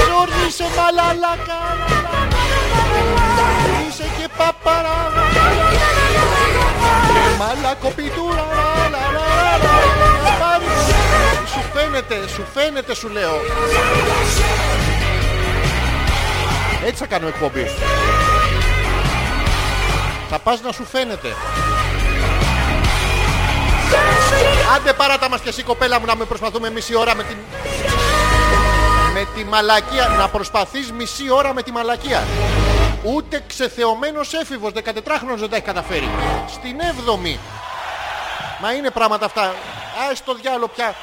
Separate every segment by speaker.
Speaker 1: το μαλαλάκα. Είσαι και παπαρά. Μαλακοπιτούρα. λα, λα, λα, λα. Πάρου. Σου φαίνεται, σου φαίνεται σου λέω. Έτσι θα κάνω εκπομπή. Θα πας να σου φαίνεται. Άντε παράτα μας και εσύ κοπέλα μου να με προσπαθούμε μισή ώρα με την... Με τη μαλακία. Να προσπαθείς μισή ώρα με τη μαλακία. Ούτε ξεθεωμένος έφηβος 14χρονος δεν τα έχει καταφέρει. Στην 7η. Μα είναι πράγματα αυτά. Α, στο διάλογο πια.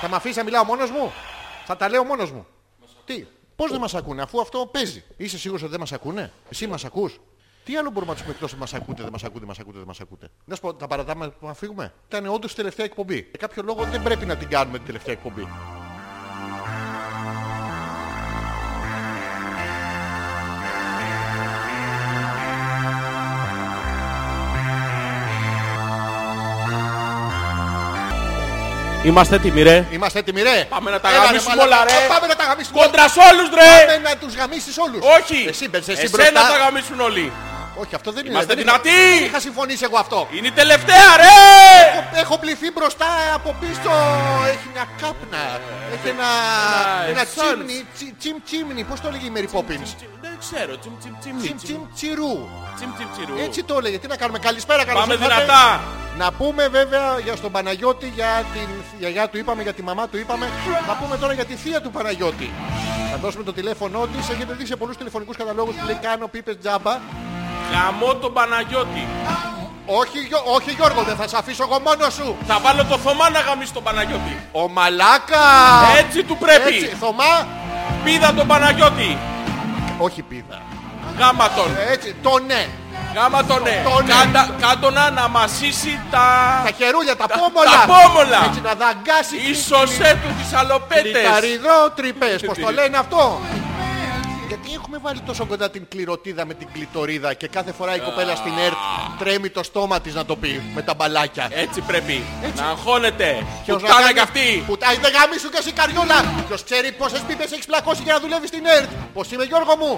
Speaker 1: Θα με αφήσεις να μιλάω μόνος μου. Θα τα λέω μόνος μου. Τι, πώς δεν μας ακούνε αφού αυτό παίζει. Είσαι σίγουρος ότι δεν μας ακούνε. Εσύ μας ακούς. Τι άλλο μπορούμε να τους πούμε εκτός ότι μας ακούτε, δεν μας ακούτε, μας ακούτε, δεν μας ακούτε. Να σου πω, τα παρατάμε που να φύγουμε. Ήταν όντως η τελευταία εκπομπή. Για κάποιο λόγο δεν πρέπει να την κάνουμε την τελευταία εκπομπή.
Speaker 2: Είμαστε έτοιμοι, ρε.
Speaker 1: Είμαστε έτοιμοι ρε.
Speaker 2: Πάμε να τα
Speaker 1: Έλα, ρε,
Speaker 2: γαμίσουμε
Speaker 1: μαλάκα. Ε,
Speaker 2: όλα, ρε.
Speaker 1: Πάμε να τα γαμίσουμε όλα.
Speaker 2: Κόντρα σε όλους, ρε!
Speaker 1: Πάμε να τους γαμίσεις όλους.
Speaker 2: Όχι!
Speaker 1: Εσύ μπες, εσύ
Speaker 2: Εσένα
Speaker 1: μπροστά.
Speaker 2: θα γαμίσουν όλοι.
Speaker 1: Όχι, αυτό δεν
Speaker 2: Είμαστε
Speaker 1: είναι. δεν
Speaker 2: δυνατοί.
Speaker 1: είχα- Δεν είχα συμφωνήσει εγώ αυτό.
Speaker 2: Είναι η τελευταία, ρε!
Speaker 1: Έχω- Έχω πληθεί μπροστά από πίσω. Έχει μια κάπνα. Έχει ένα. Ένα
Speaker 2: εσάλς.
Speaker 1: τσίμνι. τσι- Τσιμ τσίμνι. Πώ το έλεγε η Μέρι Πόπινς.
Speaker 2: Δεν ξέρω, τσιμ τσιμ τσιμ
Speaker 1: Τσιμ
Speaker 2: τσιμ
Speaker 1: τσιμ τσιρού.
Speaker 2: τσιμ τσιμ τσιρού.
Speaker 1: Έτσι το έλεγε. Τι να κάνουμε. Καλησπέρα, καλώς
Speaker 2: Πάμε
Speaker 1: ήρθατε.
Speaker 2: δυνατά.
Speaker 1: Να πούμε βέβαια για στον Παναγιώτη, για την γιαγιά του είπαμε, για τη μαμά του είπαμε. Να πούμε τώρα για τη θεία του Παναγιώτη. Θα δώσουμε το τηλέφωνό της. Έχετε δει σε πολλούς τηλεφωνικούς καταλόγους που λέει κάνω πίπες τζάμπα.
Speaker 2: Γαμώ τον Παναγιώτη.
Speaker 1: Όχι, Γιώ- όχι Γιώργο, δεν θα σε αφήσω εγώ μόνος σου.
Speaker 2: Θα βάλω το Θωμά να γαμίσει τον Παναγιώτη.
Speaker 1: Ο Μαλάκα!
Speaker 2: Έτσι του πρέπει.
Speaker 1: Έτσι, Θωμά,
Speaker 2: Πίδα τον Παναγιώτη.
Speaker 1: όχι πίδα.
Speaker 2: Γάμα τον.
Speaker 1: Έτσι, το ναι.
Speaker 2: Γάμα τον, ναι.
Speaker 1: Το ναι.
Speaker 2: Κάντα- Κάντονα να μασίσει τα...
Speaker 1: Τα χερούλια, τα
Speaker 2: Τα-
Speaker 1: πόμολα.
Speaker 2: τα πόμολα.
Speaker 1: Έτσι να δαγκάσει. τις-
Speaker 2: Ισοσέ του τις αλοπέτες.
Speaker 1: Λιταριδό τρυπές, πως το λένε αυτό. Γιατί έχουμε βάλει τόσο κοντά την κληροτίδα με την κλητορίδα και κάθε φορά η κοπέλα στην ΕΡΤ τρέμει το στόμα της να το πει με τα μπαλάκια.
Speaker 2: Έτσι πρέπει. Να αγχώνεται.
Speaker 1: Ποιος να
Speaker 2: Ε, Πουτάνα
Speaker 1: κάνει-
Speaker 2: κι αυτή.
Speaker 1: Πουτά, δεν γάμισου και εσύ καριόλα. Ποιος ξέρει πόσες πίπες έχεις πλακώσει για να δουλεύεις στην ΕΡΤ. Πώς είμαι Γιώργο μου.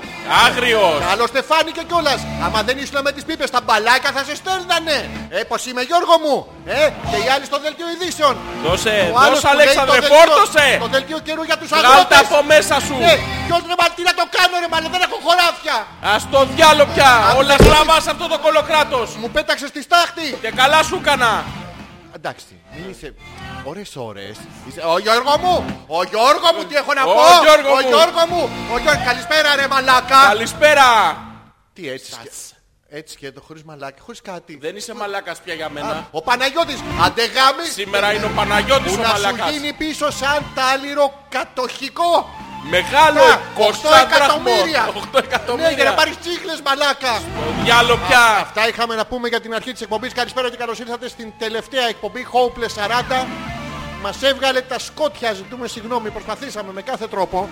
Speaker 2: Άγριος.
Speaker 1: Άλλωστε φάνηκε κιόλας. Άμα δεν ήσουν με τις πίπες τα μπαλάκια θα σε στέλνανε. Ε, πως είμαι Γιώργο μου. Ε, και οι άλλοι στο δελτίο ειδήσεων.
Speaker 2: Δώσε,
Speaker 1: Ο άλλος
Speaker 2: Ε, δώσε
Speaker 1: που λέει
Speaker 2: Αλέξανδρε,
Speaker 1: το δελτίο-
Speaker 2: φόρτωσε.
Speaker 1: Το δελτίο καιρού για τους
Speaker 2: Βγάλ' τα
Speaker 1: αγρότες.
Speaker 2: από μέσα σου.
Speaker 1: Ναι, ποιος ρε μα τι να το κάνω ρε μάλλον, δεν έχω χωράφια.
Speaker 2: Ας το διάλο πια.
Speaker 1: Α,
Speaker 2: Όλα
Speaker 1: δεν-
Speaker 2: στραβά σε αυτό το κολοκράτος.
Speaker 1: Μου πέταξες τη στάχτη.
Speaker 2: Και καλά σου έκανα.
Speaker 1: Εντάξει, μην είσαι... Ωρες ώρες. Είσαι... Ο Γιώργο μου! Ο Γιώργο μου τι έχω να
Speaker 2: Ο
Speaker 1: πω!
Speaker 2: Γιώργο
Speaker 1: ο
Speaker 2: μου.
Speaker 1: Γιώργο μου! Ο Γιώργο... Καλησπέρα ρε μαλάκα!
Speaker 2: Καλησπέρα.
Speaker 1: Τι έτσι και... Έτσι και το χωρίς μαλάκα, χωρίς κάτι.
Speaker 2: Δεν είσαι μαλάκας πια για μένα.
Speaker 1: Ο Παναγιώτης, αντεγάμι!
Speaker 2: Σήμερα είναι ο Παναγιώτης
Speaker 1: Που
Speaker 2: ο
Speaker 1: να σου
Speaker 2: μαλάκας.
Speaker 1: γίνει πίσω σαν τάλιρο κατοχικό!
Speaker 2: Μεγάλο
Speaker 1: Α, 8
Speaker 2: Κωστά Δραχμό.
Speaker 1: εκατομμύρια.
Speaker 2: 8
Speaker 1: Ναι, για να
Speaker 2: εκατομμύρια.
Speaker 1: πάρεις τσίχλες μαλάκα!
Speaker 2: Διάλο πια.
Speaker 1: Αυτά είχαμε να πούμε για την αρχή της εκπομπής. Καλησπέρα και καλώς ήρθατε στην τελευταία εκπομπή Hopeless 40. Μας έβγαλε τα σκότια, ζητούμε συγγνώμη, προσπαθήσαμε με κάθε τρόπο.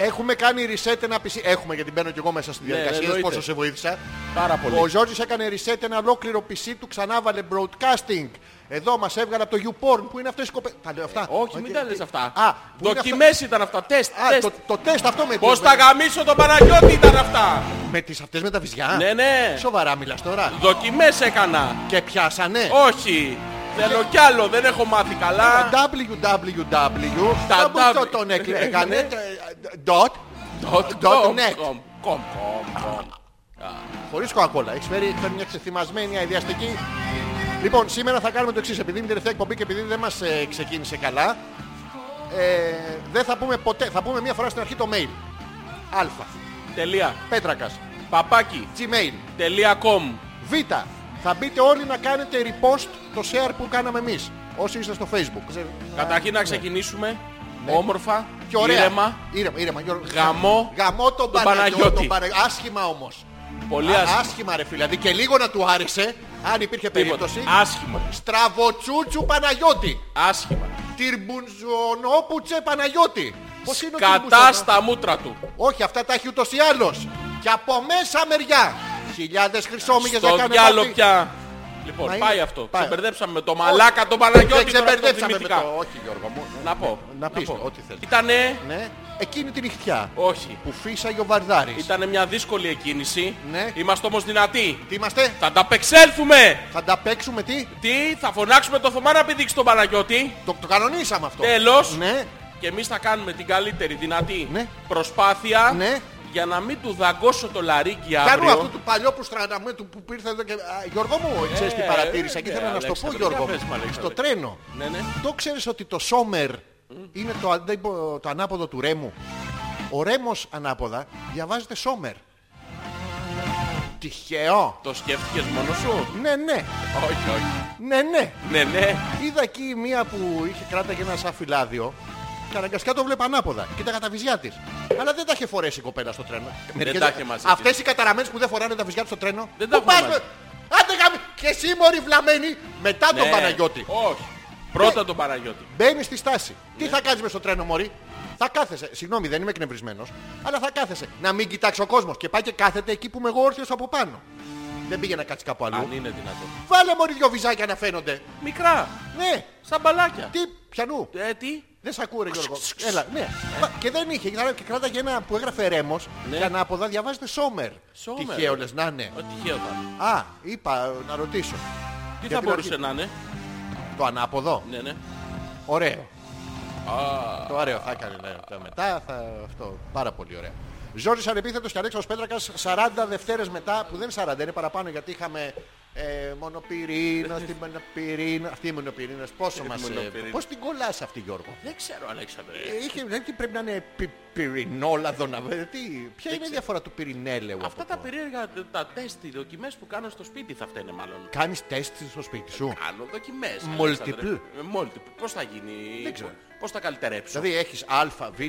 Speaker 1: Έχουμε κάνει reset ένα PC. Έχουμε γιατί μπαίνω και εγώ μέσα στη διαδικασία.
Speaker 2: Ναι, εννοείται.
Speaker 1: πόσο σε βοήθησα.
Speaker 2: Πάρα
Speaker 1: Ο Ζόρζης έκανε reset ένα ολόκληρο PC του, ξανά βάλε broadcasting. Εδώ μας έβγαλε από το YouPorn που είναι αυτές οι κοπέλες. Τα λέω αυτά.
Speaker 2: Όχι, μην τα λες αυτά.
Speaker 1: Α, που είναι
Speaker 2: Δοκιμές ήταν αυτά. Τεστ,
Speaker 1: αυτά- Α,
Speaker 2: τεστ.
Speaker 1: το, το τεστ αυτό με,
Speaker 2: Πώς
Speaker 1: με,
Speaker 2: θα γαμίσω τον Παναγιώτη ήταν αυτά.
Speaker 1: με τις αυτές με τα βυζιά.
Speaker 2: Ναι, ναι.
Speaker 1: Σοβαρά μιλάς τώρα.
Speaker 2: Δοκιμές έκανα.
Speaker 1: Και πιάσανε.
Speaker 2: Όχι. Θέλω κι άλλο. Δεν έχω μάθει καλά.
Speaker 1: Τα www.
Speaker 2: Τα
Speaker 1: Θα μου το
Speaker 2: W.
Speaker 1: τον έκλε-
Speaker 2: Ναι.
Speaker 1: έκανε. ε, Dot. Dot net.
Speaker 2: Κομ, κομ, κομ, κομ.
Speaker 1: Χωρίς κοκακόλα. Έχεις φέρει φέρνει μια ξεθυμασμένη αειδιαστική. Λοιπόν, σήμερα θα κάνουμε το εξής. Επειδή είναι η τελευταία εκπομπή και επειδή δεν μας ε, ξεκίνησε καλά, ε, δεν θα πούμε ποτέ. Θα πούμε μια φορά στην αρχή το mail. Α.
Speaker 2: Τελεία.
Speaker 1: Πέτρακας.
Speaker 2: Παπάκι.
Speaker 1: Gmail.
Speaker 2: Τελεία com.
Speaker 1: Β. Θα μπείτε όλοι να κάνετε repost το share που κάναμε εμείς. Όσοι είστε στο facebook.
Speaker 2: Καταρχήν να ξεκινήσουμε. Όμορφα.
Speaker 1: Ναι. Και ωραία.
Speaker 2: Ήρεμα.
Speaker 1: Ήρεμα, ήρεμα, Γιώργο.
Speaker 2: Γαμώ
Speaker 1: Γαμώ τον,
Speaker 2: τον
Speaker 1: Παναγιώτη.
Speaker 2: Παναγιώτη.
Speaker 1: Παναγιώ- Άσχημα όμως.
Speaker 2: Πολύ
Speaker 1: Α-
Speaker 2: άσχημα.
Speaker 1: άσχημα ρε φίλε. Δηλαδή και λίγο να του άρεσε, αν υπήρχε
Speaker 2: Τίποτα.
Speaker 1: περίπτωση.
Speaker 2: Άσχημα.
Speaker 1: Στραβοτσούτσου Παναγιώτη.
Speaker 2: Άσχημα.
Speaker 1: Τυρμπουνζονόπουτσε Παναγιώτη. Πώς είναι ο ε?
Speaker 2: Κατά
Speaker 1: τυρμπουνζονό-
Speaker 2: στα μούτρα του.
Speaker 1: Όχι, αυτά τα έχει ούτως ή άλλως. Και από μέσα μεριά. Χιλιάδες χρυσόμυγες να
Speaker 2: Στο
Speaker 1: κάνουν
Speaker 2: διάλο
Speaker 1: κάτι.
Speaker 2: πια. Λοιπόν,
Speaker 1: Μα είναι-
Speaker 2: πάει αυτό.
Speaker 1: πάει.
Speaker 2: Ξεμπερδέψαμε με το μαλάκα τον
Speaker 1: Δεν
Speaker 2: Παναγιώτη. τώρα που το
Speaker 1: ξεμπερδέψαμε με
Speaker 2: θυμήθηκα.
Speaker 1: το... Όχι Γιώργο μου.
Speaker 2: Να πω.
Speaker 1: Να πεις
Speaker 2: πω.
Speaker 1: ό,τι θες.
Speaker 2: Ήτανε
Speaker 1: Ναι. εκείνη την νυχτιά
Speaker 2: Όχι.
Speaker 1: που φύσαγε ο Βαρδάρης.
Speaker 2: Ήταν μια δύσκολη εκκίνηση.
Speaker 1: Ναι.
Speaker 2: Είμαστε όμως δυνατοί.
Speaker 1: Τι είμαστε,
Speaker 2: Θα τα πεξέλθουμε.
Speaker 1: θα τα παίξουμε τι,
Speaker 2: Τι, θα φωνάξουμε το Θωμά να πηδήξει τον Παναγιώτη.
Speaker 1: το, το κανονίσαμε αυτό.
Speaker 2: Τέλος.
Speaker 1: Ναι,
Speaker 2: Και εμείς θα κάνουμε την καλύτερη δυνατή
Speaker 1: Ναι.
Speaker 2: προσπάθεια
Speaker 1: Ναι.
Speaker 2: για να μην του δαγκώσω το λαρίκι αύριο.
Speaker 1: Κάνουμε αυτό το παλιό που στραναμέ του που πήρθε εδώ και... Α, Γιώργο μου, ξέρεις τι
Speaker 2: ε,
Speaker 1: παρατήρησα
Speaker 2: ε,
Speaker 1: και
Speaker 2: ε,
Speaker 1: ήθελα να σου το πω
Speaker 2: Αλέξανδρε,
Speaker 1: Γιώργο
Speaker 2: για πες μου,
Speaker 1: μου.
Speaker 2: Αλέξανδρε.
Speaker 1: Στο τρένο.
Speaker 2: Ναι, ναι.
Speaker 1: Το ξέρεις ότι το σόμερ είναι το, αντίπο- το ανάποδο του ρέμου. Ο ρέμος ανάποδα διαβάζεται σόμερ. Τυχαίο.
Speaker 2: Το σκέφτηκες μόνο σου.
Speaker 1: Ναι, ναι,
Speaker 2: Όχι, όχι.
Speaker 1: ναι, ναι.
Speaker 2: Ναι, ναι.
Speaker 1: Είδα εκεί μία που είχε κράταγε ένα σαν φυλάδιο και αναγκαστικά το βλέπα ανάποδα. Κοίταγα τα βυζιά της. Αλλά δεν τα είχε φορέσει η κοπέλα στο τρένο.
Speaker 2: τα είχε μαζί της.
Speaker 1: Αυτές οι καταραμένες που δεν φοράνε τα βυζιά τους στο τρένο.
Speaker 2: Δεν τα
Speaker 1: πού
Speaker 2: έχουμε
Speaker 1: πας,
Speaker 2: μαζί.
Speaker 1: με- Άντε γάμι. Και εσύ μωρή βλαμένη μετά τον
Speaker 2: Ναι.
Speaker 1: Παναγιώτη. Ναι.
Speaker 2: Όχι. Πρώτα τον Παναγιώτη.
Speaker 1: Μπαίνει στη στάση.
Speaker 2: Ναι.
Speaker 1: Τι θα κάνεις μες στο τρένο μωρή. Θα κάθεσαι. Συγγνώμη δεν είμαι εκνευρισμένος. Αλλά θα κάθεσαι. Να μην κοιτάξει ο κόσμος. Και πάει και κάθεται εκεί που είμαι εγώ όρθιος από πάνω. Δεν πήγε να κάτσει κάπου αλλού.
Speaker 2: Αν είναι δυνατόν.
Speaker 1: Βάλε μωρή δυο βυζάκια να φαίνονται.
Speaker 2: Μικρά.
Speaker 1: Ναι.
Speaker 2: Σαν μπαλάκια.
Speaker 1: Τι, πιανού.
Speaker 2: Ε, τι.
Speaker 1: Δεν σε ακούω, ρε Γιώργο. Έλα, ναι. Μα, Και δεν είχε. Ήταν- Και κράταγε ένα που έγραφε ρέμος
Speaker 2: Ναι.
Speaker 1: και ανάποδα διαβάζεται Σόμερ.
Speaker 2: Σόμερ.
Speaker 1: Τυχαίο λες να είναι.
Speaker 2: Ό, Ε, τυχαίο θα είναι.
Speaker 1: Α, είπα να ρωτήσω.
Speaker 2: Τι
Speaker 1: Για
Speaker 2: θα
Speaker 1: την
Speaker 2: μπορούσε
Speaker 1: αρχή.
Speaker 2: να είναι.
Speaker 1: Το ανάποδο.
Speaker 2: Ναι, ναι.
Speaker 1: Ωραίο. Το ωραίο θα έκανε. ναι. Τα Μετά θα. Αυτό. Πάρα πολύ ωραίο. Ζόρι ανεπίθετος και Αλέξανδρος Πέτρακας 40 Δευτέρες μετά, που δεν είναι 40, είναι παραπάνω γιατί είχαμε ε, μονοπυρήνα, τη μονοπυρήνα. Αυτή η μονοπυρήνα, πόσο
Speaker 2: Η
Speaker 1: μας.
Speaker 2: Ε, μονοπυρήνα.
Speaker 1: Πώς την κολλάς αυτή, Γιώργο.
Speaker 2: Δεν ξέρω, Αλέξανδρε.
Speaker 1: Ε, Είχε, δεν τι πρέπει να είναι πι, πυρηνόλαδο να βρε, τι, Ποια είναι η διαφορά του πυρηνέλεου
Speaker 2: Αυτά τα περίεργα, τα τεστ, οι δοκιμές που κάνω στο σπίτι θα φταίνε μάλλον.
Speaker 1: Κάνεις τεστ στο σπίτι σου.
Speaker 2: Κάνω δοκιμές.
Speaker 1: Multiple.
Speaker 2: Αλέξανδρε. Ε, Multiple. Πώς θα γίνει.
Speaker 1: Δεν ξέρω.
Speaker 2: Πώς θα καλυτερέψω.
Speaker 1: Δηλαδή έχεις α, β, γ.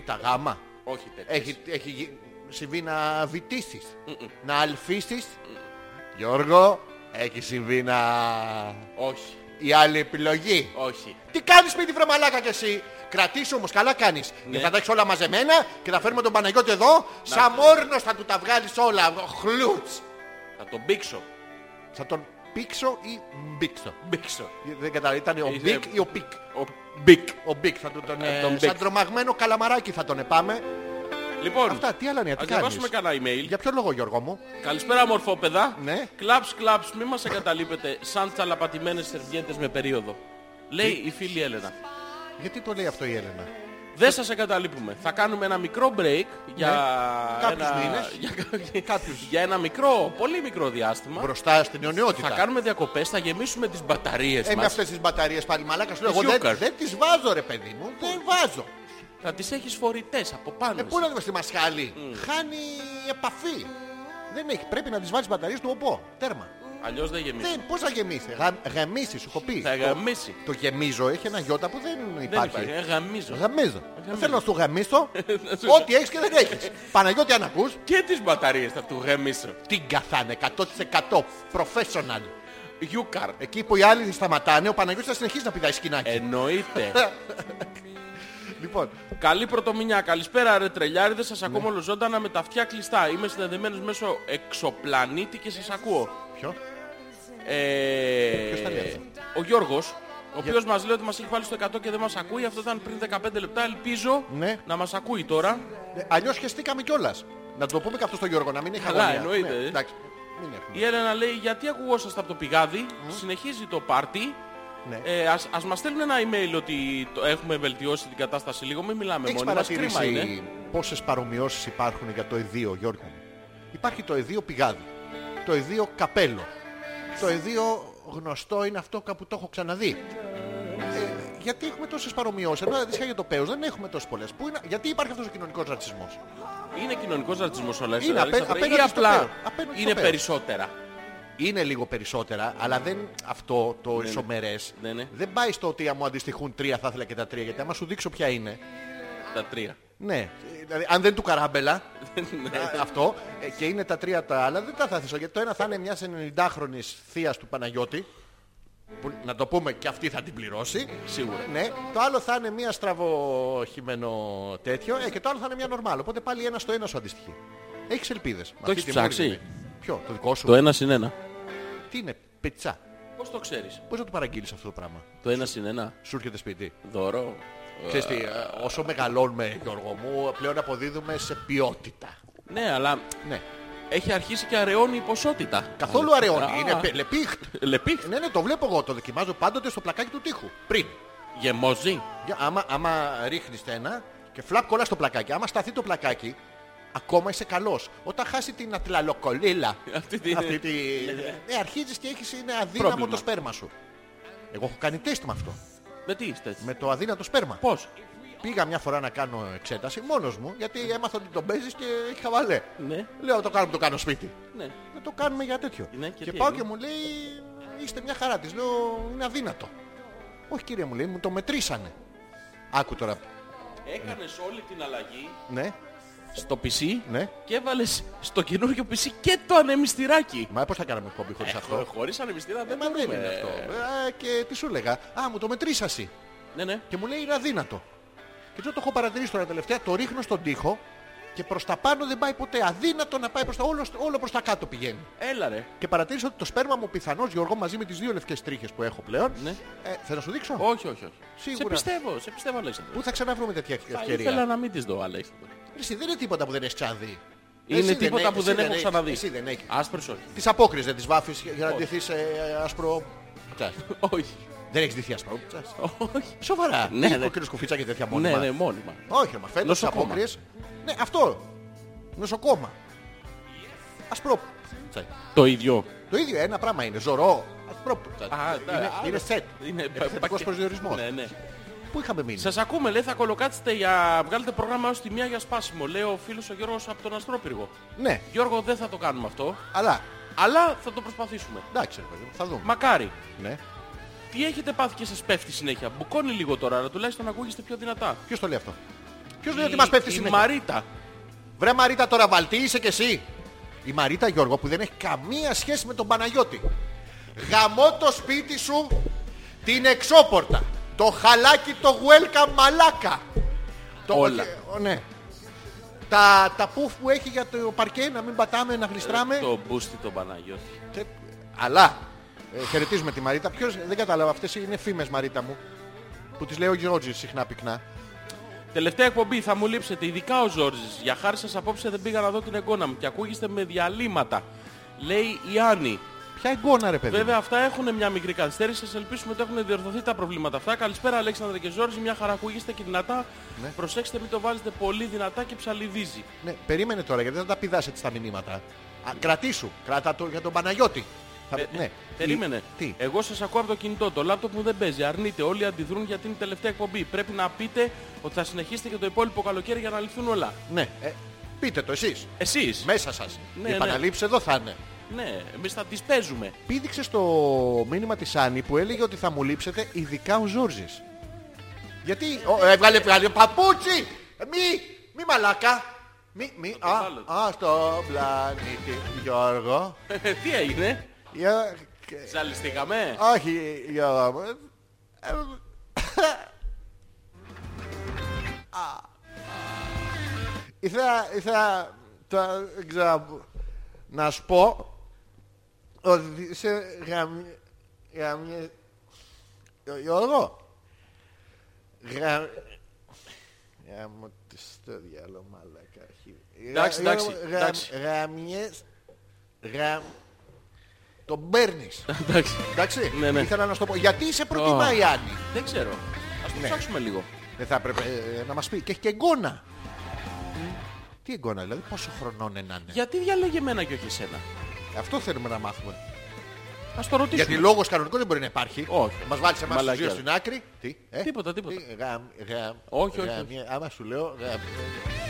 Speaker 2: Όχι τέτοιο.
Speaker 1: Έχει, έχει γι- συμβεί να βυτίσεις. Να αλφίσεις. Γιώργο, έχει συμβεί να...
Speaker 2: Όχι.
Speaker 1: Η άλλη επιλογή.
Speaker 2: Όχι.
Speaker 1: Τι κάνεις σπίτι βρε μαλάκα κι εσύ. Κρατήσου όμως, καλά κάνεις. Και θα τα έχεις όλα μαζεμένα και θα φέρουμε τον Παναγιώτη εδώ. Σαν μόρνος θα του τα βγάλεις όλα. Χλουτς.
Speaker 2: Θα τον πήξω.
Speaker 1: Θα τον πήξω ή μπήξω.
Speaker 2: Μπήξω.
Speaker 1: Δεν κατάλαβα, ήταν ο
Speaker 2: Είσαι-
Speaker 1: Μπικ ή ο Πικ.
Speaker 2: Ο Μπικ.
Speaker 1: Ο Μπικ θα του τον.
Speaker 2: Ε,
Speaker 1: ε,
Speaker 2: τον Μπικ.
Speaker 1: σαν τρομαγμένο καλαμαράκι θα τον επάμε.
Speaker 2: Λοιπόν,
Speaker 1: Αυτά, τι άλλα νέα, τι
Speaker 2: ας
Speaker 1: κάνεις.
Speaker 2: διαβάσουμε κανένα email.
Speaker 1: Για ποιο λόγο, Γιώργο μου.
Speaker 2: Καλησπέρα μορφόπεδα.
Speaker 1: Ναι.
Speaker 2: Κλαψ, κλαψ, μη μας εγκαταλείπετε σαν τσαλαπατημένες σερβιέτες με περίοδο. Λέει η φίλη Έλενα.
Speaker 1: Γιατί το λέει αυτό η Έλενα.
Speaker 2: Δεν σας εγκαταλείπουμε. Θα κάνουμε ένα μικρό break για,
Speaker 1: Ναι. Κάποιους
Speaker 2: ένα...
Speaker 1: μήνες.
Speaker 2: για... για ένα μικρό, πολύ μικρό διάστημα.
Speaker 1: Μπροστά στην αιωνιότητα.
Speaker 2: Θα κάνουμε διακοπές, θα γεμίσουμε τις μπαταρίες
Speaker 1: Ε, με
Speaker 2: μας.
Speaker 1: αυτές τις μπαταρίες πάλι μαλάκα σου λέω.
Speaker 2: Τις
Speaker 1: Εγώ δεν,
Speaker 2: Yukar.
Speaker 1: δεν τις βάζω ρε παιδί μου. Δεν βάζω.
Speaker 2: Θα τις έχεις φορητές από πάνω.
Speaker 1: Ε,
Speaker 2: σου.
Speaker 1: πού να δούμε στη μασχάλη. Χάνει επαφή. Δεν έχει. Πρέπει να τις βάλεις μπαταρίες του οπό. Τέρμα.
Speaker 2: Αλλιώς δεν γεμίζει.
Speaker 1: Δεν, πώς θα γεμίσει. Γα, γεμίσει, σου έχω πει. Το-
Speaker 2: Θα γαμίσει.
Speaker 1: Το γεμίζω έχει ένα γιώτα που δεν
Speaker 2: Δεν
Speaker 1: Ναι. Ε, υπάρχει.
Speaker 2: υπάρχει. Ε, Γαμίζω.
Speaker 1: Γαμίζω. Θέλω να σου γαμίσω ό,τι έχεις και δεν έχεις. Παναγιώτη αν ακούς,
Speaker 2: Και τις μπαταρίες θα του γαμίσω.
Speaker 1: την καθάνε 100% professional.
Speaker 2: Γιούκαρ.
Speaker 1: Εκεί που οι άλλοι σταματάνε, ο Παναγιώτης θα συνεχίσει να πηδάει σκηνάκι.
Speaker 2: Ε. Εννοείται.
Speaker 1: Λοιπόν,
Speaker 2: Καλή πρωτομηνιά. Καλησπέρα, ρε τρελιάριδες. Σας
Speaker 1: Ναι.
Speaker 2: ακούω όλο ζωντανά με τα αυτιά κλειστά. Είμαι συνδεδεμένος μέσω εξωπλανήτη και σας ακούω.
Speaker 1: ποιο.
Speaker 2: Ε,
Speaker 1: Ποιος τα λέει αυτά?
Speaker 2: ο Γιώργος, ο οποίος μας λέει ότι μας έχει βάλει στο 100 και δεν μας ακούει. Αυτό ήταν πριν 15 λεπτά. Ελπίζω
Speaker 1: Ναι.
Speaker 2: να μας ακούει τώρα.
Speaker 1: Ε, Αλλιώς χεστήκαμε κιόλας. Να το πούμε και αυτό στον Γιώργο, να μην έχει
Speaker 2: Καλά,
Speaker 1: αγωνία.
Speaker 2: εννοείται,
Speaker 1: Ναι,
Speaker 2: ε.
Speaker 1: εντάξει. Μην έχουμε.
Speaker 2: Η Έλενα λέει: Γιατί ακουγόσαστε από το πηγάδι, συνεχίζει το πάρτι.
Speaker 1: Ναι.
Speaker 2: Ε, ας, ας μας στέλνουν ένα email ότι το έχουμε βελτιώσει την κατάσταση λίγο, μην μιλάμε
Speaker 1: Έχεις
Speaker 2: μόνοι μας, κρίμα είναι.
Speaker 1: παρατηρήσει πόσες παρομοιώσεις υπάρχουν για το εδίο, Γιώργο μου. Υπάρχει το εδίο πηγάδι, το εδίο καπέλο, το εδίο γνωστό είναι αυτό κάπου το έχω ξαναδεί. Ε, γιατί έχουμε τόσες παρομοιώσεις, ενώ αντίστοιχα για το πέος δεν έχουμε τόσες πολλές. Πού είναι, γιατί υπάρχει αυτός ο κοινωνικός ρατσισμός.
Speaker 2: Είναι κοινωνικός ρατσισμός όλα
Speaker 1: Είναι απέ-
Speaker 2: ή
Speaker 1: απέναντι στο
Speaker 2: απλά
Speaker 1: πέος, απέναντι στο
Speaker 2: είναι
Speaker 1: πέος.
Speaker 2: περισσότερα.
Speaker 1: Είναι λίγο περισσότερα, αλλά δεν αυτό το ισομερές.
Speaker 2: Ναι, ναι.
Speaker 1: Δεν πάει στο ότι αν μου αντιστοιχούν τρία θα ήθελα και τα τρία, γιατί άμα σου δείξω ποια είναι,
Speaker 2: Τα τρία.
Speaker 1: Ναι. Ε, Δηλαδή, αν δεν του καράμπελα, α, αυτό, ε, και είναι τα τρία τα άλλα, δεν τα θα θέσω. Γιατί το ένα θα είναι μιας 90χρονη θείας του Παναγιώτη, που να το πούμε και αυτή θα την πληρώσει.
Speaker 2: Σίγουρα.
Speaker 1: Ναι. Το άλλο θα είναι μια στραβοχημένο τέτοιο, ε, και το άλλο θα είναι μια νορμάλ. Οπότε πάλι ένα στο ένα σου αντιστοιχεί. Έχεις ελπίδες. Με αυτή
Speaker 2: Το έχεις
Speaker 1: τη μούρη,
Speaker 2: ψάξει?
Speaker 1: δηλαδή. Ποιο, το δικό σου.
Speaker 2: Το ε- ένα συν ένα.
Speaker 1: Τι είναι, πετσά.
Speaker 2: Πώς το ξέρεις.
Speaker 1: Πώς να του παραγγείλεις αυτό το πράγμα.
Speaker 2: Το ένα συν ένα.
Speaker 1: Σου έρχεται σπίτι.
Speaker 2: Δώρο.
Speaker 1: Ξέρεις τι, ε, όσο μεγαλώνουμε, Γιώργο μου, πλέον αποδίδουμε σε ποιότητα.
Speaker 2: Ναι, αλλά
Speaker 1: Ναι.
Speaker 2: έχει αρχίσει και αραιώνει η ποσότητα.
Speaker 1: Καθόλου αραιώνει.
Speaker 2: Α.
Speaker 1: Είναι πε- λεπίχτ.
Speaker 2: Λεπίχ,
Speaker 1: Ναι, ναι, το βλέπω εγώ. Το δοκιμάζω πάντοτε στο πλακάκι του τοίχου. Πριν.
Speaker 2: γεμόζει.
Speaker 1: Για- Άμα, άμα ρίχνεις ένα και φλαπ κολλάς στο πλακάκι. Άμα σταθεί το πλακάκι, ακόμα είσαι καλός. Όταν χάσει την ατλαλοκολίλα,
Speaker 2: Αυτή τη- Ναι.
Speaker 1: αυτή τη... ε, αρχίζεις και έχεις είναι αδύναμο
Speaker 2: Πρόβλημα.
Speaker 1: το σπέρμα σου. Εγώ έχω κάνει τεστ με αυτό.
Speaker 2: Με τι είστε έτσι.
Speaker 1: Με το αδύνατο σπέρμα.
Speaker 2: Πώς.
Speaker 1: Πήγα μια φορά να κάνω εξέταση μόνος μου, γιατί έμαθα ότι τον παίζεις και έχει χαβαλέ.
Speaker 2: Ναι,
Speaker 1: Λέω το κάνουμε, το κάνω σπίτι.
Speaker 2: ναι.
Speaker 1: Να το κάνουμε για τέτοιο.
Speaker 2: Ναι, και τι
Speaker 1: πάω
Speaker 2: έγινε?
Speaker 1: και μου λέει, είστε μια χαρά της. Λέω, είναι αδύνατο. Όχι κύριε μου λέει, μου το μετρήσανε. Άκου τώρα.
Speaker 2: Έκανες όλη την αλλαγή
Speaker 1: Ναι,
Speaker 2: στο PC
Speaker 1: ναι.
Speaker 2: και έβαλες στο καινούριο PC και το ανεμιστηράκι.
Speaker 1: Μα πώς θα κάναμε κόμπι χωρίς Ναι, αυτό.
Speaker 2: Χωρίς ανεμιστήρα
Speaker 1: Ε,
Speaker 2: δεν
Speaker 1: μα δεν
Speaker 2: μπορούμε.
Speaker 1: είναι αυτό. Ε, και τι σου λέγα. Α, μου το μετρήσασαι.
Speaker 2: Ναι, ναι.
Speaker 1: Και μου λέει είναι αδύνατο. Και τώρα το έχω παρατηρήσει τώρα τελευταία, το ρίχνω στον τοίχο και προς τα πάνω δεν πάει ποτέ. Αδύνατο να πάει προς τα όλο, όλο προς τα κάτω πηγαίνει.
Speaker 2: Έλα ρε.
Speaker 1: Και παρατήρησα ότι το σπέρμα μου πιθανώς Γιώργο μαζί με τις δύο λευκές τρίχες που έχω πλέον.
Speaker 2: Ναι.
Speaker 1: Ε, θα να σου δείξω.
Speaker 2: Όχι, όχι, όχι.
Speaker 1: Σίγουρα.
Speaker 2: Σε πιστεύω, σε πιστεύω Αλέξανδρο.
Speaker 1: Πού θα ξαναβρούμε τέτοια ευκαιρία.
Speaker 2: Θα ήθελα να μην τις δω Αλέξανδρο.
Speaker 1: Εσύ δεν είναι τίποτα που δεν έχεις ξαναδεί.
Speaker 2: Είναι
Speaker 1: Εσύ
Speaker 2: τίποτα
Speaker 1: έχ-
Speaker 2: που
Speaker 1: εσύ
Speaker 2: δεν έχω
Speaker 1: έχεις-
Speaker 2: ξαναδεί.
Speaker 1: Εσύ δεν έχεις.
Speaker 2: Άσπρες όχι.
Speaker 1: Τις απόκριες δεν τις βάφεις για να
Speaker 2: Όχι.
Speaker 1: ντυθείς σε άσπρο... Τσάς.
Speaker 2: όχι.
Speaker 1: Δεν έχεις ντυθεί άσπρο. Τσάς.
Speaker 2: Όχι.
Speaker 1: Σοβαρά.
Speaker 2: Ναι, ναι.
Speaker 1: Ο κύριος Κουφίτσα και τέτοια
Speaker 2: Ναι,
Speaker 1: μόνιμα.
Speaker 2: ναι, μόνιμα.
Speaker 1: Όχι, μα φαίνεται τις
Speaker 2: Νοσοκόμα.
Speaker 1: απόκριες. Ναι, αυτό. Νοσοκόμα. Ασπρό. Τσάς.
Speaker 2: Το ίδιο.
Speaker 1: Το ίδιο ένα πράγμα είναι. Ζωρό. Ασπρό. Τσάς.
Speaker 2: Α, ναι,
Speaker 1: Είναι,
Speaker 2: α,
Speaker 1: είναι
Speaker 2: α,
Speaker 1: σετ.
Speaker 2: Είναι
Speaker 1: Επιθετικός
Speaker 2: πακέ-
Speaker 1: προσδιορισμός.
Speaker 2: Ναι, ναι.
Speaker 1: Πού είχαμε μείνει.
Speaker 2: Σας ακούμε, λέει, θα κολοκάτσετε για... Βγάλετε πρόγραμμα ως τη μία για σπάσιμο. Λέει ο φίλος ο Γιώργος από τον Αστρόπυργο.
Speaker 1: Ναι,
Speaker 2: Γιώργο, δεν θα το κάνουμε αυτό,
Speaker 1: αλλά
Speaker 2: αλλά θα το προσπαθήσουμε.
Speaker 1: εντάξει, ρε παιδί μου, θα δούμε.
Speaker 2: Μακάρι.
Speaker 1: Ναι.
Speaker 2: Τι έχετε πάθει και σας πέφτει συνέχεια. Μπουκώνει λίγο τώρα, αλλά τουλάχιστον ακούγεστε πιο δυνατά.
Speaker 1: Ποιος το λέει αυτό. Ποιος λέει
Speaker 2: Η-
Speaker 1: ότι μας πέφτει
Speaker 2: η
Speaker 1: συνέχεια.
Speaker 2: Μαρίτα.
Speaker 1: Βρε Μαρίτα τώρα βαλτί είσαι και εσύ. Η Μαρίτα Γιώργο που δεν έχει καμία σχέση με τον Παναγιώτη. Γαμώ το σπίτι σου, την εξώπορτα, το χαλάκι το welcome μαλάκα. Το
Speaker 2: Όλα.
Speaker 1: ε, ναι. Τα, τα πουφ που έχει για το παρκέ να μην πατάμε, να γλιστράμε.
Speaker 2: Ε, Το μπούστι τον Παναγιώτη.
Speaker 1: Και- Αλλά ε, χαιρετίζουμε τη Μαρίτα. Ποιος, δεν κατάλαβα, αυτές είναι φήμες Μαρίτα μου. Που τις λέει ο Γιώργης συχνά πυκνά.
Speaker 2: Τελευταία εκπομπή θα μου λείψετε, ειδικά ο Ζόρζης. Για χάρη σας απόψε δεν πήγα να δω την εγγόνα μου και ακούγεστε με διαλύματα. Λέει η Άννη.
Speaker 1: Ποια εγκόνα ρε παιδί. μου.
Speaker 2: Βέβαια αυτά έχουν μια μικρή καθυστέρηση. Σας ελπίζουμε ότι έχουν διορθωθεί τα προβλήματα αυτά. Καλησπέρα Αλέξανδρα και Ζόρζη. Μια χαρά ακούγεστε και δυνατά.
Speaker 1: Ναι.
Speaker 2: Προσέξτε μην το βάζετε πολύ δυνατά και ψαλιδίζει.
Speaker 1: Ναι, περίμενε τώρα γιατί δεν θα τα πηδάς έτσι τα μηνύματα. Α, κρατήσου, κράτα το για τον Παναγιώτη. Θα- ναι.
Speaker 2: Ε, Περίμενε.
Speaker 1: Τι.
Speaker 2: Εγώ σας ακούω από το κινητό. Το λάπτοπ μου δεν παίζει. Αρνείται. Όλοι αντιδρούν για την τελευταία εκπομπή. Πρέπει να πείτε ότι θα συνεχίσετε και το υπόλοιπο καλοκαίρι για να λυθούν όλα.
Speaker 1: Ναι, ε, πείτε το εσείς.
Speaker 2: Εσείς.
Speaker 1: Μέσα σας.
Speaker 2: Ναι,
Speaker 1: Οι
Speaker 2: ναι.
Speaker 1: επαναλήψεις εδώ θα είναι.
Speaker 2: Ναι, εμείς θα τις παίζουμε.
Speaker 1: Πήδηξε στο μήνυμα της Άννη που έλεγε ότι θα μου λείψετε ειδικά ο Ζόρζης. Γιατί ο, έβγαλε, έβγαλε παπούτσι! Μη, μη μαλάκα! Μη, μη, α,
Speaker 2: κατάλαβα.
Speaker 1: α, στο πλανήτη Γιώργο. Ε,
Speaker 2: Τι έγινε.
Speaker 1: Για- και-
Speaker 2: Ζαλιστήκαμε.
Speaker 1: Όχι, Γιώργο μου. Ε, Α. Ήθελα, ήθελα τώρα δεν ξέρω, να σου πω ότι είσαι γαμι... γαμι... Γιώργο. Γαμι... Γαμω τη στο διάλογο μαλακά.
Speaker 2: Εντάξει, εντάξει, εντάξει.
Speaker 1: Γαμιές... Γαμ... Τον παίρνεις.
Speaker 2: Εντάξει.
Speaker 1: Εντάξει,
Speaker 2: Ναι, ναι.
Speaker 1: ήθελα να σου το πω. Γιατί σε προτιμάει η Άννη.
Speaker 2: Δεν ξέρω. Ας το
Speaker 1: Ναι.
Speaker 2: ψάξουμε λίγο.
Speaker 1: Δεν θα έπρεπε ε, να μας πει. Και έχει και εγκόνα. Τι εγκόνα, δηλαδή πόσο χρονών είναι να είναι.
Speaker 2: Γιατί διαλέγει εμένα και όχι εσένα.
Speaker 1: Αυτό θέλουμε να μάθουμε.
Speaker 2: Ας το ρωτήσουμε.
Speaker 1: Γιατί λόγος κανονικός δεν μπορεί να υπάρχει.
Speaker 2: Όχι.
Speaker 1: Μας βάλεις εμάς τους
Speaker 2: Μαλακιά.
Speaker 1: δύο στην άκρη. Τι, ε?
Speaker 2: Τίποτα, τίποτα.
Speaker 1: Τι, γαμ- γαμ-
Speaker 2: Όχι, όχι,
Speaker 1: γαμ- Άμα σου λέω... γαμ-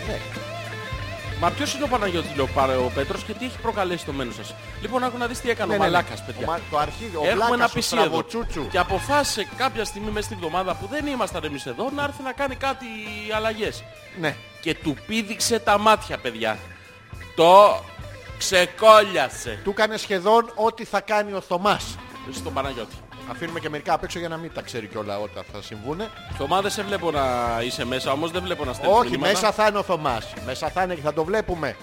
Speaker 1: Ναι.
Speaker 2: Μα ποιος είναι ο Παναγιώτης, λέει ο Πα- ο Πέτρος και τι έχει προκαλέσει το μένο σας. Λοιπόν, άκου να δεις τι έκανε
Speaker 1: Ναι,
Speaker 2: ο
Speaker 1: ναι, ναι.
Speaker 2: Μαλάκας,
Speaker 1: Ο
Speaker 2: παιδιά.
Speaker 1: Μα- Το αρχίδι, ο
Speaker 2: Έχουμε ένα
Speaker 1: Βλάκας, ο
Speaker 2: PC εδώ.
Speaker 1: Στραβοτσούτσου.
Speaker 2: Και αποφάσισε κάποια στιγμή μέσα στη βδομάδα που δεν ήμασταν εμείς εδώ να έρθει να κάνει κάτι αλλαγές.
Speaker 1: Ναι.
Speaker 2: Και του πήδηξε τα μάτια, παιδιά. Το ξεκόλιασε
Speaker 1: Του έκανε σχεδόν ό,τι θα κάνει ο Θωμάς.
Speaker 2: στον Παναγιώτη.
Speaker 1: Αφήνουμε και μερικά απ' έξω για να μην τα ξέρει κιόλα όταν θα συμβούνε.
Speaker 2: Θωμά δεν σε βλέπω να είσαι μέσα, όμως δεν βλέπω να στέλνεις
Speaker 1: Όχι,
Speaker 2: μηνύματα.
Speaker 1: μέσα θα είναι ο Θωμάς. Μέσα θα είναι και θα το βλέπουμε.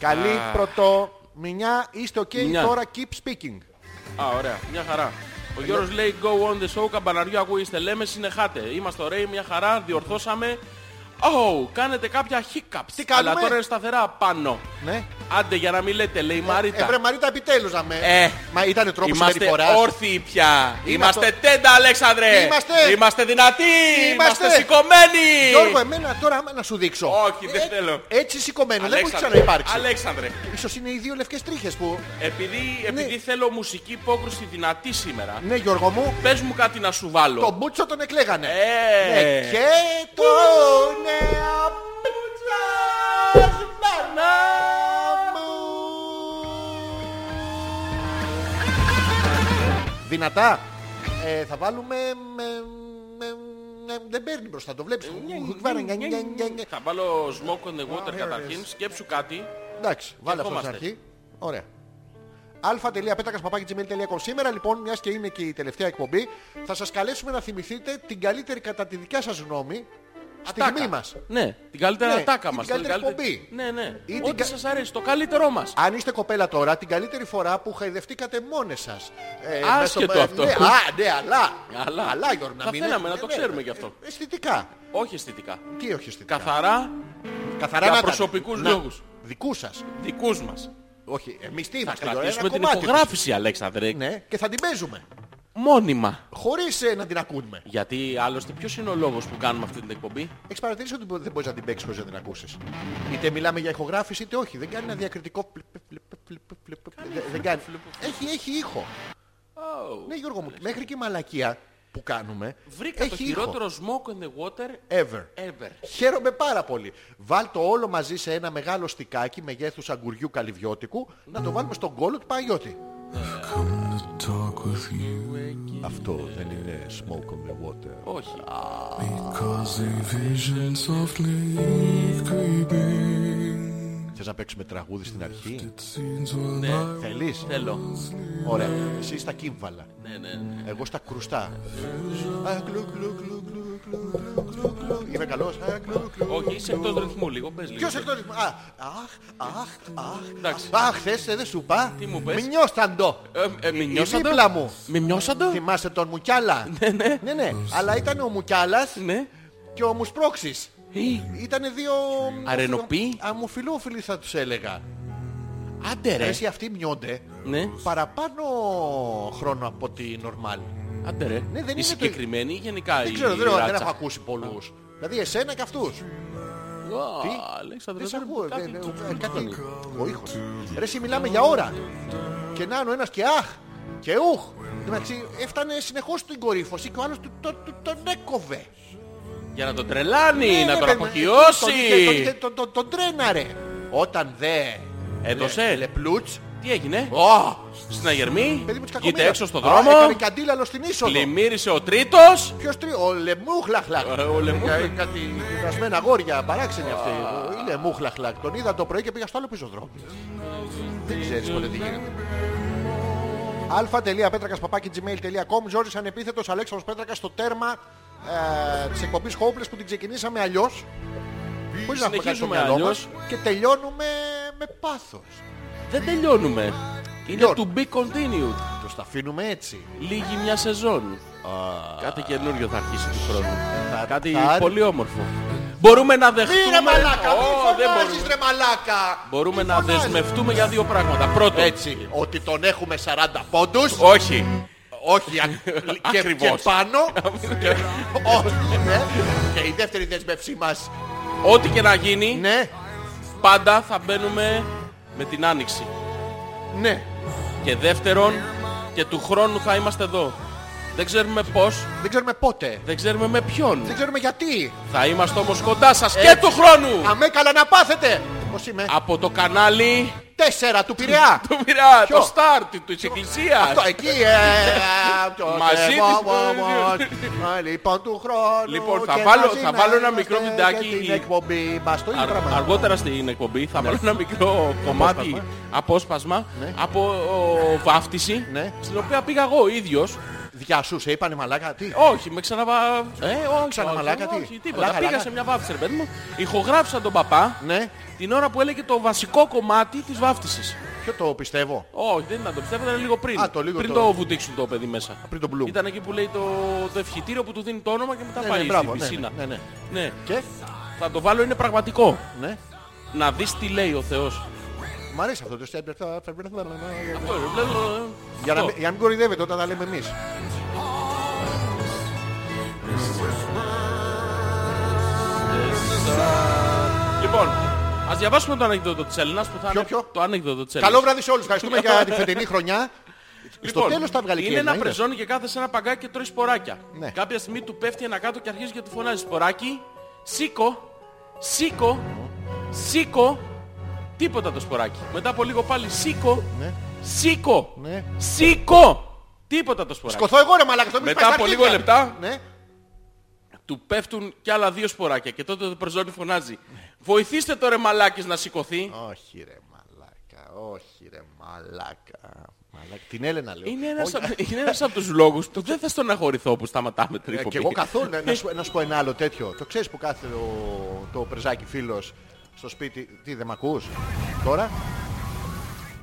Speaker 1: Καλή
Speaker 2: Α.
Speaker 1: πρωτομηνιά. Είστε ok
Speaker 2: Μηνιά.
Speaker 1: τώρα. Keep speaking.
Speaker 2: Α, ωραία. Μια χαρά. Ο
Speaker 1: Ε,
Speaker 2: Γιώργος
Speaker 1: ναι.
Speaker 2: λέει go on the show, καμπαναριού ακούγεστε. Λέμε συνεχάτε. Είμαστε ωραίοι, μια χαρά, διορθώσαμε. Oh, κάνετε κάποια hiccups.
Speaker 1: Τι κάνουμε?
Speaker 2: Αλλά τώρα είναι σταθερά πάνω.
Speaker 1: Ναι.
Speaker 2: Άντε για να μην λέτε, λέει η Μαρίτα.
Speaker 1: Ε, βρε Μαρίτα, επιτέλους να με...
Speaker 2: Ε,
Speaker 1: Μα ήταν τρόπος
Speaker 2: Είμαστε
Speaker 1: συμπεριφοράς.
Speaker 2: όρθιοι πια. Είμαστε
Speaker 1: Είμαστε-
Speaker 2: τέντα, Αλέξανδρε.
Speaker 1: Είμαστε.
Speaker 2: Είμαστε δυνατοί.
Speaker 1: Είμαστε.
Speaker 2: Είμαστε σηκωμένοι.
Speaker 1: Γιώργο, εμένα τώρα άμα να σου δείξω. Ε,
Speaker 2: Όχι, δεν θέλω.
Speaker 1: Έτσι σηκωμένο, δεν μου έχει
Speaker 2: Αλέξανδρε,
Speaker 1: ξαναυπάρξει.
Speaker 2: Αλέξανδρε,
Speaker 1: Ίσως είναι οι δύο λευκές τρίχες που...
Speaker 2: επειδή, επειδή θέλω μουσική υπόκρουση δυνατή σήμερα,
Speaker 1: Ναι, Γιώργο μου,
Speaker 2: πες μου κάτι να σου βάλω.
Speaker 1: Το μπούτσο τον εκλέγανε.
Speaker 2: Ε.
Speaker 1: Ναι, και το νέα μπουτσασμάνα μου. Δυνατά. Ε, θα βάλουμε... με- με- με- δεν παίρνει μπροστά, το
Speaker 2: Ε,
Speaker 1: βλέπεις.
Speaker 2: Θα βάλω smoke on the water
Speaker 1: here it
Speaker 2: καταρχήν. Σκέψου κάτι.
Speaker 1: Εντάξει, βάλε αυτό στην
Speaker 2: Ερχόμαστε.
Speaker 1: αρχή. Ωραία. α.πέτακα.gmail.com Σήμερα λοιπόν, μιας και είναι και η τελευταία εκπομπή, θα σας καλέσουμε να θυμηθείτε την καλύτερη κατά τη δικιά σας γνώμη στιγμή
Speaker 2: Ατάκα.
Speaker 1: μας.
Speaker 2: Ναι, την καλύτερη
Speaker 1: Ναι,
Speaker 2: ατάκα
Speaker 1: ή
Speaker 2: μας.
Speaker 1: την
Speaker 2: την
Speaker 1: καλύτερη εκπομπή.
Speaker 2: Ναι, ναι.
Speaker 1: Ή την
Speaker 2: Ό,τι
Speaker 1: κα-
Speaker 2: σας αρέσει, το καλύτερό μας.
Speaker 1: Αν είστε κοπέλα τώρα, την καλύτερη φορά που χαϊδευτήκατε μόνες σας. Ε,
Speaker 2: Άσχετο
Speaker 1: μέσα στο-
Speaker 2: αυτό.
Speaker 1: Ναι, α, ναι, αλλά.
Speaker 2: Αλλά.
Speaker 1: Γιώργο, να
Speaker 2: Θα
Speaker 1: μην
Speaker 2: θέλαμε
Speaker 1: είναι-
Speaker 2: να το
Speaker 1: ναι,
Speaker 2: ξέρουμε
Speaker 1: ναι,
Speaker 2: γι' αυτό.
Speaker 1: ε, Αισθητικά.
Speaker 2: Όχι αισθητικά.
Speaker 1: Τι όχι αισθητικά.
Speaker 2: Καθαρά
Speaker 1: Καθαρά
Speaker 2: για
Speaker 1: να ήταν.
Speaker 2: προσωπικούς
Speaker 1: Να-
Speaker 2: λόγους.
Speaker 1: Δικούς σας.
Speaker 2: δικούς μας.
Speaker 1: Όχι, εμείς τι
Speaker 2: Θα
Speaker 1: είμαστε. Γιώργο,
Speaker 2: κρατήσουμε
Speaker 1: ένα
Speaker 2: την
Speaker 1: κομμάτι τους.
Speaker 2: ηχογράφηση, Αλέξανδρε.
Speaker 1: Ναι, και θα την παίζουμε.
Speaker 2: Μόνιμα.
Speaker 1: Χωρίς ε, να την ακούμε.
Speaker 2: Γιατί άλλωστε ποιος είναι ο λόγος που κάνουμε αυτή την εκπομπή.
Speaker 1: Έχεις παρατηρήσει ότι δεν μπορείς να την παίξεις χωρίς να την ακούσεις. Είτε μιλάμε για ηχογράφηση είτε όχι. Δεν κάνει ένα διακριτικό... πλ- πλ- πλ- πλ- πλ- πλ- πλ- Δεν- Δεν κάνει. Έχει, έχει ήχο. Ναι Γιώργο μου, μέχρι και η μαλακία που κάνουμε
Speaker 2: Βρήκα το
Speaker 1: έχει ήχο.
Speaker 2: χειρότερο smoke in the water
Speaker 1: Ever.
Speaker 2: ever.
Speaker 1: Χαίρομαι πάρα πολύ. Βάλ το όλο μαζί σε ένα μεγάλο στικάκι μεγέθους αγκουριού καλυβιώτικου να
Speaker 2: Mm.
Speaker 1: το βάλουμε στον κόλλο του Παναγιώτη.
Speaker 3: talk with you
Speaker 1: Αυτό δεν είναι smoke on the water.
Speaker 2: Όχι.
Speaker 3: because a vision softly creeping
Speaker 1: Θες να παίξουμε τραγούδι στην αρχή.
Speaker 3: seems will not
Speaker 1: Θέλεις.
Speaker 2: Θέλω.
Speaker 1: Ωραία. Εσύ στα κύμβαλα.
Speaker 2: Ναι, ναι, ναι.
Speaker 1: Εγώ στα κρουστά. Α, γκλου, γκλου, γκλου, γκλου, γκλου, γκλου, γκλου. Είμαι καλός. Α, γκλου, γκλου.
Speaker 2: Όχι, είσαι εκτός ρυθμού λίγο. Πες λίγο.
Speaker 1: Ποιος εκτός... Α, αχ, αχ, αχ.
Speaker 2: Εντάξει.
Speaker 1: Α, χθες ε, δεν σου είπα.
Speaker 2: Τι μου πες?
Speaker 1: Μνιώσταντο.
Speaker 2: Ε, ε, μη
Speaker 1: Η
Speaker 2: νιώσατε.
Speaker 1: δίπλα μου.
Speaker 2: Μη νιώσατε.
Speaker 1: Θυμάσαι τον Μουκιάλα. Ναι, ναι. ναι, Αλλά ήταν ο Μουκιάλας
Speaker 2: Ναι.
Speaker 1: και ο Μουσπρόξης.
Speaker 2: Ε,
Speaker 1: Ήταν δύο...
Speaker 2: Αρενοποί.
Speaker 1: Αμοφιλόφιλοι θα τους έλεγα.
Speaker 2: Ναι. Άντε ρε.
Speaker 1: Εσύ αυτοί μειώνται
Speaker 2: Ναι.
Speaker 1: παραπάνω χρόνο από ότι normal.
Speaker 2: Άντε ρε.
Speaker 1: Ναι, δεν είναι
Speaker 2: η
Speaker 1: το-
Speaker 2: συγκεκριμένη ή γενικά
Speaker 1: Δεν
Speaker 2: η
Speaker 1: ξέρω, δεν, δεν
Speaker 2: ράτσα.
Speaker 1: έχω ακούσει πολλούς. Δηλαδή εσένα και αυτούς.
Speaker 2: Ω,
Speaker 1: Τι?
Speaker 2: Αλέξανδρε,
Speaker 1: Δεν σε
Speaker 2: δεν-
Speaker 1: ακούω.
Speaker 2: κάτι-
Speaker 1: δεν-
Speaker 2: τσου-
Speaker 1: ε,
Speaker 2: τσου-
Speaker 1: Κάτι.
Speaker 2: τσου-
Speaker 1: Ο ήχος. Ρε, εσύ μιλάμε για ώρα. Και να είναι ο ένας και αχ. Και ουχ. Εντάξει, έφτανε συνεχώς στην κορύφωση και ο άλλος του- το- του- τον έκοβε.
Speaker 2: Για να τον τρελάνει,
Speaker 1: Ναι,
Speaker 2: να
Speaker 1: ρε,
Speaker 2: τον
Speaker 1: παιδί,
Speaker 2: αποχειώσει.
Speaker 1: τον- τον- τον- Τον τρέναρε. Όταν δε.
Speaker 2: Έδωσε.
Speaker 1: λε- Λεπλούτς.
Speaker 2: Τι έγινε.
Speaker 1: Ω!
Speaker 2: Στην Αγερμή.
Speaker 1: Παιδί μου της
Speaker 2: Κοίτα
Speaker 1: κακομοίρας.
Speaker 2: έξω στον
Speaker 1: Α,
Speaker 2: δρόμο.
Speaker 1: Έκανε καντήλαλο στην είσοδο.
Speaker 2: Πλημμύρισε ο τρίτος.
Speaker 1: Ποιος τρί... Ο Λεμούχλαχλακ.
Speaker 2: Ε, ο Λεμούχλαχλακ.
Speaker 1: Ε, Κάτι κουρασμένα αγόρια, παράξενη αυτή. Ο Λεμούχλαχλακ. Τον είδα το πρωί και πήγα στο άλλο πίσω δρόμο. Δεν ξέρεις ποτέ τι γίνεται. αλφα.πέτρακας.gmail.com Ζόρις ανεπίθετος Αλέξανδρος Πέτρακας στο τέρμα ε, της εκπομπής Hopeless που την ξεκινήσαμε αλλιώς. Χωρίς να έχουμε κάτι στο
Speaker 2: Συνεχίζουμε
Speaker 1: μυαλό μας
Speaker 2: αλλιώς.
Speaker 1: και τελειώνουμε με πάθος.
Speaker 2: Δεν τελειώνουμε. Είναι
Speaker 1: Τελειώνουμε.
Speaker 2: to be continued.
Speaker 1: Τους τα αφήνουμε έτσι.
Speaker 2: Λίγη μια σεζόν. Κάτι καινούριο θα αρχίσει του χρόνου.
Speaker 1: Θα-
Speaker 2: Κάτι
Speaker 1: θα-
Speaker 2: πολύ όμορφο. Ναι, Μπορούμε να
Speaker 1: Μη
Speaker 2: δεχτούμε...
Speaker 1: ρε μαλάκα, μη
Speaker 2: Ω, δεν
Speaker 1: φωνάζεις
Speaker 2: μπορούμε.
Speaker 1: ρε μαλάκα.
Speaker 2: Μπορούμε
Speaker 1: Μη
Speaker 2: να
Speaker 1: φωνάζεις.
Speaker 2: δεσμευτούμε για δύο πράγματα. Πρώτον,
Speaker 1: Έτσι, ότι τον έχουμε 40 πόντους,
Speaker 2: όχι.
Speaker 1: όχι α- και,
Speaker 2: Ακριβώς.
Speaker 1: και πάνω, όχι, ναι. Και η δεύτερη δεσμευσή μας,
Speaker 2: Ό,τι και να γίνει,
Speaker 1: ναι,
Speaker 2: πάντα θα μπαίνουμε με την άνοιξη.
Speaker 1: ναι,
Speaker 2: Και δεύτερον, και του χρόνου θα είμαστε εδώ. Δεν ξέρουμε πώς,
Speaker 1: δεν ξέρουμε πότε,
Speaker 2: δεν ξέρουμε με ποιον.
Speaker 1: δεν ξέρουμε γιατί,
Speaker 2: Θα είμαστε όμως κοντά σας και του χρόνου.
Speaker 1: αμέκαλα να πάθετε, πώς είμαι,
Speaker 2: Από το κανάλι
Speaker 1: τέσσερα του Πειραιά,
Speaker 2: του Μοιρά,
Speaker 1: Ποιο?
Speaker 2: το start της εκκλησίας.
Speaker 1: αυτό εκεί, ε, το-
Speaker 2: Μαζί
Speaker 1: ε,
Speaker 2: της-
Speaker 1: βο- βο- βο- Α, λοιπόν του χρόνου
Speaker 2: Λοιπόν, θα
Speaker 1: και
Speaker 2: βάλω-
Speaker 1: μαζί
Speaker 2: θα
Speaker 1: να
Speaker 2: βάλω ένα
Speaker 1: είμαστε
Speaker 2: μικρό βιντεάκι.
Speaker 1: για την εκπομπή μας, το ίδιο
Speaker 2: Αρ-
Speaker 1: πράγμα.
Speaker 2: αργότερα στην εκπομπή θα βάλω ένα μικρό κομμάτι απόσπασμα
Speaker 1: Ναι.
Speaker 2: από ο, βάφτιση
Speaker 1: Ναι.
Speaker 2: στην οποία πήγα εγώ ίδιος.
Speaker 1: Διασούσε, είπανε μαλάκα, τι.
Speaker 2: Όχι, με ξαναβα... Ε, όχι,
Speaker 1: Ξαναμαλάκα,
Speaker 2: όχι,
Speaker 1: τι?
Speaker 2: όχι, τίποτα.
Speaker 1: Λάκα,
Speaker 2: πήγα
Speaker 1: λάκα.
Speaker 2: σε μια βάφτιση, ρε παιδί μου. Ηχογράφησα τον παπά
Speaker 1: Ναι,
Speaker 2: την ώρα που έλεγε το βασικό κομμάτι της βάφτισης.
Speaker 1: Ποιο το πιστεύω.
Speaker 2: Όχι, δεν ήταν το πιστεύω, ήταν λίγο πριν.
Speaker 1: Α, το λίγο
Speaker 2: πριν
Speaker 1: το-
Speaker 2: το... βουτήξουν το παιδί μέσα.
Speaker 1: πριν το Bloom.
Speaker 2: Ήταν εκεί που λέει το, το ευχητήριο που του δίνει το όνομα και μετά
Speaker 1: Ναι,
Speaker 2: πάει
Speaker 1: ναι, μπράβο, ναι,
Speaker 2: στην πισίνα.
Speaker 1: ναι, ναι,
Speaker 2: Ναι.
Speaker 1: Και,
Speaker 2: Θα το βάλω, είναι πραγματικό.
Speaker 1: ναι.
Speaker 2: Να δεις τι λέει ο Θεός.
Speaker 1: Μ' αρέσει αυτό το
Speaker 2: Αυτό, ρε, βλέπω, ε,
Speaker 1: Για να,
Speaker 2: αυτό.
Speaker 1: μην- για να μην κοροϊδεύετε όταν τα λέμε εμείς.
Speaker 2: Λοιπόν, ας διαβάσουμε το ανέκδοτο της Έλληνας που θα
Speaker 1: Ποιο,
Speaker 2: είναι
Speaker 1: ποιο?
Speaker 2: το ανέκδοτο της Έλληνας. Λοιπόν,
Speaker 1: Καλό βράδυ σε όλους. Ευχαριστούμε για τη φετινή χρονιά. Στο τέλος τα βγάλει και η
Speaker 2: Είναι
Speaker 1: Έλληνα,
Speaker 2: ένα
Speaker 1: είδες.
Speaker 2: πρεζόνι και κάθε σε ένα παγκάκι και τρώει σποράκια.
Speaker 1: Ναι.
Speaker 2: Κάποια στιγμή του πέφτει ένα κάτω και αρχίζει και του φωνάζει σποράκι. Σήκω, σήκω, σήκω. Τίποτα το σποράκι. Μετά από λίγο πάλι σήκω,
Speaker 1: Ναι.
Speaker 2: σήκω,
Speaker 1: Ναι.
Speaker 2: σήκω. Τίποτα το σποράκι.
Speaker 1: Σκοθώ εγώ ρε μαλάκα. το μην
Speaker 2: Μετά
Speaker 1: σπάς τα
Speaker 2: από
Speaker 1: αρχίδια.
Speaker 2: λίγο λεπτά.
Speaker 1: Ναι.
Speaker 2: Του πέφτουν κι άλλα δύο σποράκια και τότε το πρεζόνι φωνάζει. Βοηθήστε το ρε μαλάκες να σηκωθεί.
Speaker 1: Όχι ρε μαλάκα. Όχι ρε μαλάκα. Μαλάκα. Την Έλενα λέω.
Speaker 2: Είναι ένας,
Speaker 1: Όχι, ε,
Speaker 2: από, είναι ένας από τους λόγους που δεν θα στον αγχωρηθώ που σταματάμε την
Speaker 1: Ε,
Speaker 2: εκπομπή.
Speaker 1: Και εγώ καθόλου. να, να σου, να σου πω ένα άλλο τέτοιο. Το ξέρεις που κάθεται ο, το πρεζάκι φίλος στο σπίτι. Τι δεν μ' ακούς τώρα.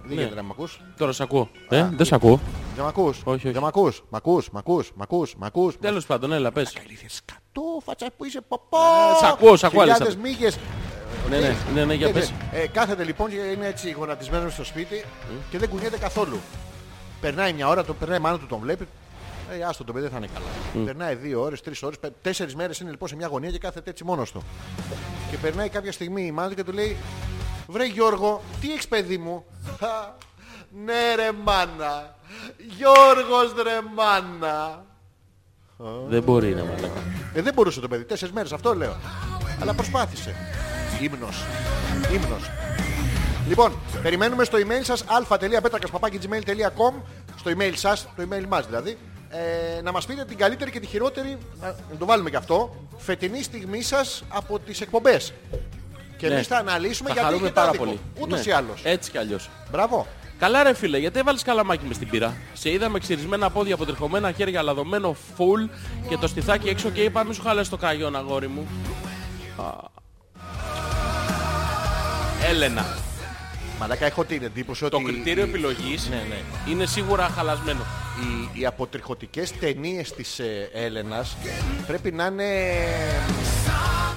Speaker 1: Δεν
Speaker 2: Ναι.
Speaker 1: γίνεται να μ' ακούς.
Speaker 2: Τώρα σ' ακούω. Ε, δεν σ' ακούω.
Speaker 1: Δεν μ' ακούς.
Speaker 2: όχι.
Speaker 1: Δεν μ' ακούς. Μ' ακούς. Μ' ακούς. Μ' ακούς. Μ' ακούς.
Speaker 2: Τέλος πάντων, έλα πες.
Speaker 1: Ηλίθιες κατώ, φάτσα που είσαι παπά.
Speaker 2: Ε, σ' ακούω, σ' ακούω,
Speaker 1: Χιλιάδες
Speaker 2: Αλέξανδρε.
Speaker 1: μύγες.
Speaker 2: Ναι, ναι, ναι, ναι, για
Speaker 1: Ε,
Speaker 2: πες.
Speaker 1: ε, κάθεται λοιπόν και είναι έτσι γονατισμένος στο σπίτι και δεν κουνιέται καθόλου. Περνάει μια ώρα, το περνάει μάνα του, τον βλέπει. Ε, άστο το παιδί δεν θα είναι καλά. Περνάει δύο ώρες, τρεις ώρες, πέ- τέσσερις μέρες είναι λοιπόν σε μια γωνία και κάθεται έτσι μόνος του. Και περνάει κάποια στιγμή η μάνα του και του λέει Βρε Γιώργο, τι έχεις παιδί μου. «Χα, ναι ρε μάνα, Γιώργος ρε μάνα.
Speaker 2: Δεν μπορεί να μαλάκα.
Speaker 1: Ε, δεν μπορούσε το παιδί. Τέσσερις μέρες, αυτό λέω. Αλλά προσπάθησε. Ήμνο. Ήμνο. Λοιπόν, περιμένουμε στο email σας α.πέτρακα.gmail.com στο email σας, το email μας δηλαδή ε, να μας πείτε την καλύτερη και τη χειρότερη να να το βάλουμε και αυτό φετινή στιγμή σας από τις εκπομπές και
Speaker 2: Ναι.
Speaker 1: εμείς θα αναλύσουμε
Speaker 2: Θα
Speaker 1: γιατί
Speaker 2: χαρούμε
Speaker 1: έχετε
Speaker 2: πάρα
Speaker 1: άδικο.
Speaker 2: πολύ.
Speaker 1: ούτως
Speaker 2: Ναι.
Speaker 1: ή άλλως
Speaker 2: Έτσι κι αλλιώς.
Speaker 1: μπράβο
Speaker 2: Καλά ρε φίλε, γιατί έβαλες καλαμάκι μες στην πύρα. Σε είδαμε ξυρισμένα πόδια, αποτριχωμένα χέρια, λαδωμένο φουλ και το στιθάκι έξω και είπα μη σου χαλές το καγιόν αγόρι μου. Α. Έλενα,
Speaker 1: μαλάκα έχω την εντύπωση
Speaker 2: το
Speaker 1: ότι
Speaker 2: κριτήριο επιλογής
Speaker 1: Ναι,
Speaker 2: είναι σίγουρα χαλασμένο.
Speaker 1: οι, οι αποτριχωτικές ταινίες της ε, Έλενας πρέπει να είναι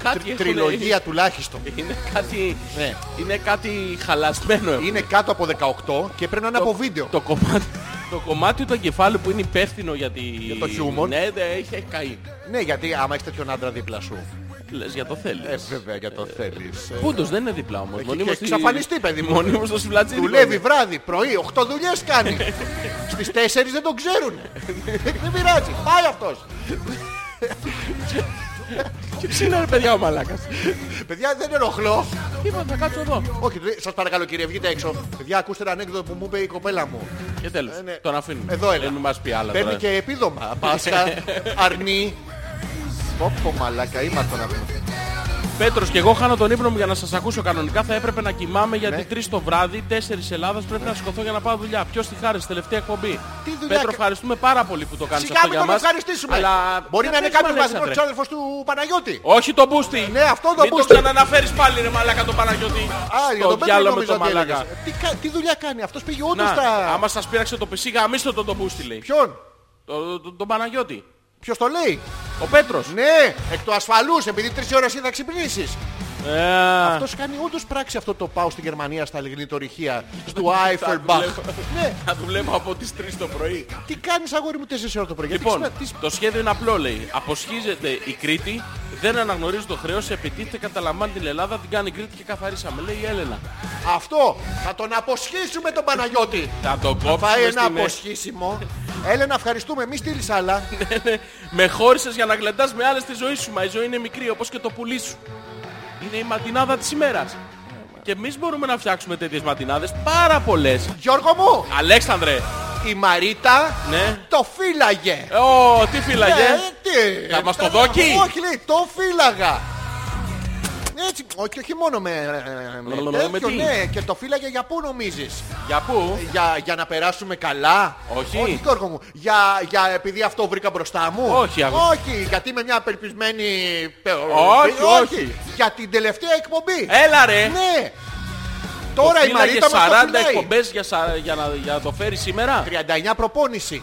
Speaker 2: Κάτι
Speaker 1: τρι-
Speaker 2: έχουνε-
Speaker 1: τριλογία τουλάχιστον
Speaker 2: Είναι κάτι,
Speaker 1: Ναι.
Speaker 2: είναι κάτι χαλασμένο. έχουν.
Speaker 1: είναι κάτω από 18 και πρέπει να είναι από βίντεο.
Speaker 2: Το κομμάτι, το κομμάτι του εγκεφάλου που είναι υπεύθυνο για, τη...
Speaker 1: Για το χιούμορ.
Speaker 2: Ναι, ναι, έχει έχει καεί.
Speaker 1: Ναι, γιατί άμα έχεις τέτοιον άντρα δίπλα σου.
Speaker 2: Λες για το θέλεις.
Speaker 1: Ε, βέβαια για το Ε, θέλεις.
Speaker 2: Πούντος δεν είναι δίπλα όμως.
Speaker 1: και-
Speaker 2: Μονίμως
Speaker 1: και εξαφανιστεί, παιδί μου.
Speaker 2: Μονίμως στο σουβλατζίδι.
Speaker 1: Δουλεύει βράδυ, πρωί, 8 δουλειές κάνει. Στις 4 δεν τον ξέρουν. Δεν πειράζει, πάει αυτός.
Speaker 2: Ποιος είναι ρε παιδιά ο μαλάκας.
Speaker 1: Παιδιά δεν ενοχλώ.
Speaker 2: Είπα θα κάτσω εδώ.
Speaker 1: Όχι, σας παρακαλώ κύριε, βγείτε έξω. Παιδιά, ακούστε ένα ανέκδοτο που μου είπε η κοπέλα μου.
Speaker 2: Και τέλος.
Speaker 1: Ε, ναι.
Speaker 2: Τον αφήνουμε.
Speaker 1: Εδώ έλα.
Speaker 2: Δεν μας πει άλλα
Speaker 1: Παίρνει
Speaker 2: τώρα.
Speaker 1: και επίδομα. Πάσχα, αρνή. Πόπο μαλακά, είμαστε να πούμε.
Speaker 2: Πέτρος και εγώ χάνω τον ύπνο μου για να σας ακούσω κανονικά θα έπρεπε να κοιμάμαι γιατί
Speaker 1: Ναι.
Speaker 2: 3 το βράδυ, 4 Ελλάδας πρέπει να σκοτώ για να πάω δουλειά. Ποιος τη χάρεσε τελευταία εκπομπή.
Speaker 1: Τι δουλειά
Speaker 2: Πέτρο
Speaker 1: κα-
Speaker 2: ευχαριστούμε πάρα πολύ που το κάνεις
Speaker 1: Σιγά
Speaker 2: αυτό
Speaker 1: μην
Speaker 2: για
Speaker 1: τον
Speaker 2: μας.
Speaker 1: ευχαριστήσουμε.
Speaker 2: Αλλά...
Speaker 1: Μπορεί
Speaker 2: δεν
Speaker 1: να είναι
Speaker 2: παίζει,
Speaker 1: κάποιο
Speaker 2: Αλέξανδρε.
Speaker 1: βασικό ξάδερφος του Παναγιώτη.
Speaker 2: Όχι το μπούστι.
Speaker 1: Ναι, αυτό το
Speaker 2: Μην
Speaker 1: μπούστι.
Speaker 2: το ξαναναφέρεις πάλι ρε μαλάκα τον Παναγιώτη.
Speaker 1: Α, για τον Πέτρο
Speaker 2: διάλογο
Speaker 1: νομίζω ότι έλεγες. Τι, κα- τι δουλειά κάνει, αυτός πήγε όντως
Speaker 2: Να,
Speaker 1: τα...
Speaker 2: άμα σας πείραξε το πισί γαμίστε τον το μπούστι λέει.
Speaker 1: Ποιον,
Speaker 2: Το- το- Τον Παναγιώτη.
Speaker 1: ποιος το λέει.
Speaker 2: Ο Πέτρος.
Speaker 1: Ναι, εκ του ασφαλούς, επειδή τρεις ώρες ή θα ξυπνήσεις.
Speaker 2: Ε,
Speaker 1: Αυτός κάνει όντως πράξη αυτό το πάω στη Γερμανία στα λιγνητορυχεία, στο
Speaker 2: θα
Speaker 1: Eiffelbach.
Speaker 2: δουλεύω-
Speaker 1: Ναι,
Speaker 2: Θα του βλέπω από τις 3 το πρωί.
Speaker 1: τι κάνεις αγόρι μου 4 ώρες το πρωί. γιατί
Speaker 2: Λοιπόν,
Speaker 1: ξυπνά- τις-
Speaker 2: το σχέδιο είναι απλό λέει. Αποσχίζεται η Κρήτη, δεν αναγνωρίζει το χρέος, επιτίθεται, καταλαμβάνει την Ελλάδα, την κάνει Κρήτη και καθαρίσαμε. Λέει η Έλενα.
Speaker 1: Αυτό, θα τον αποσχίσουμε τον Παναγιώτη.
Speaker 2: Θα το
Speaker 1: Πάει
Speaker 2: κόψουμε
Speaker 1: ένα
Speaker 2: στην...
Speaker 1: αποσχίσιμο. Έλενα, ευχαριστούμε, μη στείλεις άλλα.
Speaker 2: Ναι, Με χώρισες για να γλεντάς με άλλες τη ζωή σου, μα η ζωή είναι μικρή όπως και το πουλί σου. Είναι η ματινάδα της ημέρας. Και εμείς μπορούμε να φτιάξουμε τέτοιες ματινάδες πάρα πολλές.
Speaker 1: Γιώργο μου,
Speaker 2: Αλέξανδρε,
Speaker 1: η Μαρίτα
Speaker 2: Ναι.
Speaker 1: το φύλαγε.
Speaker 2: ε, ω, τι φύλαγε.
Speaker 1: Ε, τι.
Speaker 2: Θα Ναι. μας το δόκι?
Speaker 1: Όχι, λέει, το φύλαγα. Έτσι, όχι, όχι μόνο με, ε, με,
Speaker 2: Με
Speaker 1: τέτοιο,
Speaker 2: τι?
Speaker 1: ναι, και το φύλαγε για πού νομίζεις.
Speaker 2: Για πού.
Speaker 1: Για, για να περάσουμε καλά.
Speaker 2: Όχι.
Speaker 1: Όχι, Γιώργο μου. Για, για επειδή αυτό βρήκα μπροστά μου.
Speaker 2: Όχι, αγόρι.
Speaker 1: Όχι, γιατί είμαι μια απελπισμένη...
Speaker 2: Όχι, όχι.
Speaker 1: Για την τελευταία εκπομπή.
Speaker 2: Έλα ρε.
Speaker 1: Ναι. Τώρα η
Speaker 2: Το φύλαγε
Speaker 1: Μαρίτα μας το
Speaker 2: 40
Speaker 1: φυλάει.
Speaker 2: εκπομπές για, σα- για, να, για να το φέρει σήμερα.
Speaker 1: 39 προπόνηση.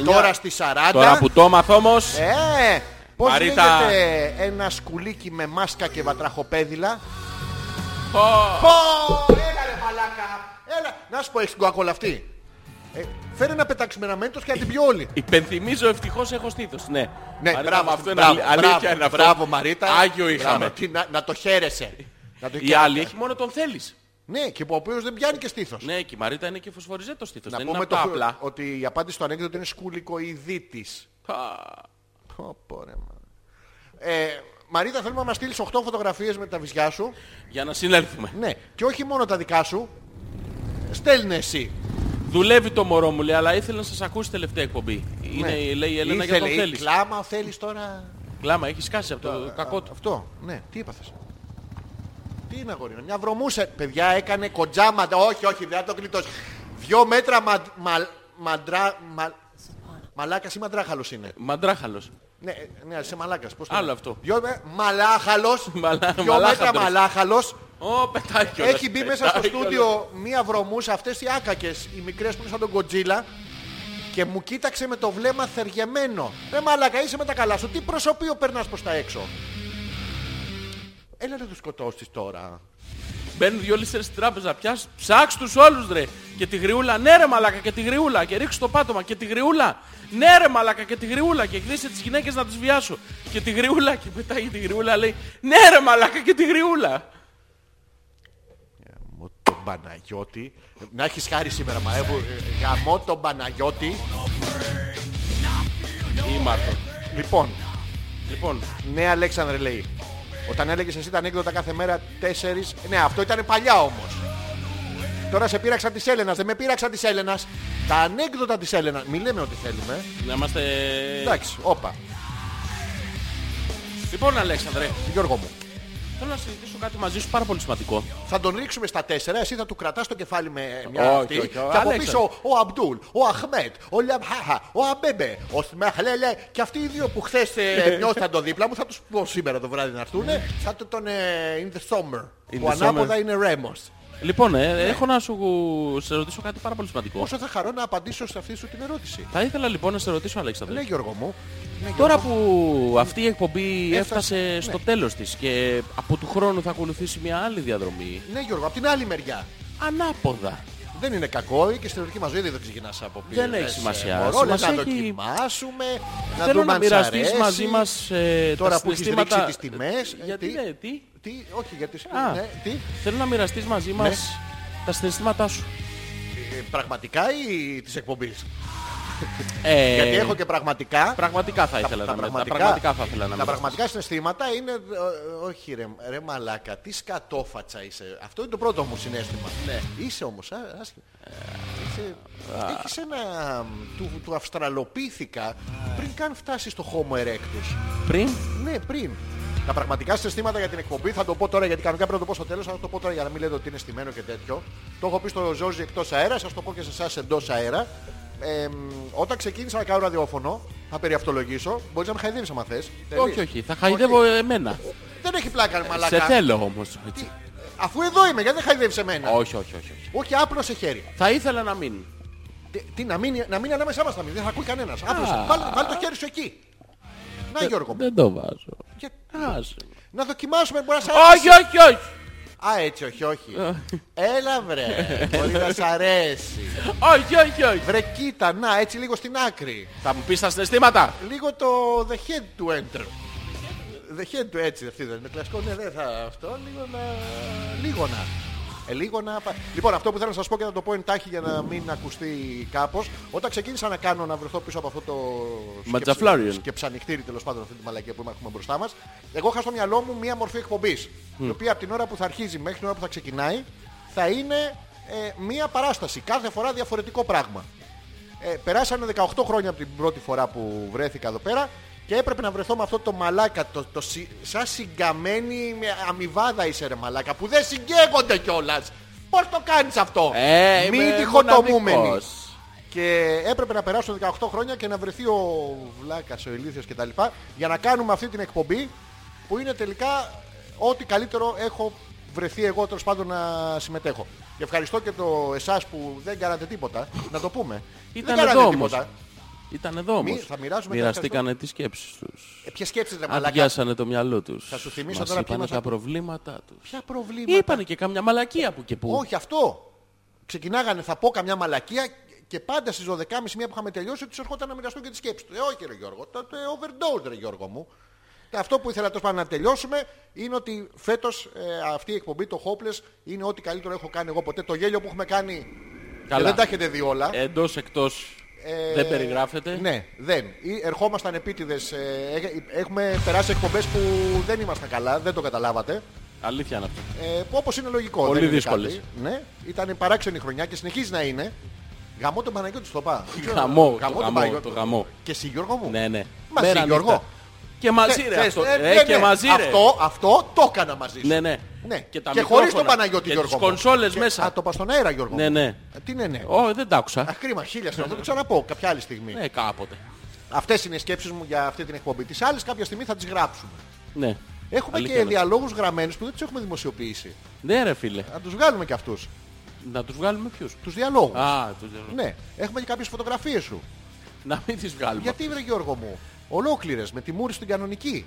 Speaker 2: 39.
Speaker 1: Τώρα στη 40.
Speaker 2: Τώρα που το μάθω όμως.
Speaker 1: Ε, πώς
Speaker 2: Μαρίτα.
Speaker 1: λέγεται ένα σκουλίκι με μάσκα και βατραχοπέδιλα.
Speaker 2: Ω,
Speaker 1: Πω, έλα ρε μαλάκα. Έλα. Να σου πω, έχεις την κοκακόλα αυτή. Ε, φέρε ένα πετάξουμε ένα μέντος και να την πιω όλοι.
Speaker 2: Υπενθυμίζω ευτυχώς έχω στήθος. Ναι,
Speaker 1: Ναι,
Speaker 2: Μαρίτα,
Speaker 1: μπράβο,
Speaker 2: με αυτό είναι
Speaker 1: μπράβο,
Speaker 2: αλη- αλήθεια.
Speaker 1: μπράβο,
Speaker 2: είναι αυτό.
Speaker 1: Μπράβο, Μαρίτα.
Speaker 2: Άγιο
Speaker 1: Μπράβο,
Speaker 2: είχαμε.
Speaker 1: τι να, να το χαίρεσαι. Να το
Speaker 2: Η άλλη έχει μόνο τον θέλεις.
Speaker 1: Ναι, και ο οποίος δεν πιάνει και στήθος.
Speaker 2: Ναι, και η Μαρίτα είναι και φωσφοριζέ το στήθος.
Speaker 1: Να
Speaker 2: Δεν είναι
Speaker 1: πούμε
Speaker 2: απ'
Speaker 1: το
Speaker 2: τα
Speaker 1: χρο-
Speaker 2: απλά.
Speaker 1: ότι η απάντηση στο ανέκδοτο είναι σκουλικοειδή. Πω, πω, ρε, μα. ε, Μαρίτα, θέλουμε να μας στείλεις 8 φωτογραφίες με τα βυζιά σου.
Speaker 2: Για να συνέλθουμε.
Speaker 1: Ναι, και όχι μόνο τα δικά σου. Στέλνε εσύ.
Speaker 2: Δουλεύει το μωρό μου, λέει, αλλά ήθελε να σας ακούσει τελευταία εκπομπή. Είναι,
Speaker 1: Ναι.
Speaker 2: λέει η Ελένα για
Speaker 1: Ήθελε
Speaker 2: τον
Speaker 1: η
Speaker 2: θέλεις.
Speaker 1: Κλάμα, θέλεις τώρα.
Speaker 2: Κλάμα, έχεις σκάσει από το κακό του.
Speaker 1: Αυτό, ναι, τι έπαθες. Τι είναι αγόρι, μου, μια βρωμούσα. Παιδιά έκανε κοντζάμα. Όχι, όχι, δεν θα το γλιτώσεις. Δυο μέτρα μα, μα, μαντρά, μα, μαλάκας ή μαντράχαλος είναι.
Speaker 2: Μαντράχαλος.
Speaker 1: Ναι, ε, ναι, είσαι μαλάκας. Πώς το
Speaker 2: Άλλο
Speaker 1: λέω.
Speaker 2: αυτό.
Speaker 1: Δυο, με- μαλάχαλος.
Speaker 2: Μαλά-
Speaker 1: δυο μέτρα
Speaker 2: μαλάχαντρος.
Speaker 1: μαλάχαλος.
Speaker 2: Ω, πετάει κιόλας.
Speaker 1: Έχει μπει μέσα στο
Speaker 2: Πετάει κιόλας.
Speaker 1: στούντιο μία βρωμούσα, αυτές οι άκακες, οι μικρές που είναι σαν τον Κοντζίλα και μου κοίταξε με το βλέμμα θεργεμένο. Ρε μαλακα, είσαι με τα καλά σου. Τι προσωπείο περνάς προς τα έξω. Έλα να τους σκοτώσεις τώρα.
Speaker 2: Μπαίνουν δυο λίστρες στην τράπεζα. Πιάσ, ψάξ τους όλους ρε. Και τη γριούλα. Ναι ρε μαλάκα και τη γριούλα. Και ρίξ το πάτωμα και τη γριούλα. Ναι ρε μαλάκα και τη γριούλα. Και εκδίσε τις γυναίκες να τις βιάσω. Και τη γριούλα. Και πετάει τη γριούλα λέει. Ναι ρε μαλάκα και τη γριούλα.
Speaker 1: Γαμώ τον Παναγιώτη. Να έχεις χάρη σήμερα, μα ε, που- ε, Γαμώ τον Παναγιώτη.
Speaker 2: Ή Μάρτο.
Speaker 1: Λοιπόν,
Speaker 2: Λοιπόν,
Speaker 1: ναι Αλέξανδρε λέει. Όταν έλεγες εσύ τα ανέκδοτα κάθε μέρα τέσσερις... Ναι, αυτό ήταν παλιά όμως. Τώρα σε πείραξα της Έλενας. Δεν με πείραξα της Έλενας. Τα ανέκδοτα της Έλενας. Μη λέμε ό,τι θέλουμε.
Speaker 2: να είμαστε...
Speaker 1: Εντάξει, όπα.
Speaker 2: Λοιπόν Αλέξανδρε,
Speaker 1: Γιώργο μου.
Speaker 2: θέλω να συζητήσω κάτι μαζί σου πάρα πολύ σημαντικό.
Speaker 1: Θα τον ρίξουμε στα τέσσερα, εσύ θα του κρατάς το κεφάλι με μια
Speaker 2: Όχι,
Speaker 1: αυτή.
Speaker 2: όχι, όχι.
Speaker 1: και από
Speaker 2: Αλέξα.
Speaker 1: πίσω ο Αμπτούλ, ο Αχμέτ, ο Λαμχάχα, ο Αμπέμπε, ο Σμαχλέλε. Και αυτοί οι δύο που χθες ε, νιώθαν το δίπλα μου, θα τους πω σήμερα το βράδυ να έρθουν. θα το τον ε, in the summer.
Speaker 2: In
Speaker 1: που
Speaker 2: the
Speaker 1: ανάποδα
Speaker 2: summer.
Speaker 1: είναι Ρέμος.
Speaker 2: Λοιπόν, ε, έχω να σου σε ρωτήσω κάτι πάρα πολύ σημαντικό.
Speaker 1: Ναι. Πόσο θα χαρώ να απαντήσω σε αυτή σου την ερώτηση.
Speaker 2: Θα ήθελα λοιπόν να σε ρωτήσω, Αλέξανδρε.
Speaker 1: Λέει Γιώργο μου. Ναι,
Speaker 2: Τώρα
Speaker 1: Γιώργο.
Speaker 2: που αυτή η εκπομπή
Speaker 1: Έφτασε,
Speaker 2: έφτασε
Speaker 1: ναι.
Speaker 2: στο τέλος της και από του χρόνου θα ακολουθήσει μια άλλη διαδρομή,
Speaker 1: Ναι, Γιώργο, από την άλλη μεριά.
Speaker 2: ανάποδα.
Speaker 1: Δεν είναι κακό και στην ελληνική μας ζωή δεν ξεκινάς από πίσω.
Speaker 2: Δεν έχει σημασία.
Speaker 1: Μωρό, λες, να
Speaker 2: Σημασία έχει-
Speaker 1: δοκιμάσουμε, να
Speaker 2: Θέλω
Speaker 1: δούμε
Speaker 2: να
Speaker 1: αν σ'
Speaker 2: μοιραστείς
Speaker 1: αρέσει.
Speaker 2: μαζί μας ε,
Speaker 1: Τώρα
Speaker 2: τα
Speaker 1: που έχεις
Speaker 2: συναισθήματα...
Speaker 1: ρίξει τις τιμές, ε,
Speaker 2: Γιατί,
Speaker 1: τι?
Speaker 2: ε, τι?
Speaker 1: Τι, όχι γιατί... σου-
Speaker 2: Α.
Speaker 1: Ναι, τι,
Speaker 2: Θέλω να μοιραστείς μαζί μας
Speaker 1: Ναι.
Speaker 2: τα συναισθήματά σου.
Speaker 1: ε, πραγματικά ή της εκπομπής.
Speaker 2: Ε,
Speaker 1: Γιατί έχω και πραγματικά.
Speaker 2: Πραγματικά θα ήθελα να με- τα πραγματικά θα ήθελα να
Speaker 1: τα
Speaker 2: με-
Speaker 1: πραγματικά συναισθήματα είναι... ε, ε, όχι ρε, ρε μαλάκα, τι σκατόφατσα είσαι. Αυτό είναι το πρώτο μου συνέστημα.
Speaker 2: Ναι.
Speaker 1: Είσαι όμως, α, άσχημα.
Speaker 2: Ε,
Speaker 1: Είσαι, έχεις ένα... μ, Του, του αυστραλοπήθηκα πριν καν φτάσεις στο Homo erectus.
Speaker 2: Πριν,
Speaker 1: Ναι, πριν. Τα πραγματικά συναισθήματα για την εκπομπή θα το πω τώρα γιατί κανονικά πρέπει να το πω στο τέλος. Θα το πω τώρα για να μην λέτε ότι είναι στημένο και τέτοιο. Το έχω πει στο Ζόρζι εκτός αέρας, σα το πω και σε εσάς εντός αέρα. Ε, μ, όταν ξεκίνησα να κάνω ραδιόφωνο, θα περιαυτολογήσω. Μπορείς να με χαϊδεύει άμα θες.
Speaker 2: όχι, όχι, θα χαϊδεύω εμένα.
Speaker 1: Δεν έχει πλάκα, ρε μαλάκα.
Speaker 2: Σε θέλω όμως. έτσι.
Speaker 1: Τι, ε, Αφού εδώ είμαι, γιατί δεν χαϊδεύεις εμένα.
Speaker 2: Όχι, όχι, όχι. όχι.
Speaker 1: Όχι, άπλωσε χέρι.
Speaker 2: Θα ήθελα να μην.
Speaker 1: Τι, τι, να, μείνει, να μείνει ανάμεσά μας, δεν θα ακούει κανένας. Άπλωσε. Βάλ, βάλ το χέρι σου εκεί.
Speaker 2: Ε,
Speaker 1: Να Γιώργο. μου.
Speaker 2: Δεν το βάζω.
Speaker 1: Για-
Speaker 2: Άσε.
Speaker 1: Να δοκιμάσουμε, μπορεί να σε
Speaker 2: Όχι, όχι, όχι.
Speaker 1: Α, έτσι, όχι, όχι. Έλα βρε, μπορεί να σ' αρέσει.
Speaker 2: Όχι, όχι, όχι.
Speaker 1: Βρε κοίτα, να, έτσι λίγο στην άκρη.
Speaker 2: Θα μου πεις τα συναισθήματα.
Speaker 1: Λίγο το the head to enter. The head to έτσι, αυτή δεν είναι κλασικό, ναι, δεν θα αυτό, λίγο να... Λίγο να. Ε, λίγο να... πα- Λοιπόν, αυτό που θέλω να σας πω και να το πω εντάχει για να μην ακουστεί κάπως. Όταν ξεκίνησα να κάνω, να βρεθώ πίσω από αυτό το... σκεψ-
Speaker 2: Ματζαφλάριον.
Speaker 1: Σκεψανιχτήρι τέλος πάντων αυτή τη μαλακία που έχουμε μπροστά μας. Εγώ είχα στο μυαλό μου μία μορφή εκπομπής. Η οποία από την ώρα που θα αρχίζει μέχρι την ώρα που θα ξεκινάει θα είναι ε, μία παράσταση. Κάθε φορά διαφορετικό πράγμα. Ε, περάσανε 18 χρόνια από την πρώτη φορά που βρέθηκα εδώ πέρα και έπρεπε να βρεθώ με αυτό το μαλάκα, το, το συ- σαν συγκαμμένη με αμοιβάδα είσαι ρε μαλάκα, που δεν συγκαίγονται κιόλας. Πώς το κάνεις αυτό,
Speaker 2: Ε,
Speaker 1: μη
Speaker 2: είμαι
Speaker 1: διχοτομούμενοι.
Speaker 2: μοναδικός.
Speaker 1: Και έπρεπε να περάσουν 18 χρόνια και να βρεθεί ο Βλάκας, ο Ηλίθιος κτλ. Για να κάνουμε αυτή την εκπομπή που είναι τελικά ό,τι καλύτερο έχω βρεθεί εγώ τέλος πάντων να συμμετέχω. Και ευχαριστώ και το εσάς που δεν κάνατε τίποτα. Να το πούμε.
Speaker 2: Ήταν
Speaker 1: δεν
Speaker 2: εδώ
Speaker 1: κάνατε
Speaker 2: όμως.
Speaker 1: τίποτα.
Speaker 2: Ήταν εδώ όμως.
Speaker 1: θα μοιράζουμε τα
Speaker 2: Μοιραστήκανε τις σκέψεις τους.
Speaker 1: Ε, ποιες σκέψεις ρε μαλακά.
Speaker 2: Αδειάσανε το μυαλό τους. Θα
Speaker 1: σου θυμίσω τώρα ποιο
Speaker 2: είπανε
Speaker 1: μας
Speaker 2: τα
Speaker 1: ακού-
Speaker 2: προβλήματά τους.
Speaker 1: Ποια προβλήματα.
Speaker 2: Είπανε και κάμια μαλακία που και που.
Speaker 1: Όχι αυτό. Ξεκινάγανε, θα πω καμιά μαλακία και πάντα στις 12.30 μία που είχαμε τελειώσει τους ερχόταν να μοιραστούν και τις σκέψεις τους. Ε, όχι, ρε Γιώργο. Το, το overdose, ρε Γιώργο μου. Και αυτό που ήθελα τόσο πάνω να τελειώσουμε είναι ότι φέτος αυτή η εκπομπή, το Hopeless, είναι ό,τι καλύτερο έχω κάνει εγώ ποτέ. Το γέλιο που έχουμε κάνει.
Speaker 2: Καλά.
Speaker 1: Και δεν τα έχετε δει όλα.
Speaker 2: Εντός εκτός.
Speaker 1: Ε,
Speaker 2: δεν περιγράφεται.
Speaker 1: Ναι, δεν. Ή- Ερχόμασταν επίτηδες. ε, Έχουμε περάσει εκπομπές που δεν ήμασταν καλά, δεν το καταλάβατε.
Speaker 2: Αλήθεια είναι αυτό.
Speaker 1: Ε, που όπως είναι λογικό.
Speaker 2: Πολύ
Speaker 1: δεν είναι
Speaker 2: δύσκολες.
Speaker 1: κάτι. Ναι, ήταν παράξενη χρονιά και συνεχίζει να είναι. Γαμώ τον Παναγιώτη στο πά.
Speaker 2: Γαμό, το
Speaker 1: τον
Speaker 2: γαμό,
Speaker 1: Παναγιώτη.
Speaker 2: το γαμό.
Speaker 1: Και εσύ Γιώργο μου.
Speaker 2: Ναι, ναι.
Speaker 1: Μαζί,
Speaker 2: Μέρα
Speaker 1: Γιώργο.
Speaker 2: νύχτα. Και μαζί ρε
Speaker 1: Θες,
Speaker 2: αυτό.
Speaker 1: ε,
Speaker 2: Ρε,
Speaker 1: ναι,
Speaker 2: και
Speaker 1: ναι.
Speaker 2: μαζί ρε.
Speaker 1: Αυτό, αυτό το έκανα μαζί σου.
Speaker 2: Ναι, ναι.
Speaker 1: ναι.
Speaker 2: Και, τα
Speaker 1: και χωρίς τον
Speaker 2: μικρόφωνα.
Speaker 1: Παναγιώτη
Speaker 2: και
Speaker 1: Γιώργο.
Speaker 2: τις
Speaker 1: μου.
Speaker 2: κονσόλες
Speaker 1: Και-
Speaker 2: μέσα.
Speaker 1: Α, το πας στον αέρα Γιώργο.
Speaker 2: Ναι,
Speaker 1: μου.
Speaker 2: ναι.
Speaker 1: Α, Τι ναι, ναι.
Speaker 2: Ω, δεν τα άκουσα.
Speaker 1: Αχ, κρίμα, χίλια στον θα το ξαναπώ κάποια άλλη στιγμή.
Speaker 2: Ναι, κάποτε.
Speaker 1: Αυτές είναι οι σκέψεις μου για αυτή την εκπομπή. Τις άλλες κάποια στιγμή θα τις γράψουμε.
Speaker 2: Ναι.
Speaker 1: Έχουμε
Speaker 2: Αλήθεια
Speaker 1: και
Speaker 2: είναι.
Speaker 1: διαλόγους γραμμένους που δεν τους έχουμε δημοσιοποιήσει.
Speaker 2: Ναι, ρε φίλε.
Speaker 1: Να τους βγάλουμε και αυτούς.
Speaker 2: Να τους βγάλουμε ποιους.
Speaker 1: Τους διαλόγους.
Speaker 2: Α, τους διαλόγους.
Speaker 1: Ναι, έχουμε και κάποιες φωτογραφίες σου.
Speaker 2: Να μην τις βγάλουμε.
Speaker 1: Γιατί βρε Γιώργο μου, ολόκληρες με τη μούρη στην κανονική.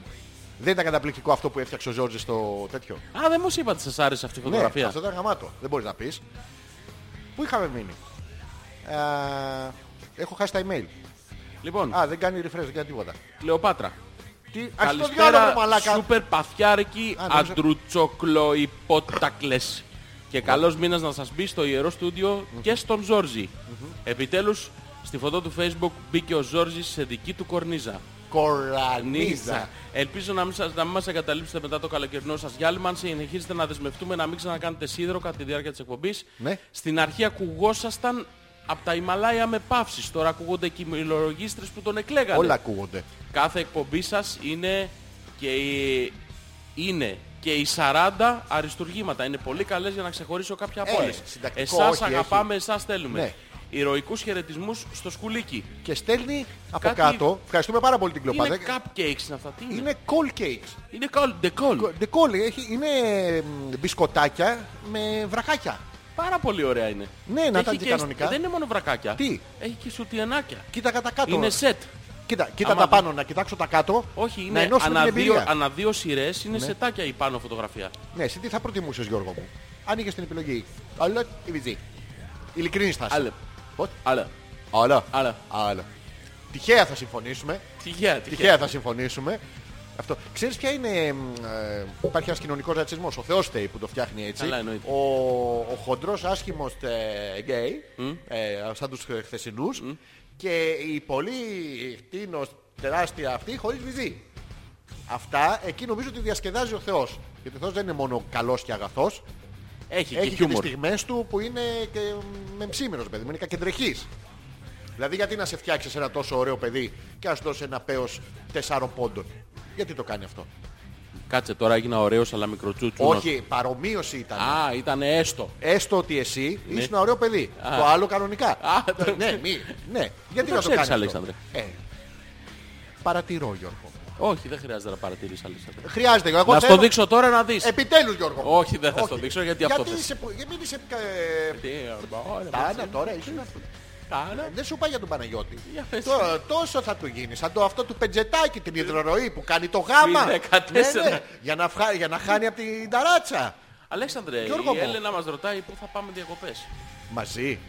Speaker 1: Δεν ήταν καταπληκτικό αυτό που έφτιαξε ο Ζόρζη στο τέτοιο.
Speaker 2: Α, δεν μου είπατε ότι σας άρεσε αυτή η
Speaker 1: Ναι,
Speaker 2: φωτογραφία.
Speaker 1: αυτό ήταν γαμάτο. Δεν μπορείς να πεις. Πού είχαμε μείνει. Α, έχω χάσει τα email.
Speaker 2: Λοιπόν,
Speaker 1: Α, δεν κάνει refresh, δεν κάνει τίποτα.
Speaker 2: Κλεοπάτρα.
Speaker 1: Τι, ας το διάλογο,
Speaker 2: Καλησπέρα,
Speaker 1: μαλάκα.
Speaker 2: σούπερ παθιάρικη,
Speaker 1: Α, ναι, νόμιζα-
Speaker 2: αντρουτσοκλοϊπότακλες. Και καλός μήνας να σας μπει στο ιερό στούντιο και στον Ζόρζι. Επιτέλους, στη φωτό του facebook μπήκε ο Ζόρζης σε δική του κορνίζα.
Speaker 1: Κορανίζα.
Speaker 2: Νίζα. Ελπίζω να μην, σας, να μην μας εγκαταλείψετε μετά το καλοκαιρινό σας διάλειμμα. Αν συνεχίζετε να δεσμευτούμε να μην ξανακάνετε σίδερο κατά τη διάρκεια της εκπομπής.
Speaker 1: Ναι.
Speaker 2: Στην αρχή ακουγόσασταν από τα Ιμαλάια με παύσεις. Τώρα ακούγονται και οι μιλορογίστρες που τον εκλέγανε.
Speaker 1: Όλα ακούγονται.
Speaker 2: Κάθε εκπομπή σας είναι και οι, είναι και οι 40 αριστουργήματα. Είναι πολύ καλές για να ξεχωρίσω κάποια από
Speaker 1: Ε,
Speaker 2: όλες.
Speaker 1: συντακτικό,
Speaker 2: Εσάς
Speaker 1: όχι,
Speaker 2: αγαπάμε, εσάς θέλουμε.
Speaker 1: Ναι.
Speaker 2: Ηρωικούς χαιρετισμούς στο σκουλίκι.
Speaker 1: Και στέλνει από
Speaker 2: Κάτι-
Speaker 1: κάτω. Ευχαριστούμε πάρα πολύ την κλοπάδα.
Speaker 2: Είναι cupcakes είναι αυτά. Τι είναι.
Speaker 1: Είναι cold cakes.
Speaker 2: Είναι call, the call.
Speaker 1: The cold έχει- είναι μ, μπισκοτάκια με βραχάκια.
Speaker 2: Πάρα πολύ ωραία είναι.
Speaker 1: Ναι, να τα
Speaker 2: Έχει
Speaker 1: δει
Speaker 2: και-
Speaker 1: κανονικά.
Speaker 2: Δεν είναι μόνο βρακάκια.
Speaker 1: Τι?
Speaker 2: Έχει και σουτιενάκια.
Speaker 1: Κοίτα κατά κάτω.
Speaker 2: Είναι σετ.
Speaker 1: Κοίτα, κοίτα
Speaker 2: Άμα
Speaker 1: τα
Speaker 2: δεν-
Speaker 1: πάνω, να κοιτάξω τα κάτω.
Speaker 2: Όχι,
Speaker 1: να
Speaker 2: είναι
Speaker 1: ενώσουμε
Speaker 2: ανά
Speaker 1: την
Speaker 2: δύο,
Speaker 1: εμπειρία.
Speaker 2: ανά δύο σειρές, είναι σετάκια η πάνω φωτογραφία.
Speaker 1: Ναι, εσύ τι θα προτιμούσες Γιώργο μου. Αν είχες την επιλογή. Αλλά ή βυζί. Ειλικρινής θα είσαι.
Speaker 2: Άλλε.
Speaker 1: Πώς?
Speaker 2: Αλλά,
Speaker 1: Αλλά.
Speaker 2: αλλά.
Speaker 1: Αλλά. Τυχαία θα συμφωνήσουμε.
Speaker 2: Τυχαία, τυχαία.
Speaker 1: Τυχαία θα συμφωνήσουμε. Αυτό. Ξέρεις ποια είναι... μ, ε, υπάρχει ένας κοινωνικός ρατσισμός. Ο Θεός φταίει που το φτιάχνει έτσι.
Speaker 2: Καλά, εννοείται.
Speaker 1: ο, ο χοντρός άσχημος ε, γκέι, ε, σαν τους χθε- χθεσινούς. Και η πολύ χτίνος τεράστια αυτή χωρίς βυζί. Αυτά εκεί νομίζω ότι διασκεδάζει ο Θεός. Γιατί ο Θεός δεν είναι μόνο καλός και αγαθός.
Speaker 2: Έχει,
Speaker 1: Έχει
Speaker 2: και
Speaker 1: και τις
Speaker 2: χιούμορ.
Speaker 1: στιγμές του που είναι και με ψήμερος παιδί μου, είναι κακεντρεχής. Δηλαδή γιατί να σε φτιάξεις ένα τόσο ωραίο παιδί και να σου δώσει ένα πέος τεσσάρων πόντων. Γιατί το κάνει αυτό.
Speaker 2: Κάτσε τώρα έγινα ωραίος αλλά μικροτσούτσου.
Speaker 1: Όχι, παρομοίωση ήταν.
Speaker 2: Α, ήταν έστω.
Speaker 1: Έστω ότι εσύ είσαι ένα ωραίο παιδί.
Speaker 2: Α.
Speaker 1: Το άλλο κανονικά.
Speaker 2: Α, το-
Speaker 1: ναι, μη. Ναι. Γιατί
Speaker 2: το
Speaker 1: να το
Speaker 2: ξέρεις,
Speaker 1: κάνεις αυτό?
Speaker 2: Αλέξανδρε.
Speaker 1: Ε, παρατηρώ Γιώργο.
Speaker 2: Όχι, δεν χρειάζεται να παρατηρήσεις Αλέξανδρε.
Speaker 1: Χρειάζεται Γιώργο.
Speaker 2: Να
Speaker 1: Εγώ
Speaker 2: στο
Speaker 1: θέλω-
Speaker 2: δείξω τώρα να δεις.
Speaker 1: Επιτέλους Γιώργο.
Speaker 2: Όχι, δεν θα στο δείξω, γιατί αυτό θες.
Speaker 1: είσαι, γιατί μην είσαι... ε,
Speaker 2: Τι, ωραία,
Speaker 1: Τάνα τώρα ήσουν...
Speaker 2: κάνα.
Speaker 1: Δεν σου πάει για τον Παναγιώτη.
Speaker 2: Για πες.
Speaker 1: Τό- τόσο θα του γίνεις. Σαν το αυτό του πεντζετάκι, την υδροροή που κάνει το γάμα. Ναι,
Speaker 2: Μηδέν κατέσσερα.
Speaker 1: για, να φχα- για να χάνει από την ταράτσα.
Speaker 2: Αλέξανδρε,
Speaker 1: Γιώργο
Speaker 2: η
Speaker 1: μου.
Speaker 2: Έλενα μας ρωτάει πού θα πάμε διακοπές.
Speaker 1: Μαζί.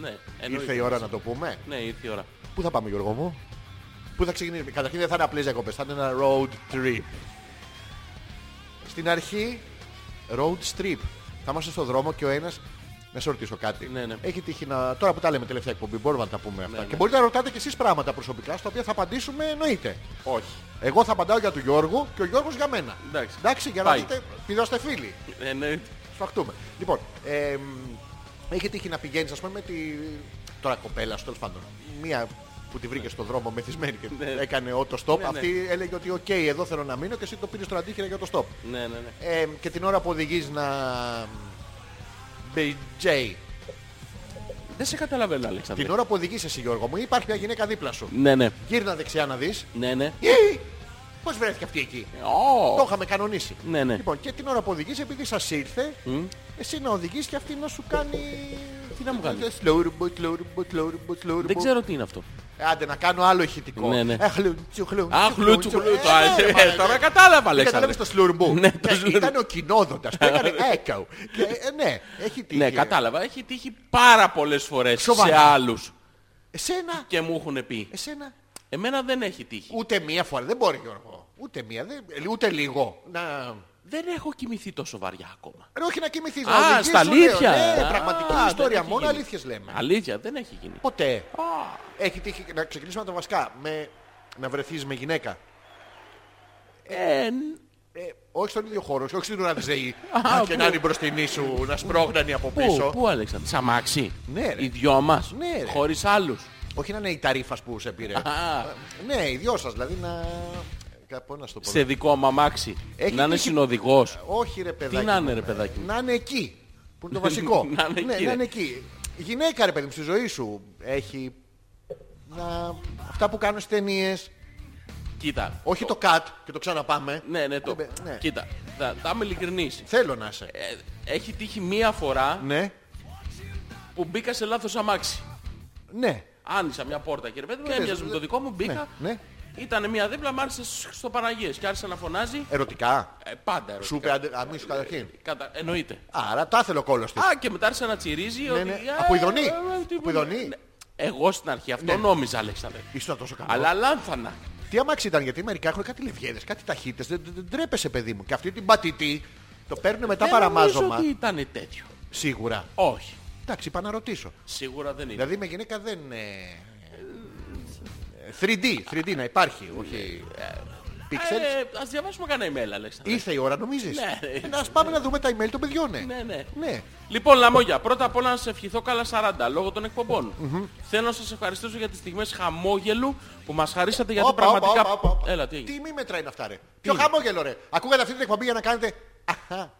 Speaker 2: Ναι,
Speaker 1: Ήρθε
Speaker 2: εννοείται.
Speaker 1: η ώρα να το πούμε.
Speaker 2: Ναι, ήρθε η ώρα.
Speaker 1: Πού θα πάμε, Γιώργο μου. Πού θα ξεκινήσουμε. Καταρχήν δεν θα είναι απλές διακοπές. Θα είναι ένα road trip. Στην αρχή, road strip. Θα είμαστε στον δρόμο και ο ένας. Να σε ρωτήσω κάτι.
Speaker 2: Ναι, ναι.
Speaker 1: Έχει τύχει να. Τώρα που τα λέμε τελευταία εκπομπή, μπορούμε να τα πούμε αυτά.
Speaker 2: ναι.
Speaker 1: Και μπορείτε να ρωτάτε και εσείς πράγματα προσωπικά, στα οποία θα απαντήσουμε εννοείται.
Speaker 2: Όχι.
Speaker 1: Εγώ θα απαντάω για τον Γιώργο και ο Γιώργος για μένα.
Speaker 2: Εντάξει.
Speaker 1: για
Speaker 2: Πάει.
Speaker 1: να δείτε, πηδώστε φίλοι.
Speaker 2: Εννοείται.
Speaker 1: Σφαχτούμε. Λοιπόν, ε, έχει τύχει να πηγαίνεις ας πούμε με τη... Τώρα κοπέλας σου τέλος πάντων. Μία που τη βρήκε στον δρόμο μεθυσμένη και
Speaker 2: Ναι.
Speaker 1: έκανε auto stop.
Speaker 2: Ναι, ναι.
Speaker 1: Αυτή έλεγε ότι οκ, εδώ θέλω να μείνω και εσύ το πήρες στον αντίχειρα για το stop.
Speaker 2: Ναι, ναι, ναι.
Speaker 1: Ε, και την ώρα που οδηγείς να... BJ.
Speaker 2: Δεν σε καταλαβαίνω, Αλέξανδρε.
Speaker 1: Την ώρα που οδηγείς εσύ Γιώργο μου υπάρχει μια γυναίκα δίπλα σου.
Speaker 2: Ναι, ναι.
Speaker 1: Γύρνα δεξιά να δεις.
Speaker 2: Ναι, ναι.
Speaker 1: Ή! Πώς βρέθηκε αυτή εκεί.
Speaker 2: Ω.
Speaker 1: Το είχαμε κανονίσει.
Speaker 2: Ναι, ναι.
Speaker 1: Λοιπόν, και την ώρα που οδηγείς, επειδή σας ήρθε, εσύ να οδηγείς και αυτή να σου κάνει... Ε,
Speaker 2: Τι να μου κάνει.
Speaker 1: Slow robot, slow robot, slow robot, slow
Speaker 2: Δεν
Speaker 1: robot.
Speaker 2: ξέρω τι είναι αυτό.
Speaker 1: Άντε να κάνω άλλο ηχητικό.
Speaker 2: Ναι, ναι.
Speaker 1: Αχλου, τσουχλου,
Speaker 2: Α,
Speaker 1: τσουχλου,
Speaker 2: χλούτσου,
Speaker 1: τσουχλου.
Speaker 2: χλούτσου.
Speaker 1: Ε, ναι, μάνα,
Speaker 2: Τώρα
Speaker 1: ναι.
Speaker 2: κατάλαβα,
Speaker 1: Κατάλαβες
Speaker 2: Αλέξανδρε.
Speaker 1: το σλουρμπού.
Speaker 2: Ναι, το σλουρμπού.
Speaker 1: Ήταν ο κοινόδοντας που έκανε έκαου. Και, ε, Ναι, έχει τύχει.
Speaker 2: Ναι, κατάλαβα. Έχει τύχει πάρα πολλές φορές σε
Speaker 1: Σοβαρά.
Speaker 2: άλλους.
Speaker 1: Εσένα,
Speaker 2: Και μου έχουν πει.
Speaker 1: εσένα,
Speaker 2: Εμένα δεν έχει τύχει.
Speaker 1: ούτε μία φορά. Δεν μπορεί Γιώργο. Ούτε μία, δεν- ούτε λίγο. Να...
Speaker 2: Δεν έχω κοιμηθεί τόσο βαριά ακόμα.
Speaker 1: Ρε, όχι να κοιμηθείς.
Speaker 2: Α,
Speaker 1: να οδηγείς,
Speaker 2: στα
Speaker 1: σου λέω.
Speaker 2: αλήθεια.
Speaker 1: Ναι,
Speaker 2: Α,
Speaker 1: πραγματική
Speaker 2: δεν
Speaker 1: ιστορία.
Speaker 2: έχει
Speaker 1: Μόνο
Speaker 2: γίνει.
Speaker 1: αλήθειες λέμε.
Speaker 2: Αλήθεια, δεν έχει γίνει.
Speaker 1: Ποτέ.
Speaker 2: Α,
Speaker 1: Έχει τύχει να ξεκινήσουμε από το βασικά. Με... Να βρεθείς με γυναίκα.
Speaker 2: ε, ν-
Speaker 1: Ε, όχι στον ίδιο χώρο, όχι στην Ουρανιζέη.
Speaker 2: Α,
Speaker 1: και
Speaker 2: πού?
Speaker 1: να είναι η μπροστινή σου, να σπρώχνανε από πίσω.
Speaker 2: πού, πού, Αλέξανδρε. Σ' αμάξι.
Speaker 1: Ναι, ρε.
Speaker 2: Οι δυο μας.
Speaker 1: Ναι, ρε.
Speaker 2: Χωρίς άλλους.
Speaker 1: Όχι να είναι η ταρήφα που σε πήρε. ναι, οι δυο σας, δηλαδή να. Κάπου να στο πω.
Speaker 2: Σε δικό μου αμάξι.
Speaker 1: Έχει
Speaker 2: να είναι
Speaker 1: τύχει-
Speaker 2: συνοδηγός.
Speaker 1: Όχι ρε παιδάκι.
Speaker 2: να είναι,
Speaker 1: μου.
Speaker 2: ρε παιδάκι μου?
Speaker 1: Να είναι εκεί. Που είναι το βασικό.
Speaker 2: Να είναι
Speaker 1: ναι,
Speaker 2: εκεί,
Speaker 1: να
Speaker 2: ρε.
Speaker 1: είναι εκεί. Η γυναίκα ρε παιδί μου στη ζωή σου έχει. Να... Αυτά που κάνουν στις ταινίες.
Speaker 2: Κοίτα.
Speaker 1: Όχι το cut και το ξαναπάμε.
Speaker 2: Ναι, ναι, το.
Speaker 1: Ναι.
Speaker 2: Κοίτα. Θα, θα είμαι ειλικρινής.
Speaker 1: Θέλω να είσαι.
Speaker 2: Ε, έχει τύχει μία φορά
Speaker 1: Ναι,
Speaker 2: που μπήκα σε λάθος αμάξι.
Speaker 1: ναι.
Speaker 2: Άνοιξα μια πόρτα κύριε Πέτρο,
Speaker 1: Κοίτας,
Speaker 2: έμοιαζε με
Speaker 1: δε-
Speaker 2: το δικό μου, μπήκα.
Speaker 1: ναι, ναι.
Speaker 2: Ήταν μια δίπλα, μ' άρεσε στο Παναγίες και άρχισε να φωνάζει.
Speaker 1: Ερωτικά.
Speaker 2: Ε, πάντα ερωτικά.
Speaker 1: Σου είπε «Άντε, αμίσου καταρχήν.
Speaker 2: Κατα... Εννοείται.
Speaker 1: Άρα τα θέλω κόλος της.
Speaker 2: Α, και μετά άρχισε να τσιρίζει. ότι,
Speaker 1: ναι.
Speaker 2: «Ε,
Speaker 1: Από ειδονή.
Speaker 2: ε, ε,
Speaker 1: Από
Speaker 2: τι
Speaker 1: Ναι.
Speaker 2: που-
Speaker 1: ειδονή.
Speaker 2: Ναι. Εγώ στην αρχή αυτό νόμιζα, Αλέξανδρε.
Speaker 1: Ήσουν τόσο καλό.
Speaker 2: Αλλά λάνθανα.
Speaker 1: Τι αμάξι ήταν, γιατί μερικά έχουν κάτι λευγέδες, κάτι ταχύτητες, δεν, δεν- δεν τρέπεσαι παιδί μου. Και αυτή την πατητή το παίρνουν μετά
Speaker 2: Δεν Ε, νομίζω
Speaker 1: παραμάζωμα.
Speaker 2: ότι ήταν τέτοιο.
Speaker 1: Σίγουρα.
Speaker 2: Όχι.
Speaker 1: Εντάξει, είπα να ρωτήσω.
Speaker 2: Σίγουρα δεν είναι.
Speaker 1: Δηλαδή με γυναίκα δεν... ε, ε, 3D, 3D να υπάρχει, όχι... ε, Pixels.
Speaker 2: Ε, ας διαβάσουμε κανένα email, Αλέξανδρε.
Speaker 1: Ήρθε η ώρα νομίζεις.
Speaker 2: Ναι, ρε.
Speaker 1: Ε, Να πάμε να δούμε τα email των παιδιών. ναι.
Speaker 2: Ναι, ναι.
Speaker 1: Ναι.
Speaker 2: Λοιπόν, Λαμόγια, πρώτα απ' όλα να σε ευχηθώ καλά 40 λόγω των εκπομπων Θέλω να σας ευχαριστήσω για τις στιγμές χαμόγελου που μας χαρίσατε γιατί
Speaker 1: Όπα, όπα,
Speaker 2: πραγματικά...
Speaker 1: όπα, όπα, όπα.
Speaker 2: Έλα, τι έγινε.
Speaker 1: μη μέτρα είναι αυτά ρε. Ποιο χαμόγελο ρε. Ακούγατε αυτή την εκπομπή για να κάνετε... Αχα.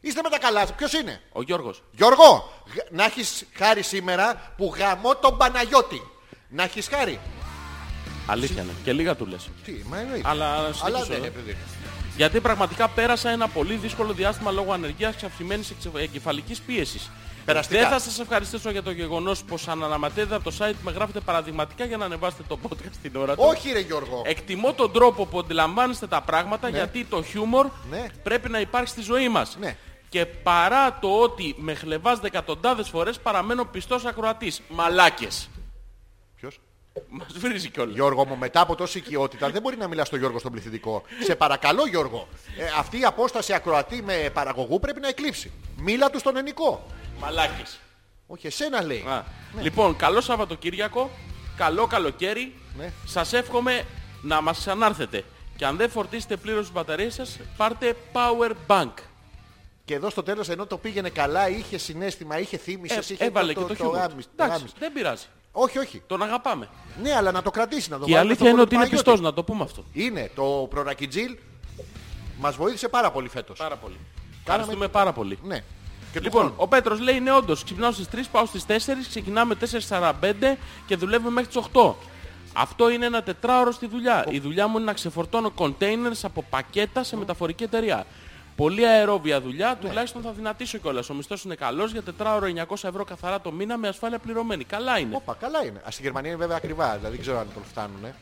Speaker 1: Είστε με τα καλά. Ποιος είναι.
Speaker 2: Ο Γιώργος.
Speaker 1: Γιώργο, γ- να έχεις χάρη σήμερα που γαμώ τον Παναγιώτη. Να έχεις χάρη.
Speaker 2: Αλήθεια είναι. Και λίγα του λες.
Speaker 1: Τι, μα εννοείται.
Speaker 2: Αλλά
Speaker 1: Αλλά
Speaker 2: συνεχίζω,
Speaker 1: ναι,
Speaker 2: ε.
Speaker 1: ρε, παιδί.
Speaker 2: Γιατί πραγματικά πέρασα ένα πολύ δύσκολο διάστημα λόγω ανεργίας και αυξημένης εξε- εγκεφαλικής πίεσης.
Speaker 1: Περαστικά.
Speaker 2: Δεν θα σας ευχαριστήσω για το γεγονός πως αναναματέτε από το site με γράφετε παραδειγματικά για να ανεβάσετε το podcast την ώρα του.
Speaker 1: Όχι ρε
Speaker 2: Ε-
Speaker 1: Γιώργο.
Speaker 2: Εκτιμώ τον τρόπο που αντιλαμβάνεστε τα πράγματα γιατί το χιούμορ
Speaker 1: Ναι.
Speaker 2: πρέπει να υπάρχει στη ζωή μας.
Speaker 1: Ναι.
Speaker 2: Και παρά το ότι με χλεβάζετε εκατοντάδες φορές παραμένω πιστός ακροατής. Μαλάκες.
Speaker 1: Ποιος?
Speaker 2: Μας βρίζει κιόλας.
Speaker 1: Γιώργο μου, μετά από τόση οικειότητα δεν μπορεί να μιλάς στον Γιώργο στον πληθυντικό. Σε παρακαλώ Γιώργο. Ε, αυτή η απόσταση ακροατή με παραγωγού πρέπει να εκλείψει. Μίλα του στον ενικό.
Speaker 2: Μαλάκες.
Speaker 1: Όχι εσένα λέει.
Speaker 2: Α. Λοιπόν, καλό Σαββατοκύριακο. Καλό καλοκαίρι.
Speaker 1: Ναι.
Speaker 2: Σας εύχομαι να μας ξανάρθετε. Και αν δεν φορτίσετε πλήρως τις μπαταρίες σας, πάρτε power bank.
Speaker 1: Και εδώ στο τέλος ενώ το πήγαινε καλά, είχε συνέστημα, είχε θύμηση.
Speaker 2: Ε,
Speaker 1: είχε
Speaker 2: έβαλε και το, χιούμορ.
Speaker 1: γάμις, το
Speaker 2: Εντάξει,
Speaker 1: γάμις.
Speaker 2: δεν πειράζει.
Speaker 1: Όχι, όχι.
Speaker 2: Τον αγαπάμε.
Speaker 1: Ναι, αλλά να το κρατήσει, να το
Speaker 2: Και η
Speaker 1: βάλουμε στο
Speaker 2: αλήθεια είναι
Speaker 1: κόλλο
Speaker 2: ότι
Speaker 1: του
Speaker 2: είναι
Speaker 1: Παναγιώτης.
Speaker 2: πιστός, να το πούμε αυτό.
Speaker 1: Είναι το προρακιτζίλ. Μας βοήθησε πάρα πολύ φέτος.
Speaker 2: Πάρα πολύ. Ευχαριστούμε πάρα πολύ.
Speaker 1: Ναι. Και του
Speaker 2: Λοιπόν,
Speaker 1: χρόνου.
Speaker 2: ο Πέτρος λέει είναι όντως. Ξυπνάω στις 3, πάω στις 4, ξεκινάμε 4.45 και δουλεύουμε μέχρι τις 8. Αυτό είναι ένα τετράωρο στη δουλειά. Η δουλειά μου είναι να ξεφορτώνω κοντέινερς από πακέτα σε μεταφορική εταιρεία. Πολύ αερόβια δουλειά, τουλάχιστον θα δυνατήσω κιόλας. Ο μισθός είναι καλός για τετράωρο 900 ευρώ καθαρά το μήνα με ασφάλεια πληρωμένη. Καλά είναι.
Speaker 1: Όπα, καλά είναι. Α, στη Γερμανία είναι βέβαια ακριβά, δηλαδή δεν ξέρω αν τον φτάνουν. Ε.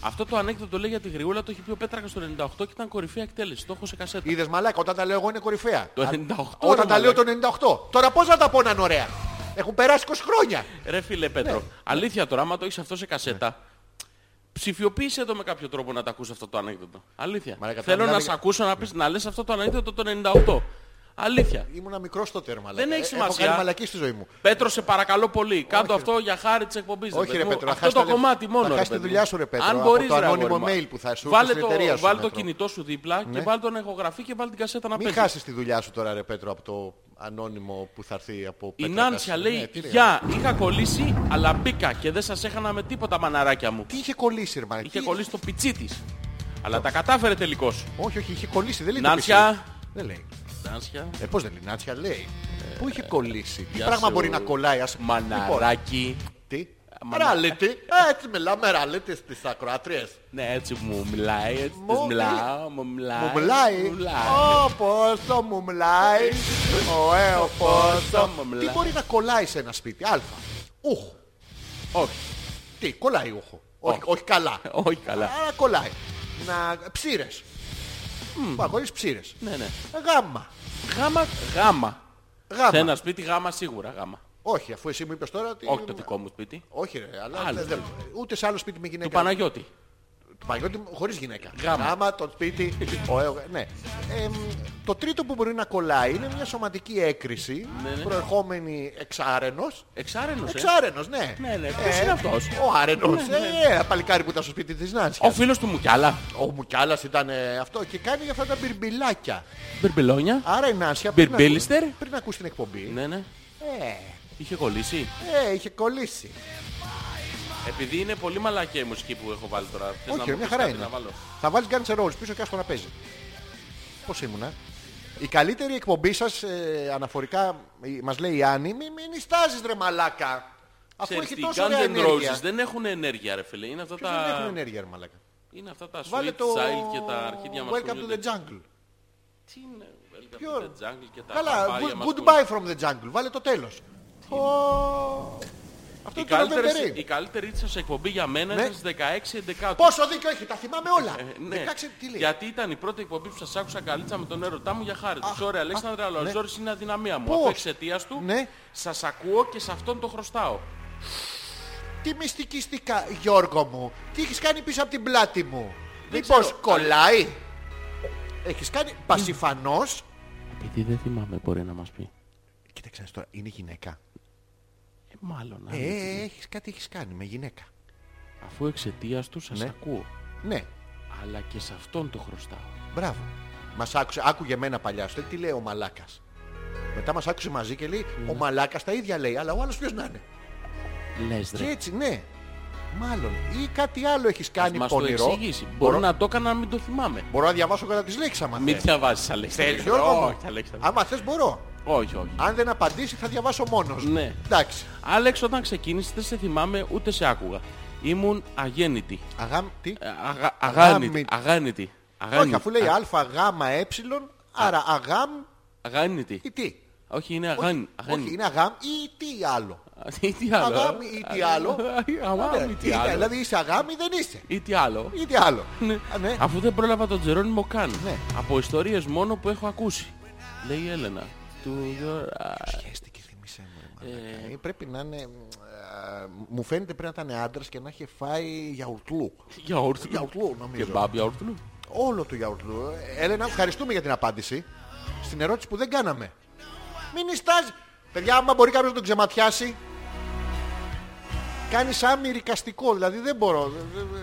Speaker 2: Αυτό το ανέκδοτο λέει για τη γριούλα, το έχει πει ο Πέτρακα το 98 και ήταν κορυφαία εκτέλεση. Το έχω σε κασέτα.
Speaker 1: Είδες μαλάκα, όταν τα λέω εγώ είναι κορυφαία.
Speaker 2: Το
Speaker 1: Α,
Speaker 2: 98
Speaker 1: Όταν
Speaker 2: ρε
Speaker 1: τα λέω
Speaker 2: μαλάκα.
Speaker 1: το 98. Τώρα πώς να τα πω να είναι ωραία. Έχουν περάσει 20 χρόνια.
Speaker 2: Ρε φίλε Πέτρο,
Speaker 1: Ναι.
Speaker 2: αλήθεια τώρα, άμα το έχεις αυτό σε κασέτα, ψηφιοποίησε το με κάποιο τρόπο να τα ακούσει αυτό το ανέκδοτο. Αλήθεια.
Speaker 1: Μαλάκα,
Speaker 2: Θέλω
Speaker 1: μιλάμε
Speaker 2: να
Speaker 1: για-
Speaker 2: σε ακούσω να, πεις, να λες αυτό το ανέκδοτο το 98. Αλήθεια.
Speaker 1: Ήμουνα μικρός τότε, ρε μαλάκα.
Speaker 2: Δεν έχει
Speaker 1: Ε,
Speaker 2: σημασία.
Speaker 1: Έχω κάνει μαλακή στη ζωή μου.
Speaker 2: Πέτρο, σε παρακαλώ πολύ. Κάντο αυτό για χάρη της εκπομπής.
Speaker 1: Όχι, ρε
Speaker 2: μου.
Speaker 1: Πέτρο, να
Speaker 2: Αυτό
Speaker 1: χάσεις
Speaker 2: το
Speaker 1: τα λεφ-
Speaker 2: κομμάτι
Speaker 1: να
Speaker 2: μόνο. ρε
Speaker 1: χάσεις τη
Speaker 2: παιδί μου.
Speaker 1: δουλειά σου, ρε Πέτρο,
Speaker 2: Αν
Speaker 1: από
Speaker 2: μπορείς,
Speaker 1: το
Speaker 2: ρε,
Speaker 1: ανώνυμο
Speaker 2: αγόρι μου.
Speaker 1: mail που θα σου
Speaker 2: Βάλε
Speaker 1: έρθει στην
Speaker 2: το,
Speaker 1: εταιρείας σου,
Speaker 2: βάλε
Speaker 1: ρε
Speaker 2: το
Speaker 1: Πέτρο. Ναι.
Speaker 2: κινητό σου δίπλα και βάλε τον εγγραφή και βάλε την κασέτα να
Speaker 1: Μην
Speaker 2: παίζεις.
Speaker 1: χάσεις τη δουλειά σου τώρα, ρε Πέτρο, από το ανώνυμο που θα έρθει από
Speaker 2: Η
Speaker 1: Πέτρακα.
Speaker 2: Νάνσια
Speaker 1: Ναι,
Speaker 2: λέει,
Speaker 1: τι λέει.
Speaker 2: γεια, είχα κολλήσει, αλλά μπήκα και δεν σας έχανα με τίποτα μαναράκια μου.
Speaker 1: Τι είχε κολλήσει, ρε μαλάκα.
Speaker 2: Είχε
Speaker 1: Τι-
Speaker 2: κολλήσει το πιτσί της. Αλλά τα κατάφερε τελικώς.
Speaker 1: Όχι, όχι, είχε κολλήσει. Δεν λέει το
Speaker 2: Νάνσια.
Speaker 1: PC. Δεν λέει.
Speaker 2: Νάνσια.
Speaker 1: Ε, πώς δεν λέει, Νάνσια λέει. Πού είχε κολλήσει. Τι
Speaker 2: Ε, γεια
Speaker 1: πράγμα
Speaker 2: σου.
Speaker 1: μπορεί να κολλάει, ας
Speaker 2: Μαναράκι.
Speaker 1: Λοιπόν, Τι. Ράλιτι. Έτσι μιλάμε ράλιτι στις ακροατρίες.
Speaker 2: Ναι, έτσι μου μιλάει. Έτσι
Speaker 1: Μου
Speaker 2: της μιλάω, ε, μου μιλάει.
Speaker 1: Μου μιλάει.
Speaker 2: Μου μιλάει.
Speaker 1: Ω πόσο μου μιλάει. Ωε, ω πόσο
Speaker 2: μου
Speaker 1: Τι
Speaker 2: μιλάει.
Speaker 1: μπορεί να κολλάει σε ένα σπίτι. Α. Ούχο.
Speaker 2: Όχι,
Speaker 1: Τι, κολλάει ούχο. Όχι, όχι καλά.
Speaker 2: όχι καλά.
Speaker 1: Άρα κολλάει. Να ψήρες. Παγόρις ψήρες. Ε,
Speaker 2: Ναι, ναι.
Speaker 1: Γάμα.
Speaker 2: Γάμα, γάμα.
Speaker 1: Γάμα.
Speaker 2: Σε ένα σπίτι γάμα σίγουρα γάμα.
Speaker 1: Όχι, αφού εσύ μου είπες τώρα ότι...
Speaker 2: Όχι το δικό μου σπίτι.
Speaker 1: Όχι ρε, αλλά
Speaker 2: Άλλο
Speaker 1: δεν- δεν- ούτε σε άλλο σπίτι με γυναίκα.
Speaker 2: Του Παναγιώτη.
Speaker 1: Του Παναγιώτη χωρίς γυναίκα.
Speaker 2: Γάμα.
Speaker 1: το σπίτι. ο, ε, ο, ναι. Εμ, το τρίτο που μπορεί να κολλάει είναι μια σωματική έκρηση
Speaker 2: Ναι,
Speaker 1: προερχόμενη εξάρενος.
Speaker 2: Εξάρενος, ε.
Speaker 1: Εξάρενος, ναι.
Speaker 2: Ναι, ναι. Ποιος είναι αυτός? Ναι,
Speaker 1: Ο Άρενος. Ε, ε, παλικάρι που ήταν στο σπίτι της Νάνσιας.
Speaker 2: Ο φίλος του Μουκιάλα.
Speaker 1: Ο Μουκιάλας ήταν ε, αυτό και κάνει αυτά τα μπιρμπιλάκια.
Speaker 2: Μπερμπελόνια.
Speaker 1: Άρα η Νάνσια πριν, να ακού-
Speaker 2: Μπιρμπίλιστερ.
Speaker 1: πριν να ακούσει την εκπομπή.
Speaker 2: Ναι, ναι.
Speaker 1: Ε,
Speaker 2: Είχε κολλήσει.
Speaker 1: ε, είχε κολλήσει.
Speaker 2: Επειδή είναι πολύ μαλακία η μουσική που έχω βάλει τώρα. Θες
Speaker 1: Όχι,
Speaker 2: να μου
Speaker 1: μια
Speaker 2: πεις
Speaker 1: χαρά
Speaker 2: κάτι
Speaker 1: είναι.
Speaker 2: να βάλω.
Speaker 1: Θα βάλεις Guns N' Roses πίσω και άστο να παίζει. Πώς ήμουνα. Η καλύτερη εκπομπή σας ε, αναφορικά η- μας λέει η Άννη μην μη νιστάζεις ρε μαλάκα. Αφού
Speaker 2: Ξέρεις
Speaker 1: έχει
Speaker 2: τι,
Speaker 1: τόσο ωραία
Speaker 2: Guns N'
Speaker 1: ενέργεια.
Speaker 2: Roses δεν έχουν ενέργεια ρε φίλε. Είναι αυτά
Speaker 1: Ποιος δεν έχουν
Speaker 2: τα...
Speaker 1: ενέργεια ρε μαλάκα.
Speaker 2: Είναι αυτά τα
Speaker 1: Βάλε
Speaker 2: Sweet
Speaker 1: το
Speaker 2: Child και τα αρχίδια μας.
Speaker 1: Welcome to the jungle.
Speaker 2: Τι είναι Welcome
Speaker 1: Ποιο?
Speaker 2: to the Jungle και τα
Speaker 1: Καλά,
Speaker 2: παπάρια
Speaker 1: good-
Speaker 2: μας
Speaker 1: goodbye from the jungle. Βάλε το τέλος. Ω, Αυτό
Speaker 2: Η
Speaker 1: είναι το
Speaker 2: καλύτερη, η
Speaker 1: November Rain.
Speaker 2: καλύτερη σας εκπομπή για μένα
Speaker 1: Ναι.
Speaker 2: ήταν στις 16-11.
Speaker 1: Πόσο δίκιο έχει, τα θυμάμαι όλα.
Speaker 2: Ε, ναι.
Speaker 1: Ναι. 16, τι λέει.
Speaker 2: Γιατί ήταν η πρώτη εκπομπή που σας άκουσα καλίτσα με τον έρωτά μου για χάρη του. Ωραία, Αλέξανδρα, αλλά ο
Speaker 1: ναι.
Speaker 2: Ζόρις είναι αδυναμία μου.
Speaker 1: Πώς?
Speaker 2: Από εξαιτίας του
Speaker 1: Ναι.
Speaker 2: σας ακούω και σε αυτόν το χρωστάω.
Speaker 1: Τι μυστικιστικά, Γιώργο μου. Τι έχεις κάνει πίσω από την πλάτη μου.
Speaker 2: Δεν
Speaker 1: Μήπως
Speaker 2: ξέρω.
Speaker 1: κολλάει. Έχεις κάνει πασιφανός.
Speaker 2: Επειδή δεν θυμάμαι μπορεί να μας πει.
Speaker 1: Κοίταξε τώρα, είναι γυναίκα.
Speaker 2: Ε, μάλλον.
Speaker 1: Ε,
Speaker 2: άνοιξε.
Speaker 1: έχεις κάτι έχεις κάνει με γυναίκα.
Speaker 2: Αφού εξαιτίας τους σας
Speaker 1: Ναι.
Speaker 2: ακούω.
Speaker 1: Ναι,
Speaker 2: Αλλά και σε αυτόν το χρωστάω.
Speaker 1: μπράβο. Μας άκουσε, άκουγε εμένα παλιά σου, λέει, τι λέει ο Μαλάκας. Μετά μας άκουσε μαζί και λέει,
Speaker 2: Ναι.
Speaker 1: ο Μαλάκας τα ίδια λέει, αλλά ο άλλος ποιος να είναι.
Speaker 2: Λες
Speaker 1: Και
Speaker 2: ρε.
Speaker 1: έτσι, ναι. Μάλλον. Ή κάτι άλλο έχεις κάνει
Speaker 2: Μας το
Speaker 1: πονηρό.
Speaker 2: εξηγήσει. Μπορεί
Speaker 1: Μπορώ,
Speaker 2: να το έκανα να μην το θυμάμαι.
Speaker 1: μπορώ να διαβάσω κατά τις λέξεις άμα
Speaker 2: Μην
Speaker 1: θες.
Speaker 2: διαβάζεις Αλέξανδρα.
Speaker 1: Θέλεις Γιώργο μου.
Speaker 2: Όχι Αλέξανδρα.
Speaker 1: Άμα θες μπορώ.
Speaker 2: Όχι, όχι.
Speaker 1: Αν δεν απαντήσει θα διαβάσω μόνος μου.
Speaker 2: Ναι.
Speaker 1: Εντάξει.
Speaker 2: Άλεξ, όταν ξεκίνησε δεν σε θυμάμαι ούτε σε άκουγα. Ήμουν αγέννητη.
Speaker 1: Αγάμ... Τι?
Speaker 2: Ε, αγα-
Speaker 1: Αγάμη-
Speaker 2: Αγάνητη. Αγάνητη.
Speaker 1: Όχι,
Speaker 2: Αγάνητη.
Speaker 1: αφού λέει
Speaker 2: Α-
Speaker 1: α, γ, ε, άρα αγάμ
Speaker 2: Αγάνητη.
Speaker 1: ή τι.
Speaker 2: Όχι, είναι αγάνη.
Speaker 1: Όχι, είναι αγάμ ή τι άλλο.
Speaker 2: Ή τι άλλο. ε?
Speaker 1: Αγάμη ή τι άλλο.
Speaker 2: Αγάμη ή τι
Speaker 1: Ναι,
Speaker 2: άλλο.
Speaker 1: Δηλαδή είσαι αγάμ ή δεν είσαι.
Speaker 2: Ή τι άλλο.
Speaker 1: Ή τι άλλο.
Speaker 2: Ναι.
Speaker 1: Α, ναι.
Speaker 2: Αφού δεν πρόλαβα τον Τζερόνιμο καν.
Speaker 1: Ναι.
Speaker 2: Από ιστορίες μόνο που έχω ακούσει. Λέει η Έλενα. Του Δωρα-
Speaker 1: Σχέστηκε, θύμισε μου. ρε μαλάκα. Ε, Πρέπει να είναι... ε, Μου φαίνεται πρέπει να ήταν άντρας και να είχε φάει γιαουρτλού.
Speaker 2: Γιαούρτλου.
Speaker 1: Γιαουρτλού νομίζω.
Speaker 2: Και μπαμ γιαούρτλου.
Speaker 1: Όλο του γιαουρτλού. Έλενα, ευχαριστούμε για την απάντηση. Στην ερώτηση που δεν κάναμε. Μην νιστάζει. Παιδιά, άμα μπορεί κάποιος να τον ξεματιάσει. Κάνει σαν μυρικαστικό, δηλαδή δεν μπορώ.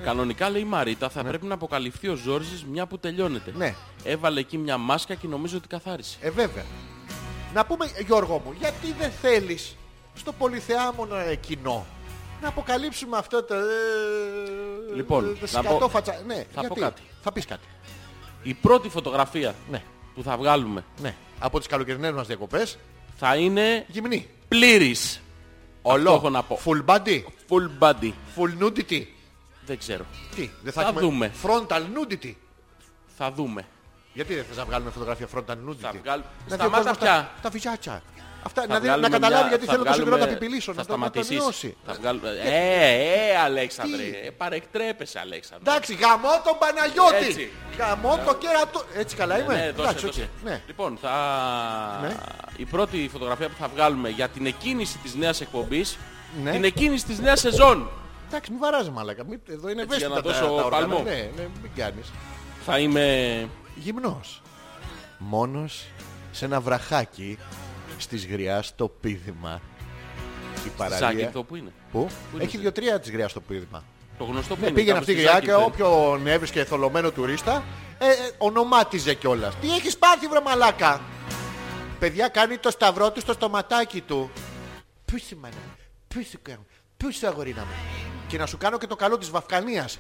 Speaker 2: Κανονικά λέει η Μαρίτα θα πρέπει να αποκαλυφθεί ο Ζόρζης μια που τελειώνεται.
Speaker 1: Ναι.
Speaker 2: Έβαλε εκεί μια μάσκα και νομίζω ότι καθάρισε.
Speaker 1: Ε, βέβαια. Να πούμε, Γιώργο μου, γιατί δεν θέλεις στο πολυθεάμονο ε, κοινό να αποκαλύψουμε αυτό το... ε,
Speaker 2: Λοιπόν,
Speaker 1: το
Speaker 2: να πω-
Speaker 1: σκατόφατσα. Ναι,
Speaker 2: πω
Speaker 1: γιατί?
Speaker 2: κάτι.
Speaker 1: Θα πεις κάτι.
Speaker 2: Η πρώτη φωτογραφία
Speaker 1: Ναι,
Speaker 2: που θα βγάλουμε
Speaker 1: ναι. Από τις καλοκαιρινές μας διακοπές,
Speaker 2: θα είναι
Speaker 1: γυμνή.
Speaker 2: πλήρης. Ολό. έχω να πω.
Speaker 1: Full body,
Speaker 2: Full body.
Speaker 1: full nudity.
Speaker 2: Δεν ξέρω.
Speaker 1: Τι, δεν
Speaker 2: Θα
Speaker 1: έχουμε
Speaker 2: δούμε.
Speaker 1: Frontal nudity.
Speaker 2: Θα δούμε.
Speaker 1: Γιατί δεν θες να βγάλουμε φωτογραφία frontal nudity.
Speaker 2: Θα βγάλ-
Speaker 1: Να δει ο
Speaker 2: Σταμάτα
Speaker 1: κόσμος
Speaker 2: πια.
Speaker 1: Τα, τα βυζάτσα. Αυτά,
Speaker 2: Θα
Speaker 1: να, δει, να
Speaker 2: βγάλουμε
Speaker 1: καταλάβει
Speaker 2: μια-
Speaker 1: γιατί
Speaker 2: θα
Speaker 1: θέλω τόσο καιρό να τα
Speaker 2: βγάλουμε-
Speaker 1: πιπιλήσω.
Speaker 2: Θα
Speaker 1: να, το- να το
Speaker 2: σταματήσεις.
Speaker 1: μειώσει.
Speaker 2: Θα βγάλουμε... Ε, ε, ε, Αλέξανδρε.
Speaker 1: Τι?
Speaker 2: Ε, παρεκτρέπεσαι, Αλέξανδρε.
Speaker 1: Εντάξει, γαμώ τον Παναγιώτη.
Speaker 2: Έτσι.
Speaker 1: Γαμώ το κέρατο. Έτσι καλά είμαι.
Speaker 2: Ναι, δώσε,
Speaker 1: Εντάξει,
Speaker 2: δώσε.
Speaker 1: οκ. Ναι.
Speaker 2: Λοιπόν, θα...
Speaker 1: Ναι.
Speaker 2: η πρώτη φωτογραφία που θα βγάλουμε για την εκκίνηση της νέας εκπομπής,
Speaker 1: Ναι.
Speaker 2: την εκκίνηση της νέας σεζόν,
Speaker 1: Εντάξει, μην βαράζει μαλάκα. Μην- Εδώ είναι
Speaker 2: Έτσι, για
Speaker 1: ευαίσθητα τα,
Speaker 2: να δώσω
Speaker 1: τα όργανα.
Speaker 2: παλμό.
Speaker 1: Ναι, ναι, μην κάνεις.
Speaker 2: θα είμαι...
Speaker 1: Γυμνός. Μόνος σε ένα βραχάκι στις γριάς το πίδημα. Η παραλία.
Speaker 2: Ζάκυνθο που είναι.
Speaker 1: Πού?
Speaker 2: είναι
Speaker 1: Έχει
Speaker 2: το-
Speaker 1: δύο-τρία της γριάς το πίδημα.
Speaker 2: Το γνωστό που
Speaker 1: Ναι,
Speaker 2: είναι.
Speaker 1: πήγαινε
Speaker 2: Ε,
Speaker 1: αυτή
Speaker 2: κάπου
Speaker 1: η
Speaker 2: στη
Speaker 1: γριά και
Speaker 2: Ζάκυνθο είναι.
Speaker 1: όποιον έβρισκε θολωμένο τουρίστα ε, ε, ονομάτιζε κιόλας. Τι έχεις πάθει βρε μαλάκα. Παιδιά κάνει το σταυρό του στο στοματάκι του. Πού είσαι μάνα μου, πού είσαι κοίτα μου, πού είσαι αγορίνα μου. Και να σου κάνω και το καλό της Βαφκανίας.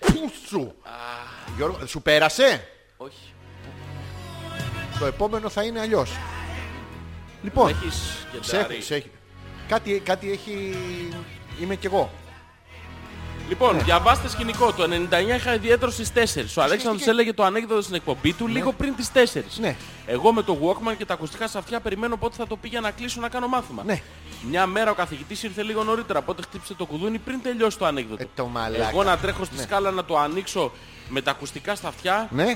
Speaker 1: πού σου. Γιώργο, σου πέρασε.
Speaker 2: Όχι.
Speaker 1: Το επόμενο θα είναι αλλιώς. Λοιπόν,
Speaker 2: Έχεις
Speaker 1: σε έχω,
Speaker 2: κεντάρι.
Speaker 1: σε έχει. Κάτι, κάτι έχει... Είμαι κι εγώ.
Speaker 2: Λοιπόν, διαβάστε σκηνικό. Το 99 είχα ιδιαίτερο στις 4. Ο Αλέξανδρος
Speaker 1: και-
Speaker 2: έλεγε το ανέκδοτο στην εκπομπή του λίγο πριν τις 4.
Speaker 1: Ναι.
Speaker 2: Εγώ με το Walkman και τα ακουστικά σε αυτιά περιμένω πότε θα το πει για να κλείσω να κάνω μάθημα.
Speaker 1: Ναι.
Speaker 2: Μια μέρα ο καθηγητής ήρθε λίγο νωρίτερα, οπότε χτύπησε το κουδούνι πριν τελειώσει το ανέκδοτο.
Speaker 1: Ε, το μαλάκα.
Speaker 2: Εγώ να τρέχω στη σκάλα να το ανοίξω με τα ακουστικά στα αυτιά
Speaker 1: Ναι,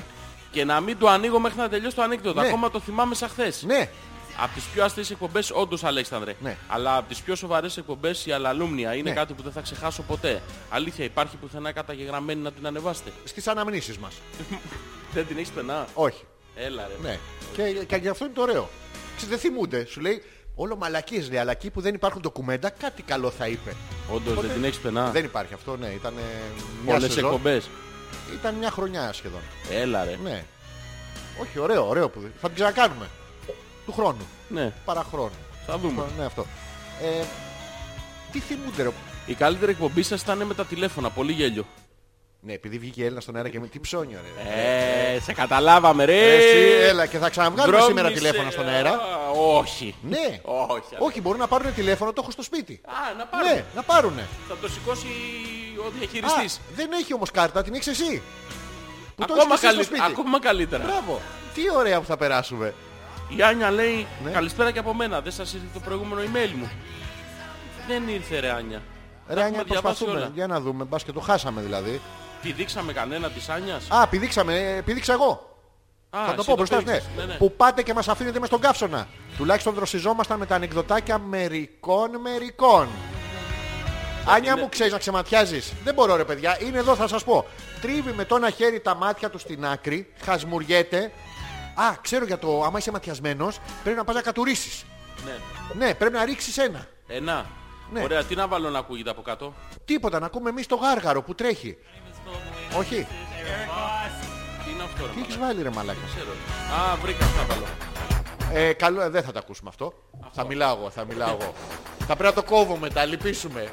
Speaker 2: και να μην το ανοίγω μέχρι να τελειώσει το ανέκδοτο.
Speaker 1: Ναι.
Speaker 2: Ακόμα το θυμάμαι σαν χθες.
Speaker 1: ναι.
Speaker 2: Από τις πιο αστείες εκπομπές όντως Αλέξανδρε.
Speaker 1: Ναι.
Speaker 2: Αλλά από τις πιο σοβαρές εκπομπές η αλαλούμνια είναι
Speaker 1: Ναι.
Speaker 2: κάτι που δεν θα ξεχάσω ποτέ. Αλήθεια υπάρχει πουθενά καταγεγραμμένη να την ανεβάσετε.
Speaker 1: Στις αναμνήσεις μας.
Speaker 2: Δεν την έχεις πενά.
Speaker 1: Όχι.
Speaker 2: Έλα ρε.
Speaker 1: Ναι. Και, και γι' αυτό είναι το ωραίο. Ξέρεις, δεν θυμούνται. Σου λέει όλο μαλακίες λέει, αλλά εκεί που δεν υπάρχουν ντοκουμέντα κάτι καλό θα είπε.
Speaker 2: Όντως δεν την έχεις πενά.
Speaker 1: Δεν υπάρχει αυτό, ναι. Ήταν ε, μια
Speaker 2: Πολλές
Speaker 1: σεζόν.
Speaker 2: εκπομπές.
Speaker 1: Ήταν μια χρονιά σχεδόν.
Speaker 2: Έλα ρε.
Speaker 1: Ναι. Όχι, ωραίο, ωραίο που. Θα την ξανακάνουμε. Του χρόνου.
Speaker 2: Ναι.
Speaker 1: Παραχρόνου.
Speaker 2: Θα δούμε.
Speaker 1: Ναι, αυτό. Ε, τι θυμούνται, ρε.
Speaker 2: Η καλύτερη εκπομπή σας ήταν με τα τηλέφωνα. Πολύ γέλιο.
Speaker 1: Ναι, επειδή βγήκε η Έλληνα στον αέρα και με τι ψώνιο, ρε.
Speaker 2: Ε, σε καταλάβαμε ρε.
Speaker 1: Εσύ, έλα και θα ξαναβγάλουμε
Speaker 2: Βρώμησε.
Speaker 1: σήμερα τηλέφωνα στον αέρα.
Speaker 2: Α, Όχι.
Speaker 1: Ναι.
Speaker 2: Όχι.
Speaker 1: Όχι, μπορούν να πάρουν τηλέφωνο, το έχω στο σπίτι.
Speaker 2: Α, να πάρουμε.
Speaker 1: Ναι, να πάρουνε.
Speaker 2: Θα το σηκώσει ο
Speaker 1: Α,
Speaker 2: διαχειριστής.
Speaker 1: δεν έχει όμως κάρτα, την έχεις εσύ. Που το
Speaker 2: Ακόμα,
Speaker 1: έχεις εσύ στο
Speaker 2: καλύ-
Speaker 1: σπίτι.
Speaker 2: Ακόμα καλύτερα.
Speaker 1: Μπράβο. Τι ωραία που θα περάσουμε.
Speaker 2: Η Άνια λέει
Speaker 1: Ναι.
Speaker 2: καλησπέρα και από μένα. Δεν σας ήρθε το προηγούμενο email μου. Δεν ήρθε ρε Άνια. Τα
Speaker 1: Ρε, Άνια,
Speaker 2: έχουμε διαβάσει
Speaker 1: προσπαθούμε.
Speaker 2: όλα.
Speaker 1: Για να δούμε. Μπας και το χάσαμε δηλαδή.
Speaker 2: Τη δείξαμε κανένα της Άνιας.
Speaker 1: Α, πηδήξαμε, ε, πηδήξα εγώ.
Speaker 2: Α,
Speaker 1: Θα το
Speaker 2: εσύ
Speaker 1: πω μπροστά, ναι.
Speaker 2: πήρξες. ναι, ναι.
Speaker 1: Που πάτε και μας αφήνετε με στον καύσωνα. Τουλάχιστον δροσιζόμασταν με τα ανεκδοτάκια μερικών μερικών. Άνια μου, ξέρεις να ξεματιάζεις. Δεν μπορώ ρε παιδιά, είναι εδώ θα σας πω. Τρίβει με το ένα χέρι τα μάτια του στην άκρη, χασμουριέται. Α, ξέρω για το, άμα είσαι ματιασμένος, πρέπει να πας να κατουρίσεις.
Speaker 2: Ναι.
Speaker 1: Ναι, πρέπει να ρίξεις ένα.
Speaker 2: Ένα.
Speaker 1: Ναι.
Speaker 2: Ωραία, τι να βάλω να ακούγεται από κάτω.
Speaker 1: Τίποτα, να ακούμε εμείς το γάργαρο που τρέχει. Όχι,
Speaker 2: Τι είναι αυτό ρε
Speaker 1: τι έχεις
Speaker 2: μαλάκα.
Speaker 1: βάλει ρε μαλάκα.
Speaker 2: Ξέρω. Α, βρήκα αυτό να βάλω.
Speaker 1: Ε, καλό, ε, δεν θα τα ακούσουμε αυτό. Θα μιλάω εγώ, θα μιλάω εγώ. θα πρέπει να το κόβουμε, τα λυπήσουμε.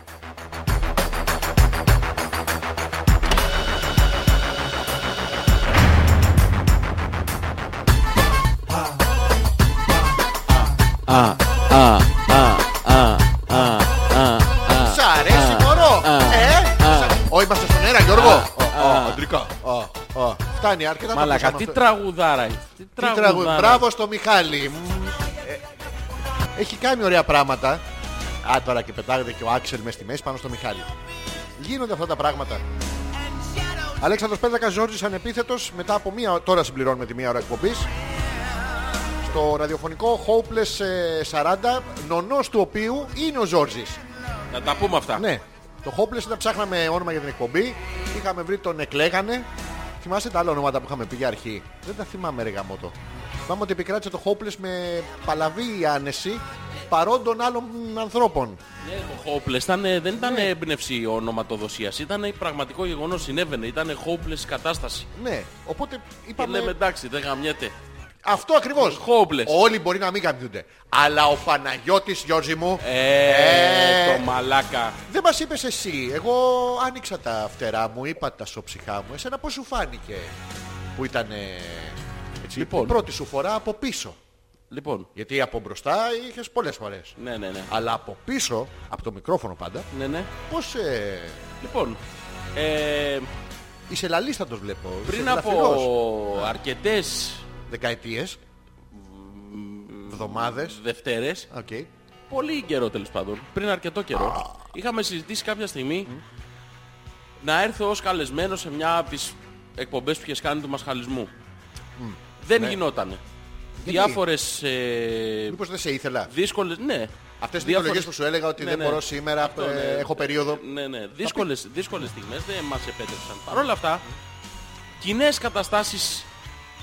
Speaker 1: Σ' αρέσει μωρό, ε? Ω, είμαστε στον αέρα Γιώργο. Ω, ω, Αντρικά. Ω, ω. Φτάνει, αρκετά το
Speaker 2: Μαλακα,
Speaker 1: ακούσαμε
Speaker 2: τι
Speaker 1: αυτό.
Speaker 2: τραγουδάρα είναι. Τι
Speaker 1: Τι τραγου-
Speaker 2: τραγουδάρα.
Speaker 1: Μπράβο στο Μιχάλη. Μμμ. Ε, Έχει κάνει ωραία πράγματα. Α, τώρα και πετάγεται και ο Άξελ μες στη μέση πάνω στο Μιχάλη. Γίνονται αυτά τα πράγματα. Αλέξανδρος Πέτρακα, Ζόρζης ανεπίθετος, μετά από μία, τώρα συμπληρώνουμε τη μία ώρα εκπομπής. Στο ραδιοφωνικό Hopeless ε, 40, νονός του οποίου είναι ο Ζόρζης.
Speaker 2: Να τα πούμε αυτά.
Speaker 1: Ναι. Το Hopeless ήταν ψάχναμε όνομα για την εκπομπή. Είχαμε βρει τον εκλέγανε. Θυμάστε τα άλλα ονόματα που είχαμε πει για αρχή. Δεν τα θυμάμαι ρε γαμότο. Θυμάμαι ότι επικράτησε το Hopeless με παλαβή άνεση παρόντων άλλων ανθρώπων.
Speaker 2: Ναι, το Hopeless ήταν, δεν ήταν
Speaker 1: Ναι.
Speaker 2: έμπνευση ονοματοδοσίας. Ήταν πραγματικό γεγονός, συνέβαινε. Ήταν hopeless κατάσταση.
Speaker 1: Ναι. Οπότε
Speaker 2: Και
Speaker 1: είπαμε...
Speaker 2: λέμε εντάξει, δεν γαμιέται.
Speaker 1: Αυτό ακριβώς.
Speaker 2: Hopeless.
Speaker 1: Όλοι μπορεί να μην καμιούνται. Αλλά ο Παναγιώτης Γιώργη μου...
Speaker 2: Ε,
Speaker 1: Ε.
Speaker 2: το μαλάκα.
Speaker 1: Δεν μας είπες εσύ. Εγώ άνοιξα τα φτερά μου, είπα τα σοψυχά μου. Εσένα πώς σου φάνηκε που ήταν... ε, Έτσι,
Speaker 2: Λοιπόν.
Speaker 1: η πρώτη σου φορά από πίσω.
Speaker 2: Λοιπόν,
Speaker 1: Γιατί από μπροστά είχες πολλές φορές.
Speaker 2: ναι, ναι, ναι.
Speaker 1: Αλλά από πίσω, από το μικρόφωνο πάντα,
Speaker 2: Ναι, ναι.
Speaker 1: πώς. Ε,
Speaker 2: Λοιπόν, ε,
Speaker 1: είσαι λαλίστατος βλέπω.
Speaker 2: πριν από αρκετές
Speaker 1: Δεκαετίες. Εβδομάδες.
Speaker 2: Δευτέρες,
Speaker 1: Οκ.
Speaker 2: πολύ καιρό τέλος πάντων, πριν αρκετό καιρό, είχαμε συζητήσει κάποια στιγμή να έρθω ως καλεσμένος σε μια από τις εκπομπές που είχες κάνει του μασχαλισμού. Δεν
Speaker 1: Ναι.
Speaker 2: γινότανε. Διάφορες ε,
Speaker 1: Μήπως δεν σε ήθελα.
Speaker 2: δύσκολες... Ναι.
Speaker 1: Αυτές τι
Speaker 2: Διάφορες-
Speaker 1: επιλογέ που σου έλεγα ότι
Speaker 2: Ναι,
Speaker 1: δεν
Speaker 2: ναι.
Speaker 1: μπορώ σήμερα, ε,
Speaker 2: ναι.
Speaker 1: έχω περίοδο.
Speaker 2: Ναι, ναι. Δύσκολες, δύσκολες στιγμές δεν μας επέτρεψαν. Παρ' όλα αυτά, κοινές καταστάσεις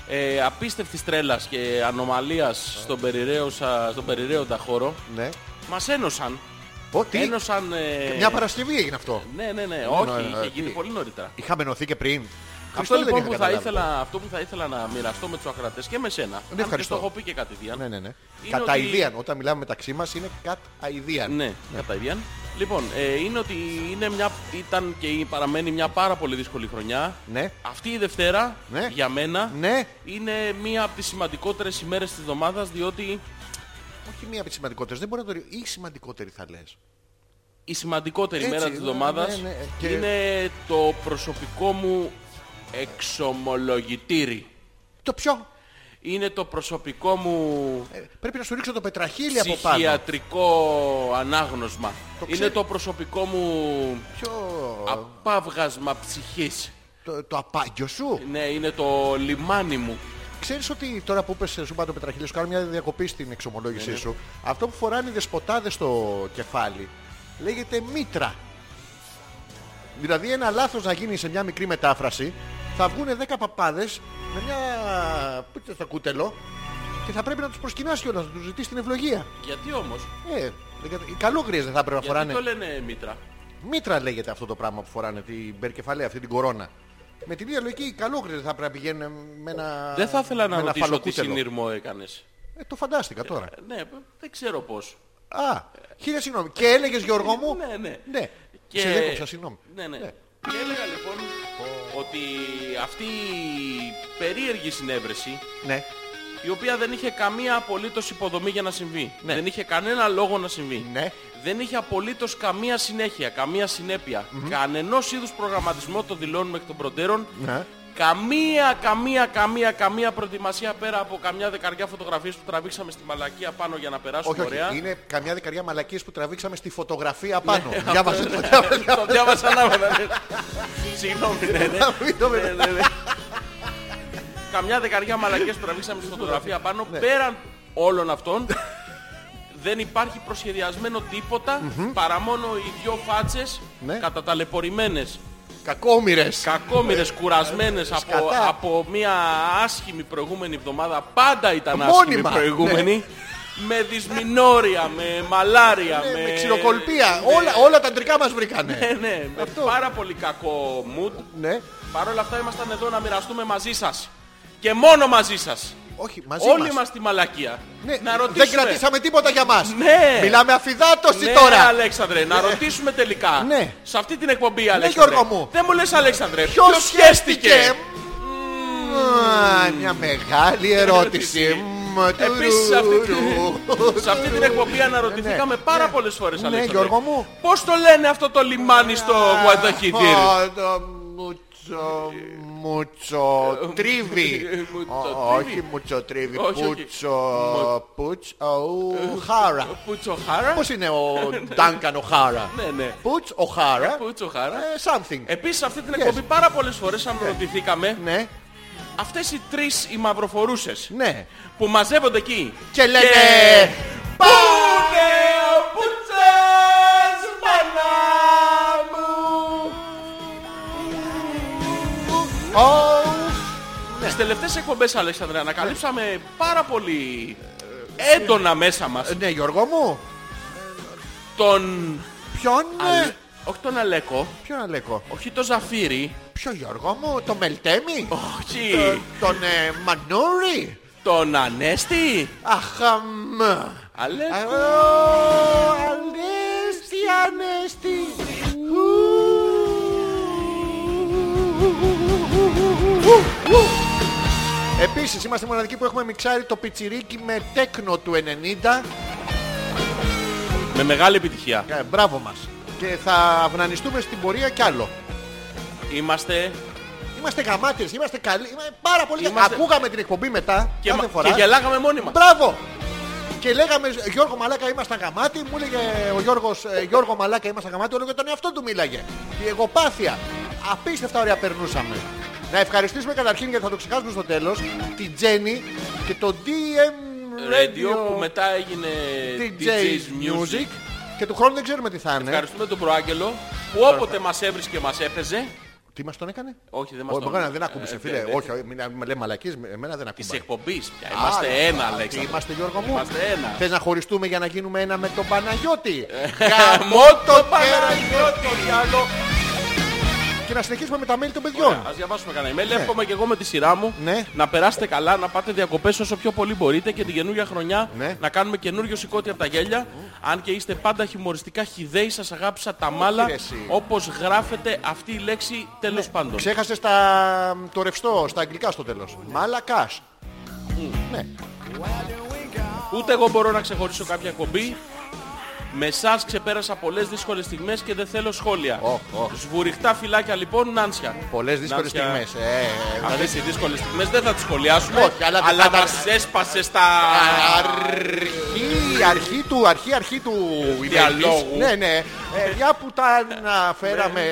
Speaker 2: ε, απίστευτης τρέλας και ανομαλίας στον, περιραίωσα- στον περιραίοντα χώρο
Speaker 1: Ναι.
Speaker 2: μας ένωσαν.
Speaker 1: Ω, τι.
Speaker 2: Ένωσαν... ε,
Speaker 1: Μια Παρασκευή έγινε αυτό.
Speaker 2: Ναι, ναι, ναι. Όχι,
Speaker 1: ναι,
Speaker 2: είχε
Speaker 1: ναι,
Speaker 2: γίνει
Speaker 1: τι.
Speaker 2: πολύ νωρίτερα.
Speaker 1: Είχαμε ενωθεί και πριν.
Speaker 2: Αυτό
Speaker 1: δεν
Speaker 2: λοιπόν
Speaker 1: είχα
Speaker 2: που θα
Speaker 1: καταλάβει.
Speaker 2: ήθελα, αυτό που θα ήθελα να μοιραστώ με τους ακρατές και με σένα. αν και
Speaker 1: ευχαριστώ.
Speaker 2: στο έχω πει και κατηδίαν.
Speaker 1: Ναι, ναι, ναι.
Speaker 2: Είναι
Speaker 1: Κατά
Speaker 2: ότι-
Speaker 1: ιδίαν. Όταν μιλάμε μεταξύ μας είναι κατά ιδίαν.
Speaker 2: Ναι, κατά ίδιαν. Λοιπόν, ε, είναι ότι είναι μια, ήταν και παραμένει μια πάρα πολύ δύσκολη χρονιά.
Speaker 1: Ναι.
Speaker 2: Αυτή η Δευτέρα
Speaker 1: Ναι.
Speaker 2: για μένα
Speaker 1: Ναι.
Speaker 2: είναι μία από τις σημαντικότερες ημέρες της εβδομάδας διότι
Speaker 1: Όχι μία από τις σημαντικότερες. Δεν μπορεί να το ρίξει. Η σημαντικότερη θα λες.
Speaker 2: Η σημαντικότερη
Speaker 1: Έτσι,
Speaker 2: μέρα της
Speaker 1: ναι,
Speaker 2: εβδομάδας
Speaker 1: ναι, ναι, και-
Speaker 2: είναι το προσωπικό μου εξομολογητήρι.
Speaker 1: Το πιο.
Speaker 2: Είναι το προσωπικό μου
Speaker 1: Ε, πρέπει να σου ρίξω το πετραχίλι από πάνω.
Speaker 2: ψυχιατρικό ανάγνωσμα.
Speaker 1: Το
Speaker 2: είναι
Speaker 1: ξέρει.
Speaker 2: το προσωπικό μου
Speaker 1: Πιο...
Speaker 2: απάβγασμα ψυχής.
Speaker 1: Το, το απάγιο σου.
Speaker 2: Ναι, είναι το λιμάνι μου.
Speaker 1: Ξέρεις ότι τώρα που είπες ε, σου πάνω πετραχίλια σου κάνω μια διακοπή στην
Speaker 2: Ναι,
Speaker 1: εξομολόγησή σου. Αυτό που φοράνε οι δεσποτάδες στο κεφάλι λέγεται μήτρα. Δηλαδή ένα λάθος να γίνει σε μια μικρή μετάφραση θα βγουν 10 παπάδες με μια πίτσα στο κούτελο και θα πρέπει να τους προσκυνάσει όλα, να τους ζητήσει την ευλογία.
Speaker 2: Γιατί όμως,
Speaker 1: Ε, δεν κατα- οι καλόγριες δεν θα έπρεπε να
Speaker 2: γιατί
Speaker 1: φοράνε.
Speaker 2: το λένε μήτρα.
Speaker 1: Μήτρα λέγεται αυτό το πράγμα που φοράνε, την περκεφαλαία, αυτή την κορώνα. Με την ίδια λογική οι καλόγριες δεν θα πρέπει να πηγαίνουν με ένα
Speaker 2: Δεν θα
Speaker 1: με
Speaker 2: ήθελα να
Speaker 1: ένα
Speaker 2: ρωτήσω τι
Speaker 1: φαλοκούτελο.
Speaker 2: συνειρμό έκανες.
Speaker 1: Ε, το φαντάστηκα τώρα.
Speaker 2: Ε, Ναι, δεν ξέρω πώς.
Speaker 1: Α, χίλια συγγνώμη. Και έλεγες Γιώργο μου.
Speaker 2: Ναι, ναι.
Speaker 1: ναι. Σε δέκοψα, συγγνώμη.
Speaker 2: Ναι, ναι. Και έλεγα λοιπόν ότι αυτή η περίεργη συνέβρεση
Speaker 1: Ναι.
Speaker 2: η οποία δεν είχε καμία απολύτως υποδομή για να συμβεί. Δεν είχε κανένα λόγο να συμβεί.
Speaker 1: Ναι.
Speaker 2: Δεν είχε απολύτως καμία συνέχεια, καμία συνέπεια. Κανενός είδους προγραμματισμό το δηλώνουμε εκ των προτέρων.
Speaker 1: Ναι.
Speaker 2: Καμία, καμία, καμία, καμία προετοιμασία πέρα από καμιά δεκαριά φωτογραφίες που τραβήξαμε στη μαλακία πάνω για να περάσουμε
Speaker 1: Όχι, όχι.
Speaker 2: ωραία. Ναι.
Speaker 1: Είναι καμιά δεκαριά μαλακίες που τραβήξαμε στη φωτογραφία πάνω. Διάβασε το διάβασε.
Speaker 2: Το διάβασα ανάποδα. ναι. Συγγνώμη, ναι, ναι.
Speaker 1: μην το
Speaker 2: Ναι,
Speaker 1: μετά.
Speaker 2: ναι, ναι. Καμιά δεκαριά μαλακές που τραβήξαμε στη
Speaker 1: Ναι.
Speaker 2: φωτογραφία πάνω. Πέραν όλων αυτών δεν υπάρχει προσχεδιασμένο τίποτα παρά μόνο οι δυο φάτσες
Speaker 1: Ναι.
Speaker 2: καταταλαιπωρημένες,
Speaker 1: Κακόμοιρες.
Speaker 2: κακόμοιρες, κουρασμένες από,
Speaker 1: Ε, σκατά.
Speaker 2: από μια άσχημη προηγούμενη εβδομάδα. Πάντα ήταν
Speaker 1: Μόνιμα,
Speaker 2: άσχημη
Speaker 1: ναι.
Speaker 2: προηγούμενη. Με δυσμηνόρια, με μαλάρια,
Speaker 1: Ε, Με
Speaker 2: με... Ναι,
Speaker 1: ξηροκολπία.
Speaker 2: με-
Speaker 1: Όλα, όλα τα αντρικά μας βρήκανε.
Speaker 2: Ναι, ναι, με
Speaker 1: Αυτό.
Speaker 2: πάρα πολύ κακό mood.
Speaker 1: Ναι.
Speaker 2: Παρ' όλα αυτά ήμασταν εδώ να μοιραστούμε μαζί σας. Και μόνο μαζί σας.
Speaker 1: Όχι, μαζί
Speaker 2: Όλοι
Speaker 1: μας.
Speaker 2: μας τη μαλακία.
Speaker 1: Ναι,
Speaker 2: Να ρωτήσουμε.
Speaker 1: Δεν κρατήσαμε τίποτα για μας.
Speaker 2: Ναι.
Speaker 1: Μιλάμε αφιδάτωση
Speaker 2: ναι,
Speaker 1: τώρα.
Speaker 2: Αλέξανδρε, να ρωτήσουμε τελικά.
Speaker 1: Ναι.
Speaker 2: Σε αυτή την εκπομπή, Αλέξανδρε.
Speaker 1: Γιώργο μου.
Speaker 2: Δεν μου λες, Αλέξανδρε, ποιος,
Speaker 1: Ποιος
Speaker 2: σχέστηκε.
Speaker 1: Α, Μια μεγάλη ερώτηση. Μ,
Speaker 2: Επίσης, σε αυτή,
Speaker 1: τουρουρου.
Speaker 2: σε αυτή την εκπομπή αναρωτηθήκαμε
Speaker 1: Ναι,
Speaker 2: πάρα
Speaker 1: ναι.
Speaker 2: πολλές φορές,
Speaker 1: Ναι,
Speaker 2: Αλέξανδρε.
Speaker 1: Γιώργο μου.
Speaker 2: Πώς το λένε αυτό το λιμάνι στο Γουαδαχιδίρ.
Speaker 1: Α, το Μουτσο, μουτσο, τρίβι.
Speaker 2: Ε, μουτσοτρίβι.
Speaker 1: Ω, Όχι μουτσο, τρίβι.
Speaker 2: Όχι, όχι.
Speaker 1: Πουτσο, πουτσο, χάρα.
Speaker 2: Πουτσοχάρα.
Speaker 1: Πώς είναι ο Ντάνκαν ο χάρα.
Speaker 2: Ναι, ναι.
Speaker 1: Πουτς ο χάρα.
Speaker 2: Πουτσοχάρα.
Speaker 1: ε, Something.
Speaker 2: Επίσης αυτή την
Speaker 1: Yes.
Speaker 2: εκπομπή πάρα πολλές φορές αναρωτηθήκαμε
Speaker 1: Ναι,
Speaker 2: αυτές οι τρεις οι μαυροφορούσες
Speaker 1: ναι.
Speaker 2: που μαζεύονται εκεί
Speaker 1: Και λένε...
Speaker 2: Πού είναι ο Πουτσάς μάνα μου
Speaker 1: «Ω,
Speaker 2: Στις τελευταίες εκπομπές Αλέξανδρε ανακαλύψαμε πάρα πολύ ε, έντονα μέσα μας
Speaker 1: Ναι, Γιώργο μου.
Speaker 2: τον
Speaker 1: Ποιον,
Speaker 2: Αλε-
Speaker 1: ε,
Speaker 2: όχι τον Αλέκο
Speaker 1: ποιον Αλέκο.
Speaker 2: όχι τον Ζαφύρι
Speaker 1: Ποιο Γιώργο μου, το Μελτέμι.
Speaker 2: όχι
Speaker 1: Τον ε, Μανούρι.
Speaker 2: τον Ανέστη
Speaker 1: Αχαμ.
Speaker 2: Αλέκο
Speaker 1: Ανέστη, ανέστη. Επίσης είμαστε μοναδικοί που έχουμε μιξάρει το πιτσιρίκι με τέκνο του 90.
Speaker 2: με μεγάλη επιτυχία
Speaker 1: Ε, μπράβο μας. Και θα αυνανιστούμε στην πορεία κι άλλο.
Speaker 2: είμαστε
Speaker 1: Είμαστε γαμάτες, είμαστε καλοί. Είμαστε πάρα πολύ
Speaker 2: Είμαστε-
Speaker 1: Ακούγαμε την εκπομπή μετά.
Speaker 2: και,
Speaker 1: κάθε
Speaker 2: μα-
Speaker 1: φορά.
Speaker 2: και γελάγαμε μόνοι μας
Speaker 1: Μπράβο! Και λέγαμε Γιώργο Μαλάκα ήμασταν γαμάτι, μου έλεγε ο Γιώργος ε, Γιώργο Μαλάκα ήμασταν γαμάτι, όλο και τον εαυτό του μίλαγε. Η εγωπάθεια. Απίστευτα ωραία περνούσαμε. Να ευχαριστήσουμε καταρχήν γιατί θα το ξεχάσουμε στο τέλος την Τζέννη και το DM Radio,
Speaker 2: Radio που μετά έγινε DJ's Music.
Speaker 1: και του χρόνου δεν ξέρουμε τι θα είναι.
Speaker 2: Ευχαριστούμε τον Προάγγελο που όποτε μας έβρισκε μας έπαιζε.
Speaker 1: Τι μας τον έκανε?
Speaker 2: Όχι, δεν μας
Speaker 1: Όχι,
Speaker 2: τον
Speaker 1: δεν ακούμπησε
Speaker 2: Ε,
Speaker 1: φίλε.
Speaker 2: δεν-
Speaker 1: Όχι, μην μην λέμε μαλακίες, εμένα δεν
Speaker 2: Της
Speaker 1: ακούμπησε.
Speaker 2: εκπομπής πια. Είμαστε
Speaker 1: Άλλο,
Speaker 2: ένα,
Speaker 1: άλλο.
Speaker 2: Αλέξανδρε.
Speaker 1: ναι. Είμαστε Γιώργο μου.
Speaker 2: Είμαστε Ε, ένα.
Speaker 1: Θες να χωριστούμε για να γίνουμε ένα με τον Παναγιώτη.
Speaker 2: Χαμό το
Speaker 1: Παναγιώτη.
Speaker 2: Παναγιώτη, διάλο.
Speaker 1: Και να συνεχίσουμε με τα mail των παιδιών.
Speaker 2: Ας διαβάσουμε κανένα email. Εύχομαι και εγώ με τη σειρά μου
Speaker 1: Λοιπόν. Ναι.
Speaker 2: να περάσετε καλά, να πάτε διακοπές όσο πιο πολύ μπορείτε και την καινούργια χρονιά
Speaker 1: Ναι.
Speaker 2: να κάνουμε καινούριο σηκώτη από τα γέλια. Αν και είστε πάντα χιουμοριστικά χιδαίοι, σας αγάπησα τα μάλα
Speaker 1: ρε εσύ. Ναι.
Speaker 2: όπως γράφεται αυτή η λέξη τέλος πάντων.
Speaker 1: Ξέχασες τα... το Ναι, ρευστό στα αγγλικά στο τέλος. Μαλακάς. Ναι.
Speaker 2: Ούτε εγώ μπορώ να ξεχωρίσω κάποια κομπή. Με εσάς ξεπέρασα πολλές δύσκολες στιγμές και δεν θέλω σχόλια.
Speaker 1: Ω, ω.
Speaker 2: Σβουριχτά φυλάκια λοιπόν, Νάνσια.
Speaker 1: Πολλές δύσκολες
Speaker 2: Νάνσια,
Speaker 1: στιγμές. Ε, ε,
Speaker 2: Αυτέ οι δύσκολες στιγμές δεν θα τις σχολιάσουμε.
Speaker 1: Όχι, αλλά δεν θα τα-
Speaker 2: μας έσπασε στα.
Speaker 1: Αρχή, αρχή του, αρχή, αρχή του ημέρης.
Speaker 2: Διαλόγου. Ναι.
Speaker 1: Ναι, ναι. Ε, μια που τα αναφέραμε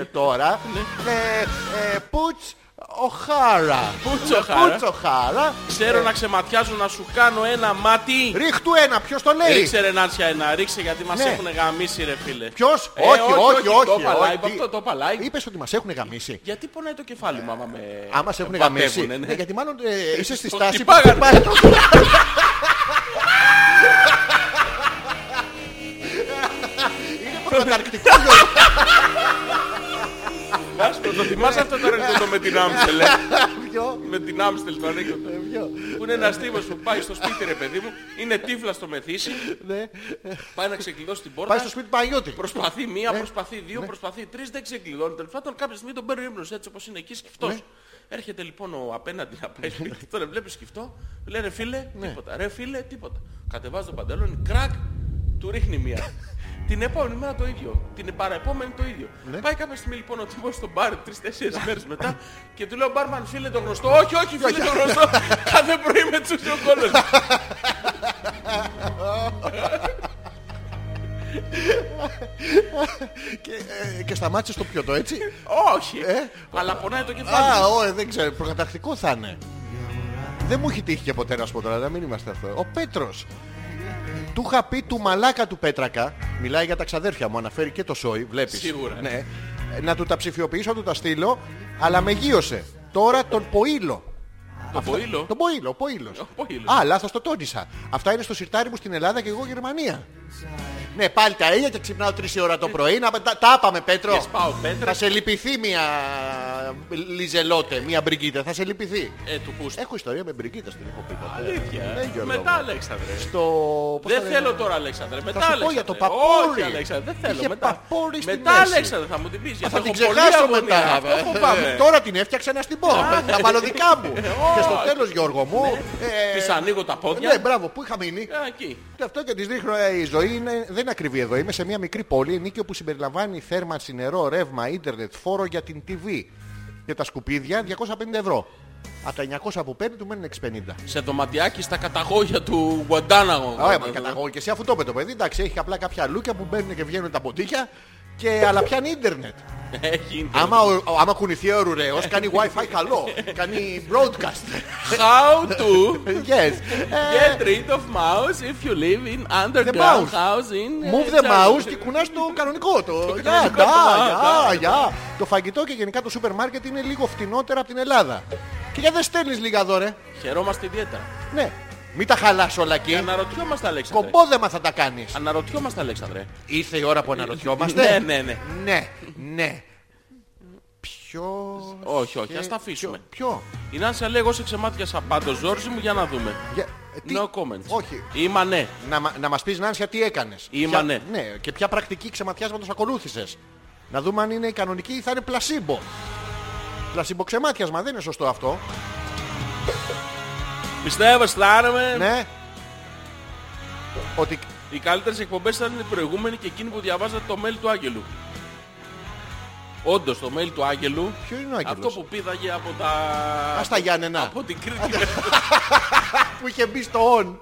Speaker 1: ε, τώρα. ε, ε, Πουτς Οχάρα.
Speaker 2: Πουτς Οχάρα.
Speaker 1: Πουτς Οχάρα.
Speaker 2: Ξέρω να ξεματιάζω να σου κάνω ένα μάτι.
Speaker 1: Ρίχτου ένα, ποιος το λέει.
Speaker 2: Ρίξε ρε Νάνσια ένα, ρίξε γιατί μας
Speaker 1: Ναι.
Speaker 2: έχουν γαμίσει ρε φίλε.
Speaker 1: Ποιος?
Speaker 2: Ε,
Speaker 1: όχι, όχι, όχι.
Speaker 2: Το παλάει,
Speaker 1: όχι.
Speaker 2: είπα αυτό το παλάει.
Speaker 1: Είπες ότι μας έχουν γαμίσει.
Speaker 2: Γιατί πονάει το κεφάλι μου άμα με...
Speaker 1: Άμα σε έχουν
Speaker 2: με
Speaker 1: γαμίσει.
Speaker 2: πατεύουνε, ναι.
Speaker 1: Ναι, γιατί μάλλον ε, είσαι στη
Speaker 2: Το
Speaker 1: στάση που
Speaker 2: χτυπάγανε.
Speaker 1: χτυπάνε. Είναι προκαταρκτικό Γιώργο.
Speaker 2: Ας το- Το θυμάσαι αυτό το ρεκόρ με την Άμστελ. ε.
Speaker 1: Ποιο,
Speaker 2: Με την Άμστελ το ανέκδοτο.
Speaker 1: ποιο.
Speaker 2: Που είναι ένας τύπος που πάει στο σπίτι ρε παιδί μου, είναι τύφλα στο μεθύσι,
Speaker 1: Ναι.
Speaker 2: πάει να ξεκλειδώσει την πόρτα.
Speaker 1: Πάει στο σπίτι του Παναγιώτη.
Speaker 2: Προσπαθεί μία,
Speaker 1: Ναι.
Speaker 2: προσπαθεί δύο, προσπαθεί τρεις, δεν ξεκλειδώνει. Τέλος πάντων, κάποια στιγμή τον παίρνει ύπνο έτσι όπως είναι εκεί σκυφτός.
Speaker 1: Ναι.
Speaker 2: Έρχεται λοιπόν ο απέναντι να πάει σπίτι, τώρα βλέπει σκυφτό, λέει ρε φίλε,
Speaker 1: Ναι.
Speaker 2: τίποτα. Ρε φίλε, τίποτα. Κατεβάζει τον παντελόνι, κρακ, του ρίχνει μία. Την επόμενη μέρα το ίδιο. Την παραεπόμενη το ίδιο.
Speaker 1: Ναι.
Speaker 2: Πάει κάποια στιγμή λοιπόν ο τύπος στον μπαρ τρει-τέσσερι μέρες μετά και του λέω μπαρμαν φίλε το γνωστό. Όχι, όχι, φίλε το γνωστό. Κάθε πρωί με τσούσει ο κόλλος.
Speaker 1: Και, ε, Και σταμάτησε το πιωτό, έτσι.
Speaker 2: Όχι.
Speaker 1: Ε.
Speaker 2: Αλλά πονάει το κεφάλι.
Speaker 1: Α, όχι, δεν ξέρω. Προκαταρκτικό θα είναι. Δεν μου έχει τύχει και ποτέ να σου πω τώρα, να μην είμαστε αυτό. Ο Πέτρος. Του είχα πει του μαλάκα του Πέτρακα, μιλάει για τα ξαδέρφια μου, αναφέρει και το Σόι, βλέπεις.
Speaker 2: Σίγουρα.
Speaker 1: Ναι. Ε, Να του τα ψηφιοποιήσω, να του τα στείλω, αλλά με γύρωσε. Τώρα τον Ποήλο.
Speaker 2: Το ποήλο.
Speaker 1: Τον Ποήλο, ο Ποήλος.
Speaker 2: Ο Ποήλος.
Speaker 1: Α, λάθος το τόνισα. Αυτά είναι στο σιρτάρι μου στην Ελλάδα και εγώ Γερμανία. Ναι, πάλι τα ίδια και ξυπνάω 3 η ώρα το πρωί. Να, τα, τα είπαμε, Πέτρο.
Speaker 2: Και σπάω πέτρα.
Speaker 1: Θα σε λυπηθεί μια λιζελότε, μια μπριγκίτα. Θα σε λυπηθεί.
Speaker 2: Ε, του πούστη.
Speaker 1: Έχω ιστορία με μπριγκίτα στην έχω πει ποτέ. Ναι,
Speaker 2: Αλήθεια. ε.
Speaker 1: Γιώργο
Speaker 2: Μετά
Speaker 1: μου.
Speaker 2: Αλέξανδρε.
Speaker 1: Στο... πώς
Speaker 2: Δεν
Speaker 1: τα λένε,
Speaker 2: θέλω τώρα Αλέξανδρε. Μετά
Speaker 1: σου πω
Speaker 2: Αλέξανδρε.
Speaker 1: για το παπούρι.
Speaker 2: Όχι Αλέξανδρε. Δεν θέλω.
Speaker 1: Είχε
Speaker 2: Μετά,
Speaker 1: παπούρι στη
Speaker 2: μετά
Speaker 1: μέση.
Speaker 2: Αλέξανδρε θα μου την πεις.
Speaker 1: Α,
Speaker 2: γιατί
Speaker 1: Θα την
Speaker 2: έχω πολλή
Speaker 1: ξεχάσω
Speaker 2: αγωνία.
Speaker 1: μετά. Ε,
Speaker 2: Αυτό έχω πάμε. ε,
Speaker 1: Τώρα την έφτιαξα να στην πω. Θα βάλω δικά μου. Και στο
Speaker 2: όχι. Ναι.
Speaker 1: τέλος Γιώργο μου. ε,
Speaker 2: Της ανοίγω τα
Speaker 1: Ναι,
Speaker 2: πόδια.
Speaker 1: μπράβο, πού είχα μείνει.
Speaker 2: Α, Εκεί.
Speaker 1: Και αυτό και της δείχνω ε, η ζωή είναι, δεν είναι ακριβή εδώ. Είμαι σε μια μικρή πόλη, ενίκιο που συμπεριλαμβάνει θέρμανση, νερό, ρεύμα, ίντερνετ, φόρο για την TV. Και τα σκουπίδια 250 ευρώ. Από τα 900 που παίρνει του μένουν 650.
Speaker 2: Σε δωματιάκι στα καταγόγια του Γουαντάναγο.
Speaker 1: Ωραία, μα καταγόγω και εσύ αφού το είπε το παιδί. Εντάξει, έχει απλά κάποια λούκια που μπαίνουν και βγαίνουν τα ποτίκια. Και, αλλά πιάνει ίντερνετ.
Speaker 2: Έχει είναι.
Speaker 1: άμα, ο- ο- άμα κουνηθεί ο ρουρέος κάνει wifi καλό. κάνει broadcast.
Speaker 2: How to
Speaker 1: yes. Ε,
Speaker 2: get rid of mouse if you live in
Speaker 1: mouse.
Speaker 2: underground housing.
Speaker 1: Move the mouse και κουνάς το κανονικό. Το γεια,
Speaker 2: κανονικό,
Speaker 1: τα,
Speaker 2: τα,
Speaker 1: γεια, γεια. Το φαγητό και γενικά το σούπερ μάρκετ είναι λίγο φτηνότερα από την Ελλάδα. Και για δεν στέλνεις λίγα εδώ ρε.
Speaker 2: Χαιρόμαστε ιδιαίτερα.
Speaker 1: Ναι. Μην τα χαλάς όλα εκεί.
Speaker 2: Αναρωτιόμαστε Αλέξανδρε.
Speaker 1: Κομπόδεμα θα τα κάνεις.
Speaker 2: Αναρωτιόμαστε Αλέξανδρε.
Speaker 1: Ήρθε η ώρα που αναρωτιόμαστε.
Speaker 2: Ναι, ναι, ναι.
Speaker 1: Ναι, ναι. Ποιο...
Speaker 2: Όχι, όχι, ας τα αφήσουμε.
Speaker 1: Ποιο.
Speaker 2: Η Νάνσια λέει, εγώ σε ξεμάτιασα πάντως Ζόρζι μου, για να δούμε.
Speaker 1: Για- ε, τι-
Speaker 2: No comments.
Speaker 1: Όχι.
Speaker 2: Είμαι ναι.
Speaker 1: Να, μα- να μας πεις Νάνσια τι έκανες.
Speaker 2: Είμαι,
Speaker 1: Ποια-
Speaker 2: ναι.
Speaker 1: ναι. Και ποια πρακτική ξεματιάσματος ακολούθησες. Να δούμε αν είναι η κανονική ή θα είναι πλασίμπο. Πλασίμπο ξεμάτιασμα δεν είναι σωστό αυτό.
Speaker 2: Πιστεύω, αισθάνομαι.
Speaker 1: Ναι. Ότι
Speaker 2: Οι καλύτερες εκπομπές ήταν οι προηγούμενοι και εκείνοι που διαβάζατε το mail του Άγγελου. Όντως, το mail του Άγγελου.
Speaker 1: ποιο είναι ο Άγγελος.
Speaker 2: Αυτό που πήδαγε από τα.
Speaker 1: Ας τα Γιάννενα
Speaker 2: Από την Κρήτη.
Speaker 1: που είχε μπει στο on.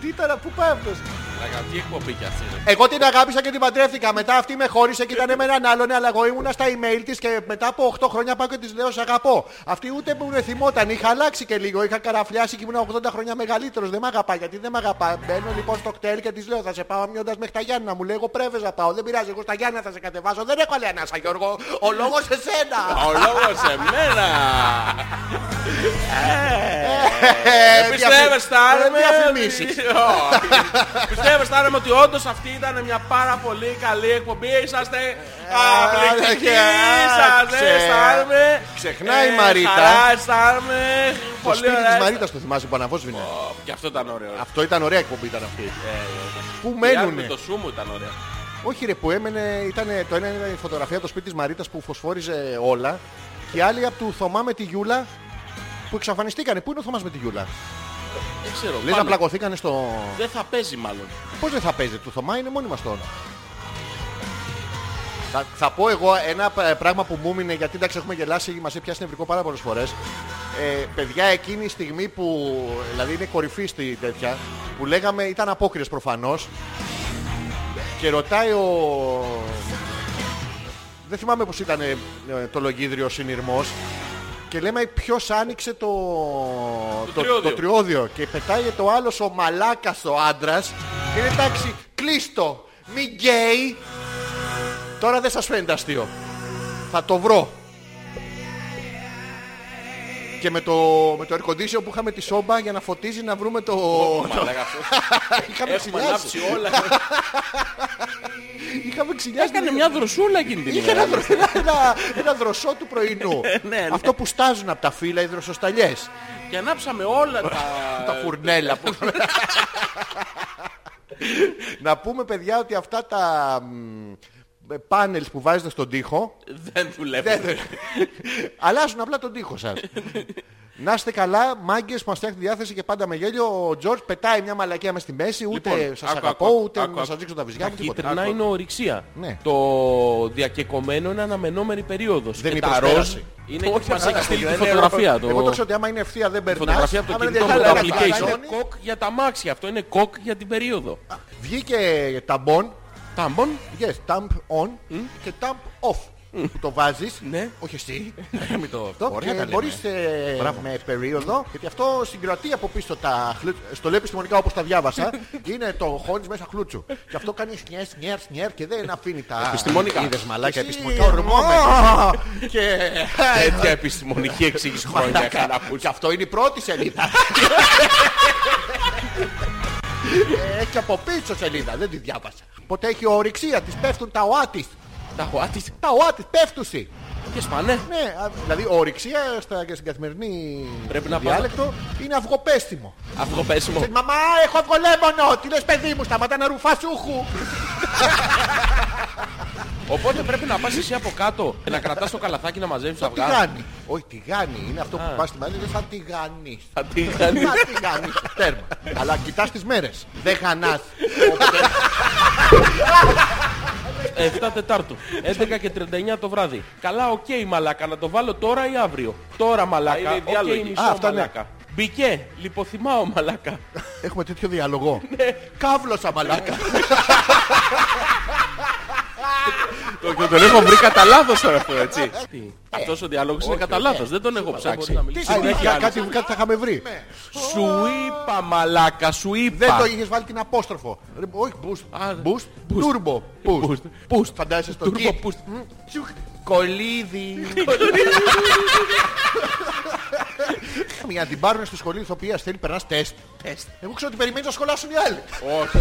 Speaker 1: Τι ήταν, πού πάει αυτός.
Speaker 2: Λέγα, Τι εκπομπή κι αυτή. ρε.
Speaker 1: Εγώ την αγάπησα και την παντρεύτηκα. Μετά αυτή με χώρισε και ήταν με έναν άλλον, ναι, αλλά εγώ ήμουνα στα email της και μετά από 8 χρόνια πάω και της λέω σε αγαπώ. Αυτή ούτε που με θυμόταν. Είχα αλλάξει και λίγο. Είχα καραφλιάσει και ήμουν 80 χρόνια μεγαλύτερος. Δεν με αγαπά. Γιατί δεν με αγαπά. Μπαίνω λοιπόν στο κτέλ και της λέω θα σε πάω μειώντα μέχρι τα Γιάννα. Μου λέει εγώ πρέβεζα πάω. Δεν πειράζει. Εγώ στα Γιάννα θα σε κατεβάσω. Δεν έχω άλλη ανάσα Γιώργο. Ο λόγος σε σένα.
Speaker 2: Ο λόγος σε μένα.
Speaker 1: Ε,
Speaker 2: ε, Πιστεύω, αισθάνομαι.
Speaker 1: διαφημίσει.
Speaker 2: Ε, Όχι. Πιστεύω, αισθάνομαι ότι όντως αυτή ήταν μια πάρα πολύ καλή εκπομπή. Είσαστε
Speaker 1: και-
Speaker 2: απληκτικοί.
Speaker 1: Ε,
Speaker 2: Είσαστε,
Speaker 1: ξε-
Speaker 2: αισθάνομαι.
Speaker 1: ξεχνάει η
Speaker 2: Ε,
Speaker 1: Μαρίτα.
Speaker 2: Χαρά, αισθάνομαι.
Speaker 1: Το
Speaker 2: Πολύ
Speaker 1: σπίτι
Speaker 2: ωραία.
Speaker 1: της Μαρίτας το θυμάσαι που αναβόσβηνε.
Speaker 2: Ω, Και αυτό ήταν ωραίο. Ε,
Speaker 1: Αυτό ήταν ωραία εκπομπή ήταν αυτή. Πού
Speaker 2: Η άλλη
Speaker 1: μένουνε.
Speaker 2: Με το σου μου ήταν ωραία.
Speaker 1: Όχι ρε που έμενε, ήταν το ένα είναι η φωτογραφία από το σπίτι της Μαρίτας που φωσφόριζε όλα και η άλλη από του Θωμά με τη Γιούλα που εξαφανιστήκανε. Πού είναι ο Θωμάς με τη Γιούλα.
Speaker 2: Δεν ξέρω.
Speaker 1: Λες να
Speaker 2: πάμε.
Speaker 1: πλακωθήκανε στο...
Speaker 2: Δεν θα παίζει μάλλον.
Speaker 1: Πώς δεν θα παίζει του Θωμά, είναι μόνοι μας τώρα. Θα, θα πω εγώ ένα ε, πράγμα που μου έμεινε γιατί εντάξει έχουμε γελάσει, μας έχει πιάσει νευρικό πάρα πολλές φορές. Ε, παιδιά εκείνη η στιγμή που, δηλαδή είναι κορυφή στη τέτοια, που λέγαμε ήταν απόκριες προφανώς και ρωτάει ο... Δεν θυμάμαι πως ήταν ε, ε, το λογίδριο συνειρμός και λέμε ποιος άνοιξε το,
Speaker 2: Το τριώδιο.
Speaker 1: τριώδιο. και πετάει το άλλος ο μαλάκας ο άντρας και λέει εντάξει κλείστο μη γκέι Τώρα δεν σας φαίνεται αστείο. Θα το βρω. Και με το, με το air condition που είχαμε τη σόμπα για να φωτίζει να βρούμε το...
Speaker 2: Μαλάκα αυτό.
Speaker 1: είχαμε
Speaker 2: Έχουμε
Speaker 1: ξυλιάσει.
Speaker 2: ανάψει όλα.
Speaker 1: Είχαμε ξυλιάσει.
Speaker 2: Έκανε μια δροσούλα εκείνη την
Speaker 1: Είχε
Speaker 2: ημέρα.
Speaker 1: ένα, δρο- ένα- ένα- ένα δροσό του πρωινού.
Speaker 2: ναι.
Speaker 1: Αυτό που στάζουν από τα φύλλα οι δροσοσταλιές.
Speaker 2: Και ανάψαμε όλα τα...
Speaker 1: τα φουρνέλα που... να πούμε παιδιά ότι αυτά τα πάνελ που βάζετε στον τοίχο
Speaker 2: Δεν
Speaker 1: Δεν
Speaker 2: δουλεύουν.
Speaker 1: θέλω. Αλλάζουν απλά τον τοίχο σας. Να είστε καλά, μάγκες που μα φτιάχνει τη διάθεση και πάντα με γέλιο. Ο Τζορτ πετάει μια μαλακία μες στη μέση, ούτε
Speaker 2: Λοιπόν,
Speaker 1: σας
Speaker 2: άκου,
Speaker 1: αγαπώ,
Speaker 2: άκου,
Speaker 1: ούτε
Speaker 2: άκου,
Speaker 1: να
Speaker 2: άκου.
Speaker 1: σας δείξω τα βυζιά
Speaker 2: Τα
Speaker 1: μου. τίποτα.
Speaker 2: κίτρινα είναι ορυξία.
Speaker 1: Ναι.
Speaker 2: Το διακεκομένο είναι αναμενόμενη περίοδος.
Speaker 1: Δεν
Speaker 2: Και
Speaker 1: είναι
Speaker 2: Ε, τα ροζ
Speaker 1: προσπέραση.
Speaker 2: είναι εκεί που μας έχει στείλει τη
Speaker 1: Εγώ
Speaker 2: φωτογραφία.
Speaker 1: το- Εγώ
Speaker 2: το-
Speaker 1: το ξέρω ότι άμα είναι ευθεία δεν περνάς.
Speaker 2: Φωτογραφία από το
Speaker 1: Άμα είναι
Speaker 2: κινητό μου, το
Speaker 1: διαχάλα, αλλά
Speaker 2: application.
Speaker 1: είναι
Speaker 2: Κοκ για τα μάξια. Αυτό είναι κοκ για την περίοδο.
Speaker 1: κο- Βγήκε ταμπον,
Speaker 2: Τάμπον.
Speaker 1: yes, tamp on και tamp off. Που το βάζεις,
Speaker 2: Ναι.
Speaker 1: όχι εσύ,
Speaker 2: Μην το
Speaker 1: αυτό
Speaker 4: Ωραία τα
Speaker 1: και
Speaker 4: λέμε.
Speaker 1: μπορείς ε, με περίοδο, γιατί αυτό συγκρατεί από πίσω τα χλούτσου. Στο λέω επιστημονικά όπως τα διάβασα, είναι το χώνεις μέσα χλούτσου. Και αυτό κάνει σνιέρ, σνιέρ, σνιέρ και δεν αφήνει τα...
Speaker 2: Επιστημονικά.
Speaker 1: Είδες μαλάκα,
Speaker 4: Εσύ,
Speaker 1: επιστημονικά ορμόμενο. Και...
Speaker 2: Τέτοια επιστημονική εξήγηση χρόνια καλά που
Speaker 1: Και αυτό είναι η πρώτη σελίδα. Ε, Έχει από πίσω σελίδα, δεν τη διάβασα. Ποτέ έχει ορυξία, της πέφτουν τα οά της.
Speaker 2: τα χωάτι
Speaker 1: Τα οά της πέφτουση.
Speaker 2: και σπάνε.
Speaker 1: Ναι, α, δηλαδή ορυξία στα, στην καθημερινή
Speaker 2: Πρέπει να
Speaker 1: διάλεκτο είναι αυγοπέστημο.
Speaker 2: Αυτό πέσιμο.
Speaker 1: Ξέρεις, Μαμά, έχω αυγολέμονο! Τι λες παιδί μου, σταματά να ρουφάς ούχου!
Speaker 2: Οπότε πρέπει να πας εσύ από κάτω και να κρατάς το καλαθάκι να μαζεύεις αυγά.
Speaker 1: Τηγάνι. Όχι, τηγάνι. Είναι αυτό που πας στη μέρα, δεν θα τηγάνεις.
Speaker 2: Θα τη χάνεις.
Speaker 1: Θα τηγάνεις, τέρμα. Αλλά κοιτάς τις μέρες. Δεν χανάς.
Speaker 2: 7 Τετάρτου. 11 και 39 το βράδυ. Καλά, οκ, μαλάκα. Να το βάλω τώρα ή αύριο. Τώρα, μαλάκα.
Speaker 4: είναι
Speaker 2: Οκ,
Speaker 4: διάλογοι.
Speaker 2: μισό,
Speaker 1: Α, αυτά ναι.
Speaker 2: μαλάκα. Μπικέ, λιποθυμάω, μαλάκα.
Speaker 1: Έχουμε τέτοιο διαλογό. Κάβλωσα μαλάκα.
Speaker 4: Το, το, τον έχω βρει κατά λάθος τώρα αυτό, έτσι.
Speaker 2: Αυτός ο διάλογος είναι κατά λάθος. Δεν τον έχω
Speaker 4: μπορεί
Speaker 2: ψάξει.
Speaker 4: να
Speaker 1: Τι Ναι.
Speaker 2: Τι
Speaker 1: συνέβη, κα-
Speaker 2: συνέχεια άλλος.
Speaker 1: κάτι, κάτι θα είχαμε βρει.
Speaker 2: Σου είπα, μαλάκα, σου
Speaker 1: Δεν το
Speaker 2: είπα.
Speaker 1: είχες βάλει την απόστροφο. Ρε, Όχι, boost.
Speaker 2: Α,
Speaker 1: Boost. Turbo. Boost. Boost. Φαντάζεσαι το
Speaker 2: Turbo
Speaker 1: kit.
Speaker 2: boost.
Speaker 1: Μμμ, τσιουκ.
Speaker 2: Κολίδι.
Speaker 1: Για να την πάρουν στο σχολείο ηθοποιίας θέλει περνάς τεστ.
Speaker 2: Τεστ.
Speaker 1: Εγώ ξέρω ότι περιμένεις να σχολάσουν οι άλλοι.
Speaker 2: Όχι.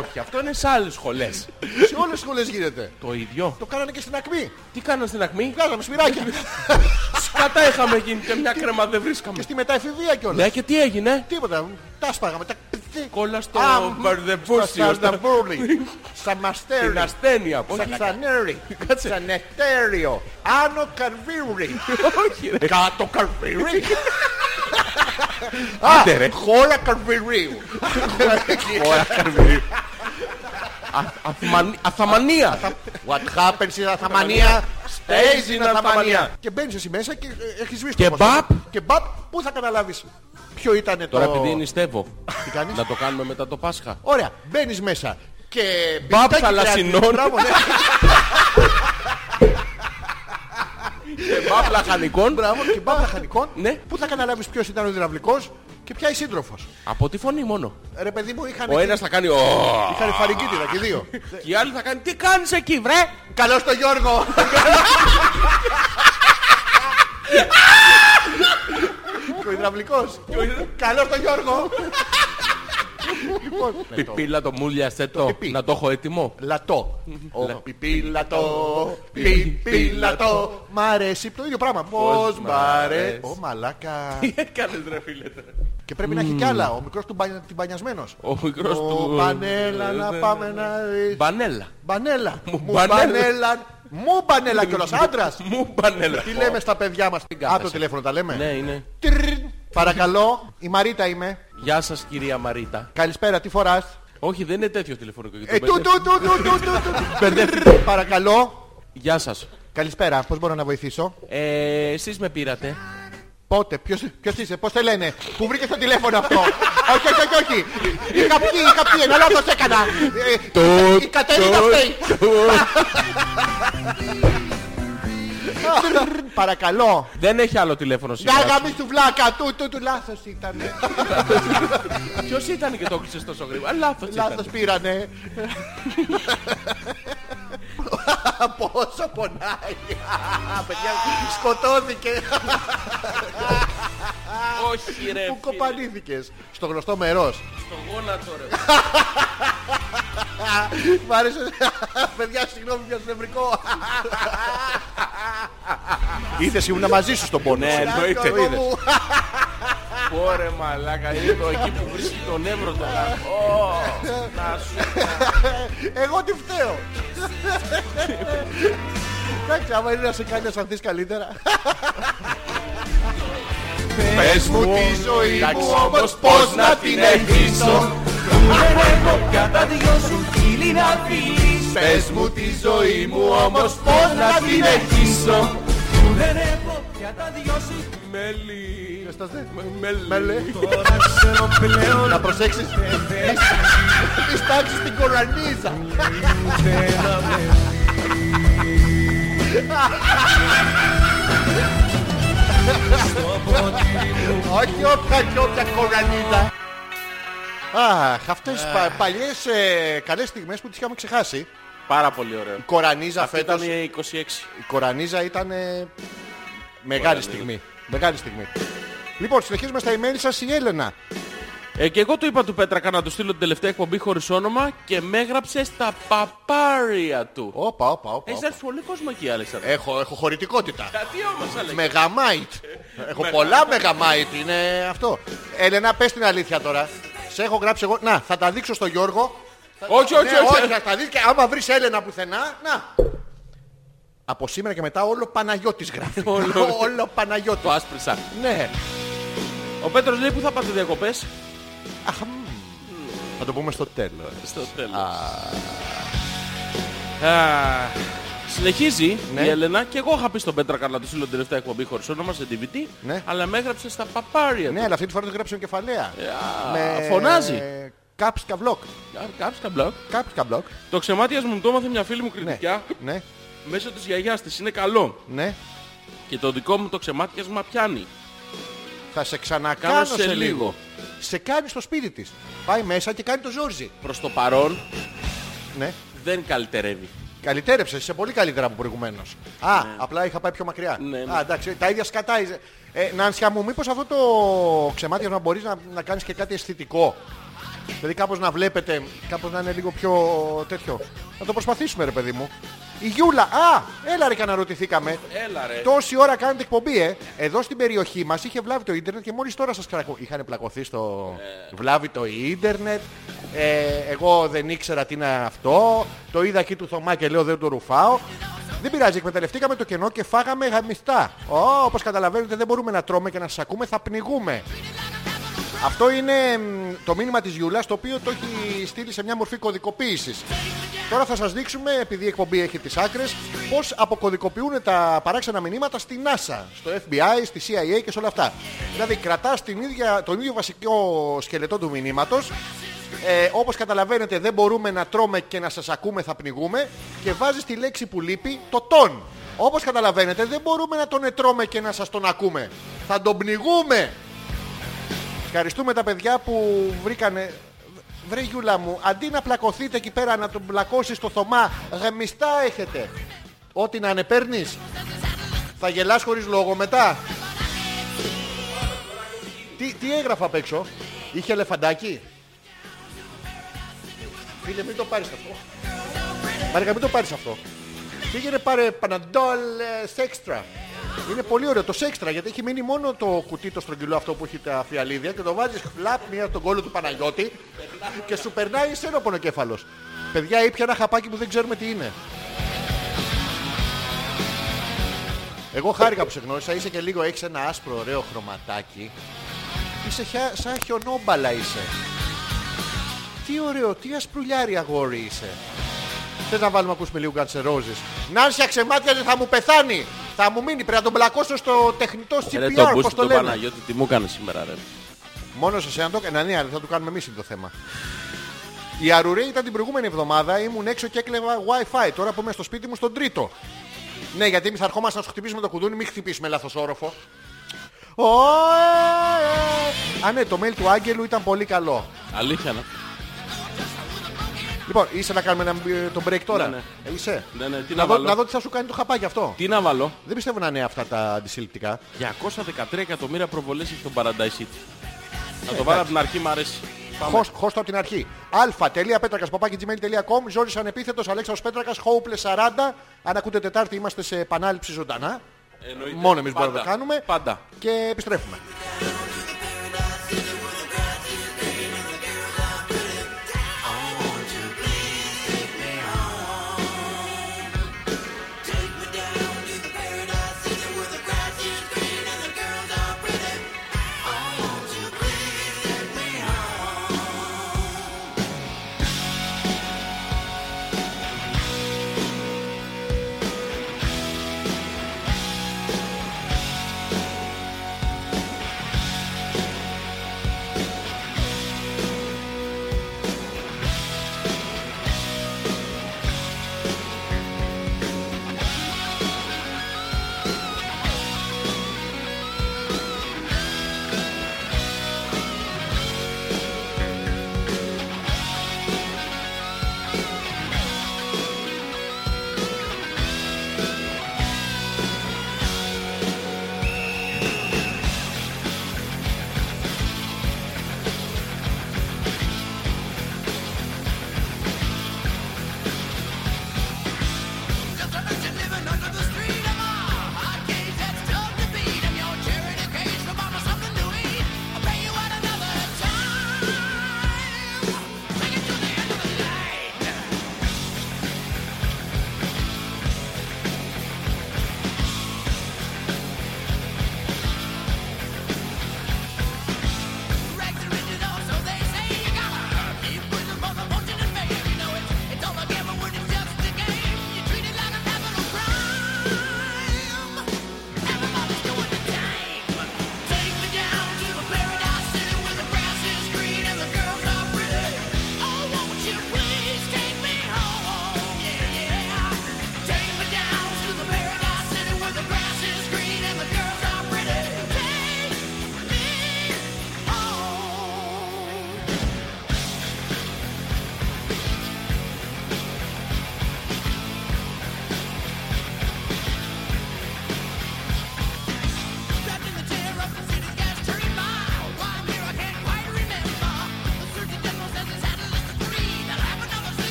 Speaker 2: Όχι, αυτό είναι σε άλλες σχολές.
Speaker 1: Σε όλες τις σχολές γίνεται.
Speaker 2: Το ίδιο.
Speaker 1: Το κάνανε και στην ακμή.
Speaker 2: Τι κάνανε στην ακμή.
Speaker 1: Βγάζαμε σφυράκια.
Speaker 2: Σκατά είχαμε γίνει και μια κρέμα δεν βρίσκαμε.
Speaker 1: και στη μεταεφηβεία κιόλας.
Speaker 2: Ναι, και τι έγινε.
Speaker 1: Τίποτα. Τα σπάγαμε. Τα...
Speaker 2: Κόλλα στο
Speaker 1: Α,
Speaker 2: μπαρδεπούσιο.
Speaker 1: Στα
Speaker 2: στα-
Speaker 1: Σταυρούρι. Στα Μαστέρι.
Speaker 2: Την ασθένεια. πώς-
Speaker 1: Στα Ξανέρι.
Speaker 2: Κάτσε.
Speaker 1: Στα Νεκτέριο. Άνω Καρβίουρι.
Speaker 2: Όχι, ρε.
Speaker 1: Κάτω Καρβίουρι. Α, χώρα Καρβίουρι.
Speaker 2: Αθμανι- Αθαμανία.
Speaker 1: What happens in Αθαμανία stays in
Speaker 2: in
Speaker 1: Αθαμανία.
Speaker 2: Αθαμανία.
Speaker 1: Και μπαίνεις εσύ μέσα και ε, έχεις βρει
Speaker 2: Και μπαπ.
Speaker 1: Και μπαπ, πού θα καταλάβεις ποιο ήταν το...
Speaker 2: Τώρα επειδή νηστεύω.
Speaker 1: Τι κάνεις?
Speaker 2: Να το κάνουμε μετά το Πάσχα.
Speaker 1: Ωραία, μπαίνεις μέσα και...
Speaker 2: Μπαπ
Speaker 1: μπιστάκι
Speaker 2: θαλασσινών.
Speaker 1: κρεατινό, μπράβο, ναι.
Speaker 2: Μπαπ λαχανικών.
Speaker 1: Μπράβο, και μπαπ λαχανικών.
Speaker 2: Ναι.
Speaker 1: Πού θα καταλάβεις ποιος ήταν ο υδραυλικός και ποια η σύντροφος.
Speaker 2: Από τη φωνή μόνο.
Speaker 1: Ρε παιδί μου, είχαν,
Speaker 2: Ο ένας θα κάνει «Ω».
Speaker 1: είχαν φαρικίτιδα και δύο.
Speaker 2: και η άλλη θα κάνει τι κάνεις εκεί βρε.
Speaker 1: Καλώς το Γιώργο. Και ο υδραυλικός. Καλώς το Γιώργο. Λοιπόν,
Speaker 2: Πιπίλα Ε, το μουλιαστέ το.
Speaker 1: πιπί.
Speaker 2: Να το έχω έτοιμο.
Speaker 1: Λατό. Ο πιπίλατο, πιπίλατο. Μ' αρέσει το ίδιο πράγμα. Πώς μ' αρέσει. Ω μαλάκα.
Speaker 2: Τι έκανες ρε φίλε τώρα.
Speaker 1: Και πρέπει να έχει κι άλλα. Ο μικρός του μπανι- την πανιασμένος.
Speaker 2: Ο μικρός
Speaker 1: Ο
Speaker 2: του.
Speaker 1: μπανέλα να πάμε να δεις.
Speaker 2: Μπανέλα.
Speaker 1: Μπανέλα. ναι, Μου
Speaker 2: μπανέλα.
Speaker 1: μπανέλα. Μου μπανέλα κιόλας άντρας.
Speaker 2: Μου μπανέλα.
Speaker 1: Τι λέμε στα παιδιά μας.
Speaker 2: κάθεσαι.
Speaker 1: Α, το τηλέφωνο τα λέμε.
Speaker 2: Ναι είναι.
Speaker 1: Τριν. Παρακαλώ, η Μαρίτα είμαι.
Speaker 2: Γεια σας κυρία Μαρίτα.
Speaker 1: Καλησπέρα, τι φοράς.
Speaker 2: Όχι, δεν είναι τέτοιο τηλεφωνικό. γιατί
Speaker 1: Ε,
Speaker 2: το
Speaker 1: του, του, του,
Speaker 2: μπερδεύω.
Speaker 1: του, του, του, του. Μπερδεύτηκα. Παρακαλώ.
Speaker 2: Γεια σας.
Speaker 1: Καλησπέρα, πώς μπορώ να βοηθήσω.
Speaker 2: Ε, εσείς με πήρατε.
Speaker 1: Πότε, ποιος, ποιος είσαι, πώς σε λένε, που βρήκες το τηλέφωνο αυτό. όχι, όχι, όχι, όχι. Είχα πει, είχα πει, ένα λάθος έκανα. Ε, η Κατερίνα φταίει. Παρακαλώ.
Speaker 2: Δεν έχει άλλο τηλέφωνο
Speaker 1: Για
Speaker 2: σήμερα.
Speaker 1: γαμί του βλάκα, του, του, του, λάθος ήταν.
Speaker 2: Ποιος ήταν και το κλείσες τόσο γρήγορα. Λάθος ήταν.
Speaker 1: Λάθος πήρανε. Πόσο πονάει. Παιδιά, σκοτώθηκε.
Speaker 2: Όχι ρε
Speaker 1: Που
Speaker 2: φίλε.
Speaker 1: κοπανήθηκες. Στο γνωστό μερός.
Speaker 2: Στο γόνατο ρε.
Speaker 1: Μ' άρεσε. Παιδιά, συγγνώμη για το νευρικό. Είδες ήμουν μαζί σου στον πόνο.
Speaker 2: Ναι,
Speaker 1: σου.
Speaker 2: εννοείται.
Speaker 1: Το είδες.
Speaker 2: Πόρε μαλάκα, είναι το εκεί που βρίσκει τον εύρο το λάθος. Ω, Να σου
Speaker 1: Ε, Εγώ τι φταίω. Εντάξει, άμα είναι να σε κάνει να αισθανθείς καλύτερα.
Speaker 4: Πες μου
Speaker 1: Τη ζωή μου όμως
Speaker 4: πώς να την εγγύσω
Speaker 2: κατά δυο σου φίλοι να φιλήσω.
Speaker 4: Πες μου τη ζωή μου όμως πώς να την εγγύσω
Speaker 2: Δεν έχω πια τα δυο σου μέλη.
Speaker 1: Κωστός, ε.
Speaker 2: Με- μέλη.
Speaker 1: Μέλη.
Speaker 2: Τώρα ξέρω πλέον
Speaker 1: Να προσέξεις. Τις τάξεις στην κορανίζα. Όχι όποια και όποια κορανίδα. Αχ, αυτές τις πα- παλιές ε, καλές στιγμές που τις είχαμε ξεχάσει.
Speaker 2: Πάρα πολύ ωραίο.
Speaker 1: Η κορανίζα
Speaker 2: Αυτή ήταν
Speaker 1: φέτος.
Speaker 2: η 26.
Speaker 1: Η Κορανίζα ήταν ε, μεγάλη
Speaker 2: Κορανίζα.
Speaker 1: στιγμή. Μεγάλη στιγμή. Λοιπόν, συνεχίζουμε στα email σας η Έλενα.
Speaker 2: Ε, και εγώ το είπα του Πέτρακα να του στείλω την τελευταία εκπομπή χωρίς όνομα και με έγραψε στα παπάρια του.
Speaker 1: Όπα, όπα, όπα.
Speaker 2: Έχεις
Speaker 1: όπα.
Speaker 2: έρθει πολύ κόσμο εκεί, Άλεξανδρε.
Speaker 1: Έχω, έχω χωρητικότητα.
Speaker 2: Ε, Γιατί όμως, Άλεξανδρε.
Speaker 1: Μεγαμάιτ. Έχω πολλά μεγαμάιτ. Είναι αυτό. Έλενα, πες την αλήθεια τώρα. Σε έχω γράψει εγώ. Να, θα τα δείξω στο Γιώργο.
Speaker 2: Όχι, όχι,
Speaker 1: Ναι,
Speaker 2: όχι.
Speaker 1: όχι, θα τα δεις και άμα βρεις Έλενα πουθενά, να. Από σήμερα και μετά όλο Παναγιώτης γράφει.
Speaker 2: Όλο.
Speaker 1: όλο Παναγιώτης.
Speaker 2: Το άσπρισα.
Speaker 1: Ναι.
Speaker 2: Ο Πέτρος λέει που θα πάτε διακοπές.
Speaker 1: Θα το πούμε στο τέλος.
Speaker 2: Στο τέλος. Α, Συνεχίζει
Speaker 1: Ναι.
Speaker 2: η Έλενα και εγώ είχα πει στον Πέτρακα να του στείλω την τελευταία εκπομπή χωρίς όνομα σε DVD,
Speaker 1: Ναι.
Speaker 2: αλλά με έγραψε στα παπάρια
Speaker 1: Ναι, αλλά αυτή τη φορά το γράψαμε κεφαλαία.
Speaker 2: του. Ε, Φωνάζει.
Speaker 1: Κάψκα βλοκ.
Speaker 2: Κα- Κάψκα μπλοκ.
Speaker 1: Κάψκα βλοκ.
Speaker 2: Το ξεμάτιας μου το έμαθε μια φίλη μου
Speaker 1: Ναι.
Speaker 2: κριτικά
Speaker 1: Ναι,
Speaker 2: μέσω της γιαγιάς της. Είναι καλό.
Speaker 1: ναι.
Speaker 2: Και το δικό μου το ξεμάτιασμα πιάνει.
Speaker 1: Θα σε ξανακάνω
Speaker 2: Κάνω σε λίγο.
Speaker 1: Σε κάνει στο σπίτι της. Πάει μέσα και κάνει το Ζόρζι.
Speaker 2: Προς το παρόν
Speaker 1: Ναι.
Speaker 2: δεν καλυτερεύει.
Speaker 1: Καλυτέρεψε, είσαι πολύ καλύτερα από προηγουμένως. Α, απλά είχα πάει πιο μακριά.
Speaker 2: Ναι, ναι.
Speaker 1: Α, εντάξει, τα ίδια σκατά. είσαι. Ε, Νάνσια μου, μήπως αυτό το ξεμάτιο να μπορείς να, να κάνεις και κάτι αισθητικό. Δηλαδή κάπως να βλέπετε, κάπως να είναι λίγο πιο τέτοιο. Να το προσπαθήσουμε, ρε παιδί μου. Η Γιούλα, α, έλα ρε και αναρωτηθήκαμε.
Speaker 2: Έλα ρε.
Speaker 1: Τόση ώρα κάνετε εκπομπή, ε. Εδώ στην περιοχή μας είχε βλάβει το ίντερνετ και μόλις τώρα σας κρακώ. Είχαν πλακωθεί στο βλάβει το ίντερνετ. Ε, εγώ δεν ήξερα τι είναι αυτό. Το είδα εκεί του Θωμά και λέω δεν το ρουφάω. Δεν πειράζει, εκμεταλλευτήκαμε το κενό και φάγαμε γαμιστά. Ω, όπως καταλαβαίνετε δεν μπορούμε να τρώμε και να σας ακούμε, θα πνιγούμε. Αυτό είναι μ, το μήνυμα της Γιούλας το οποίο το έχει στείλει σε μια μορφή κωδικοποίησης. Τώρα θα σας δείξουμε, επειδή η εκπομπή έχει τις άκρες, πώς αποκωδικοποιούν τα παράξενα μηνύματα στη NASA, στο FBI, στη CIA και σε όλα αυτά. Δηλαδή κρατάς την ίδια, τον ίδιο βασικό σκελετό του μηνύματος, ε, όπως καταλαβαίνετε δεν μπορούμε να τρώμε και να σας ακούμε θα πνιγούμε και βάζεις τη λέξη που λείπει το τον. Όπως καταλαβαίνετε δεν μπορούμε να τον ετρώμε και να σας τον ακούμε. Θα τον πνιγούμε. Ευχαριστούμε τα παιδιά που βρήκανε. Βρε Γιούλα μου, αντί να πλακωθείτε εκεί πέρα να τον πλακώσει στο θωμά, γεμιστά έχετε. Ό,τι να ανεπέρνεις. Θα γελάς χωρίς λόγο μετά. Τι, τι έγραφα απ' έξω. Είχε ελεφαντάκι. Φίλε, μην το πάρεις αυτό. Μαρικα, μην το πάρεις αυτό. Πήγαινε πάρε Παναντόλ Σέξτρα. Είναι πολύ ωραίο το Σέξτρα γιατί έχει μείνει μόνο το κουτί το στρογγυλό αυτό που έχει τα φιαλίδια και το βάζεις φλαπ μία στον κόλλο του Παναγιώτη και σου περνάει εσένα ο πονοκέφαλος. Παιδιά ήπια ένα χαπάκι που δεν ξέρουμε τι είναι. Εγώ χάρηκα που σε γνώρισα, είσαι και λίγο, έχεις ένα άσπρο ωραίο χρωματάκι. Είσαι χια- σαν χιονόμπαλα είσαι. Τι ωραίο, τι ασπρουλιάρι αγόρι είσαι. Θες να βάλουμε να ακούσουμε λίγο Guns N' Roses. Να έρθει αξεμάτιαζε θα μου πεθάνει. Θα μου μείνει, πρέπει να τον πλακώσω στο τεχνητό
Speaker 2: Ρε το
Speaker 1: CPR,
Speaker 2: μπούστι
Speaker 1: πώς το
Speaker 2: του
Speaker 1: λένε.
Speaker 2: Παναγιώτη τι μου έκανε σήμερα ρε.
Speaker 1: Μόνος σε εσένα το έκανα. Ναι, αλλά θα το κάνουμε εμείς το θέμα. Η Αρουρέ ήταν την προηγούμενη εβδομάδα, ήμουν έξω και έκλεβα WiFi. Τώρα που είμαι στο σπίτι μου στον τρίτο. Ναι, γιατί εμείς θα ερχόμαστε να σου χτυπήσουμε το κουδούνι, μην χτυπήσουμε λάθος όροφο. Ω, ε, ε. Α, ναι, το mail του Άγγελου ήταν πολύ καλό.
Speaker 2: Αλήθεια να.
Speaker 1: Λοιπόν, είσαι να κάνουμε ένα, ε, τον break τώρα.
Speaker 2: Ναι, ναι.
Speaker 1: Ε, Είσαι.
Speaker 2: Ναι, ναι, τι
Speaker 1: να,
Speaker 2: να
Speaker 1: δω,
Speaker 2: βάλω.
Speaker 1: να δω τι θα σου κάνει το χαπάκι αυτό.
Speaker 2: Τι να βάλω.
Speaker 1: Δεν πιστεύω να είναι αυτά τα αντισυλληπτικά.
Speaker 2: 213 εκατομμύρια προβολές έχει τον Paradise
Speaker 1: Ε,
Speaker 2: City. Θα το βάλω από την αρχή μ' αρέσει.
Speaker 1: Χωστ το από την αρχή. αλφα.πέτρακα.gmail.com Ζόρις ανεπίθετος, Αλέξανδρος Πέτρακας, Hopeless 40. Αν ακούτε Τετάρτη είμαστε σε επανάληψη ζωντανά.
Speaker 2: Εννοείται.
Speaker 1: Μόνο εμείς
Speaker 2: Πάντα.
Speaker 1: μπορούμε να το κάνουμε.
Speaker 2: Πάντα.
Speaker 1: Και επιστρέφουμε.
Speaker 5: Take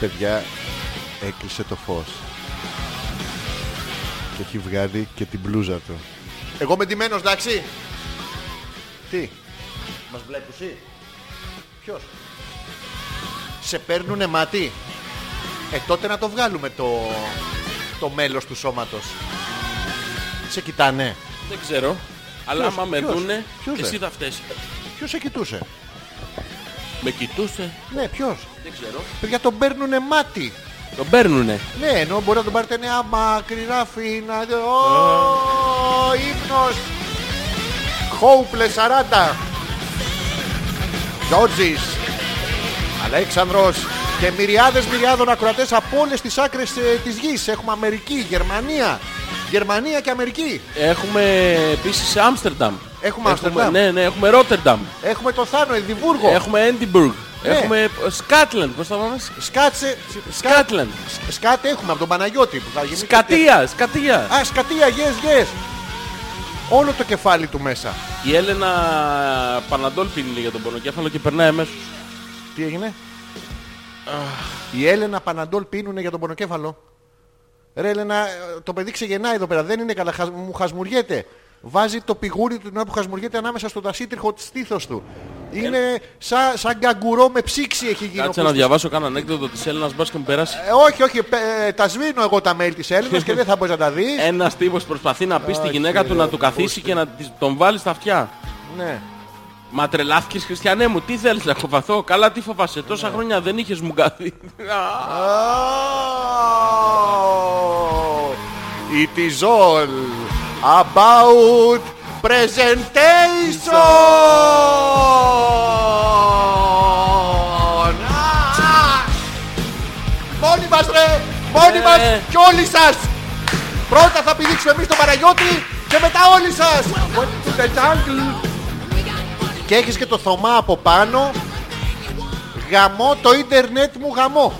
Speaker 1: παιδιά, έκλεισε το φως. Και έχει βγάλει και την μπλούζα του. Εγώ με ντυμένος, εντάξει. Τι. Μας βλέπεις εσύ. Ποιος. Σε παίρνουνε μάτι. Ε, τότε να το βγάλουμε το, το μέλος του σώματος. Σε κοιτάνε.
Speaker 2: Δεν ξέρω. Αλλά
Speaker 1: Ποιος,
Speaker 2: άμα με
Speaker 1: ποιος,
Speaker 2: δούνε,
Speaker 1: ποιος,
Speaker 2: εσύ
Speaker 1: ε?
Speaker 2: θα φταίς.
Speaker 1: Ποιος σε κοιτούσε.
Speaker 2: Με κοιτούσε.
Speaker 1: Ναι, ποιος.
Speaker 2: Δεν ξέρω.
Speaker 1: Παιδιά τον παίρνουνε μάτι.
Speaker 2: Τον παίρνουνε.
Speaker 1: Ναι, ενώ μπορεί να τον πάρετε νέα μακρινά φίνα. Ω, ύπνος. Χόουπλε 40. Τζότζης. Αλέξανδρος. Και μυριάδες μυριάδων ακροατές από όλες τις άκρες ε, της γης. Έχουμε Αμερική, Γερμανία. Γερμανία και Αμερική.
Speaker 2: Έχουμε επίσης Άμστερνταμ.
Speaker 1: Έχουμε Άμστερνταμ.
Speaker 2: Ναι, ναι, έχουμε Ρότερνταμ.
Speaker 1: Έχουμε το Θάνο, Εδιμβούργο.
Speaker 2: Έχουμε Έντιμπουργκ.
Speaker 1: Ναι.
Speaker 2: Έχουμε Σκάτλαντ. Πώς θα πάμε.
Speaker 1: Σκάτσε. Σκάτ,
Speaker 2: Σκάτλαντ.
Speaker 1: σκάτ έχουμε από τον Παναγιώτη που θα γεννήθηκε.
Speaker 2: Σκατία, Σκατία.
Speaker 1: Α, σκατία, yes, yes. Όλο το κεφάλι του μέσα.
Speaker 2: Η Έλενα Παναντόλ πίνει για τον πονοκέφαλο και περνάει αμέσως.
Speaker 1: Τι έγινε? Η Έλενα Παναντόλ πίνουνε για τον πονοκέφαλο. Ρε Έλενα, ε, το παιδί ξεγεννάει εδώ πέρα. Δεν είναι καλά. χα- Μου χασμουριέται. Βάζει το πηγούρι του την ώρα που χασμουριέται ανάμεσα στο δασίτριχο της στήθος του. Είναι σαν, σαν γκαγκουρό με ψήξη έχει γίνει.
Speaker 2: Ε. Κάτσε
Speaker 1: ο
Speaker 2: να
Speaker 1: Κώστας.
Speaker 2: διαβάσω κάνα ανέκδοτο της Έλενας μπας και μου περάσει.
Speaker 1: Ε, όχι, όχι. πε- ε, τα σβήνω εγώ τα mail της Έλενας και δεν θα μπορείς να τα δεις.
Speaker 2: Ένας τύπος προσπαθεί να πει στη γυναίκα του να του καθίσει και να της- τον βάλει στα αυτιά.
Speaker 1: ναι.
Speaker 2: Μα τρελάθηκες χριστιανέ μου, τι θέλεις να κοπαθώ. Καλά τι φοβάσαι, τόσα
Speaker 1: Ναι.
Speaker 2: χρόνια δεν είχες μου καθίσει.
Speaker 1: Oh, It is all about presentation. Ah! Μόνοι μας ρε, μόνοι
Speaker 2: Ε.
Speaker 1: μας και όλοι σας. Πρώτα θα πηδήξουμε εμείς τον Παναγιώτη και μετά όλοι σας. Welcome to the jungle. Και έχεις και το Θωμά από πάνω. Γαμό το ίντερνετ μου γαμό.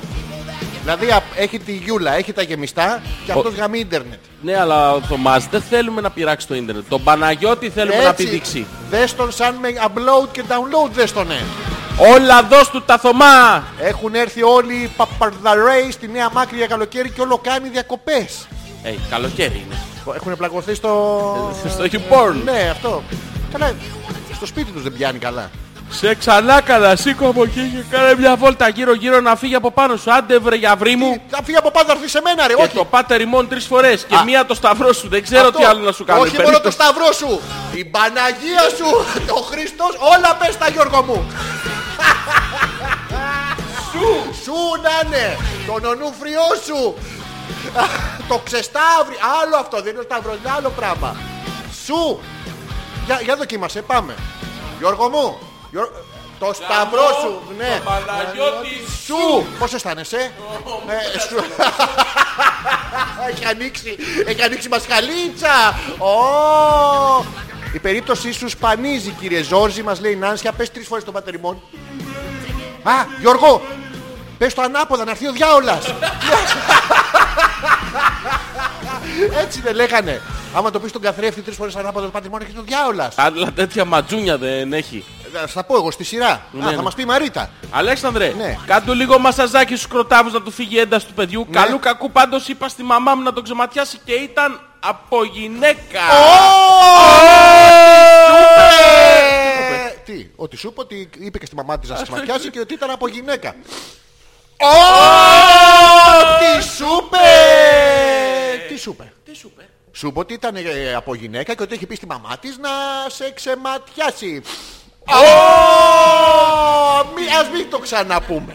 Speaker 1: Δηλαδή α- έχει τη γιούλα, έχει τα γεμιστά και αυτός γαμεί ίντερνετ.
Speaker 2: Ναι, αλλά ο Θωμάς δεν θέλουμε να πειράξει το ίντερνετ. Τον Παναγιώτη θέλουμε να
Speaker 1: Έτσι,
Speaker 2: πηδήξει.
Speaker 1: Δες τον σαν με upload και download δες τον ε.
Speaker 2: Όλα δώσ' του τα Θωμά.
Speaker 1: Έχουν έρθει όλοι οι παπαρδαρέοι στη Νέα Μάκρη για καλοκαίρι και όλο κάνει διακοπές.
Speaker 2: Ε, καλοκαίρι είναι.
Speaker 1: Έχουν πλακωθεί στο...
Speaker 2: Στο YouPorn.
Speaker 1: Ε, Ναι, αυτό. Καλά, στο σπίτι τους δεν πιάνει καλά.
Speaker 2: Σε ξανά καλά, σήκω από εκεί και κάνε μια βόλτα γύρω γύρω να φύγει από πάνω σου. Άντε βρε για βρή μου.
Speaker 1: Θα φύγει Ε, από πάνω, θα έρθει σε μένα ρε,
Speaker 2: Και
Speaker 1: όχι.
Speaker 2: το πάτερ ημών τρεις φορές. Και
Speaker 1: Α.
Speaker 2: μία το σταυρό σου. Δεν ξέρω
Speaker 1: Αυτό.
Speaker 2: τι άλλο να σου κάνω.
Speaker 1: Όχι μόνο το σταυρό σου, την Παναγία σου, ο Χριστός, όλα πες τα Γιώργο μου. σου, σου να είναι, τον ονούφριό σου. το ξεσταύρι, άλλο αυτό, δεν είναι ο σταυρός, είναι άλλο πράγμα. Σου, για, για δοκίμασε, πάμε. Γιώργο μου, Γιώργο- το σταυρό σου, ναι. Σου! Πώς αισθάνεσαι? Ε, σου. Έχει ανοίξει, έχει ανοίξει η μασχαλίτσα. Ω! Η περίπτωσή σου σπανίζει κύριε Ζόρζη, μας λέει η Νάνσια, πες τρεις φορές τον πατερημόν. Α, Γιώργο, πες το ανάποδα να έρθει ο διάολας. Έτσι δεν λέγανε. Άμα το πεις τον καθρέφτη τρεις φορές ανάποδα τον πατερημόν έχει ο διάολας.
Speaker 2: Αλλά τέτοια ματζούνια δεν έχει.
Speaker 1: Ε, Θα πω εγώ στη σειρά.
Speaker 2: Ναι,
Speaker 1: Α,
Speaker 2: ναι.
Speaker 1: θα μας πει η Μαρίτα.
Speaker 2: Αλέξανδρε,
Speaker 1: Ναι.
Speaker 2: κάντου λίγο μασαζάκι στους κροτάβους να του φύγει η ένταση του παιδιού. Καλού κακού πάντως είπα στη μαμά μου να τον ξεματιάσει και ήταν από γυναίκα.
Speaker 1: Ε, Τι, ότι σου είπε ότι είπε και στη μαμά της να σε ματιάσει και ότι ήταν από γυναίκα. Τι σου είπε! Τι σου είπε.
Speaker 2: Τι σου είπε.
Speaker 1: Σου είπε ότι ήταν ε, από γυναίκα και ότι έχει πει στη μαμά της να σε ξεματιάσει. Ω, μη- Ας μην το ξαναπούμε.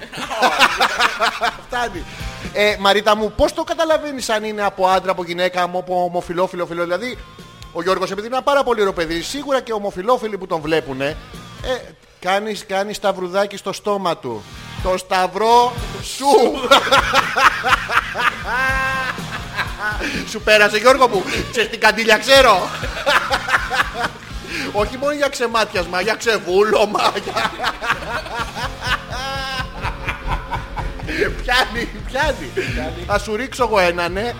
Speaker 1: Φτάνει. Ε, Μαρίτα μου, πώς το καταλαβαίνεις αν είναι από άντρα, από γυναίκα, από ομοφιλόφιλο, φιλό. Δηλαδή, ο Γιώργος επειδή είναι ένα πάρα πολύ ωραίο παιδί, σίγουρα και ομοφιλόφιλοι που τον βλέπουν, ε, κάνεις, κάνεις σταυρουδάκι στο στόμα του. Το σταυρό σου. Σου πέρασε Γιώργο μου Ξέρεις την καντήλια ξέρω Όχι μόνο για ξεμάτιασμα Για ξεβούλωμα για... Πιάνει, πιάνει Θα σου ρίξω εγώ ένα ναι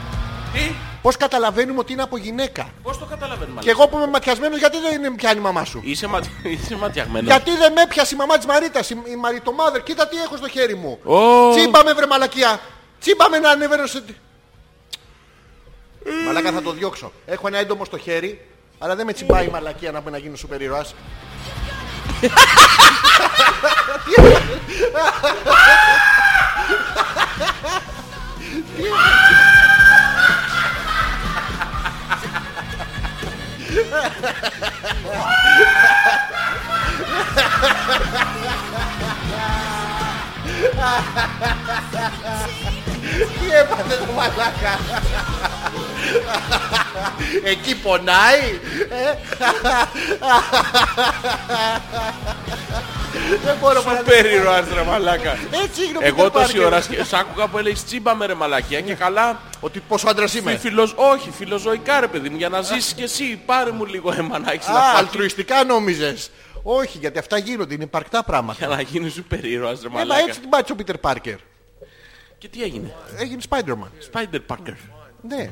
Speaker 2: Τι,
Speaker 1: Πώς καταλαβαίνουμε ότι είναι από γυναίκα.
Speaker 2: Πώς το καταλαβαίνουμε.
Speaker 1: Και εγώ που είμαι ματιασμένος, γιατί δεν με πιάνει η μαμά σου.
Speaker 2: Είσαι, μα... είσαι ματιαγμένος.
Speaker 1: Γιατί δεν με πιάσει η μαμά της Μαρίτας, η- η Μαριτομάδερ, κοίτα τι έχω στο χέρι μου.
Speaker 2: Ω.
Speaker 1: Τσίμπα με βρε μαλακία. Τσίμπα με να ανέβαινε σε... Μαλάκα θα το διώξω. Έχω ένα έντομο στο χέρι, αλλά δεν με τσιμπάει η μαλακία να πει να γίνω σούπερ ήρωας. Τι έπαθες το μαλάκα. Εκεί πονάει. ε. Δεν μπορώ παρά.
Speaker 4: Περίρωας ρε μαλάκα.
Speaker 1: Έτσι γνωρίζω.
Speaker 2: Εγώ τόση ώρα σκε- σ' άκουγα που έλεγες τσίμπα με ρε μαλακία και καλά.
Speaker 1: Ότι πόσο άντρας είμαι.
Speaker 2: Φιλο... Όχι, φιλοζωικά ρε παιδί μου, για να ζήσεις κι εσύ. Πάρε μου λίγο αίμα να έχεις να
Speaker 1: Α,
Speaker 2: φας
Speaker 1: αλτρουιστικά νόμιζες. Όχι, γιατί αυτά γίνονται, είναι υπαρκτά πράγματα.
Speaker 2: για να γίνεις σου περίρωας ρε
Speaker 1: Έλα
Speaker 2: μαλάκα.
Speaker 1: έτσι την πάτησε ο Πίτερ Πάρκερ.
Speaker 2: Και τι έγινε.
Speaker 1: Έγινε Spider-Man.
Speaker 2: Spider Parker.
Speaker 1: Ναι.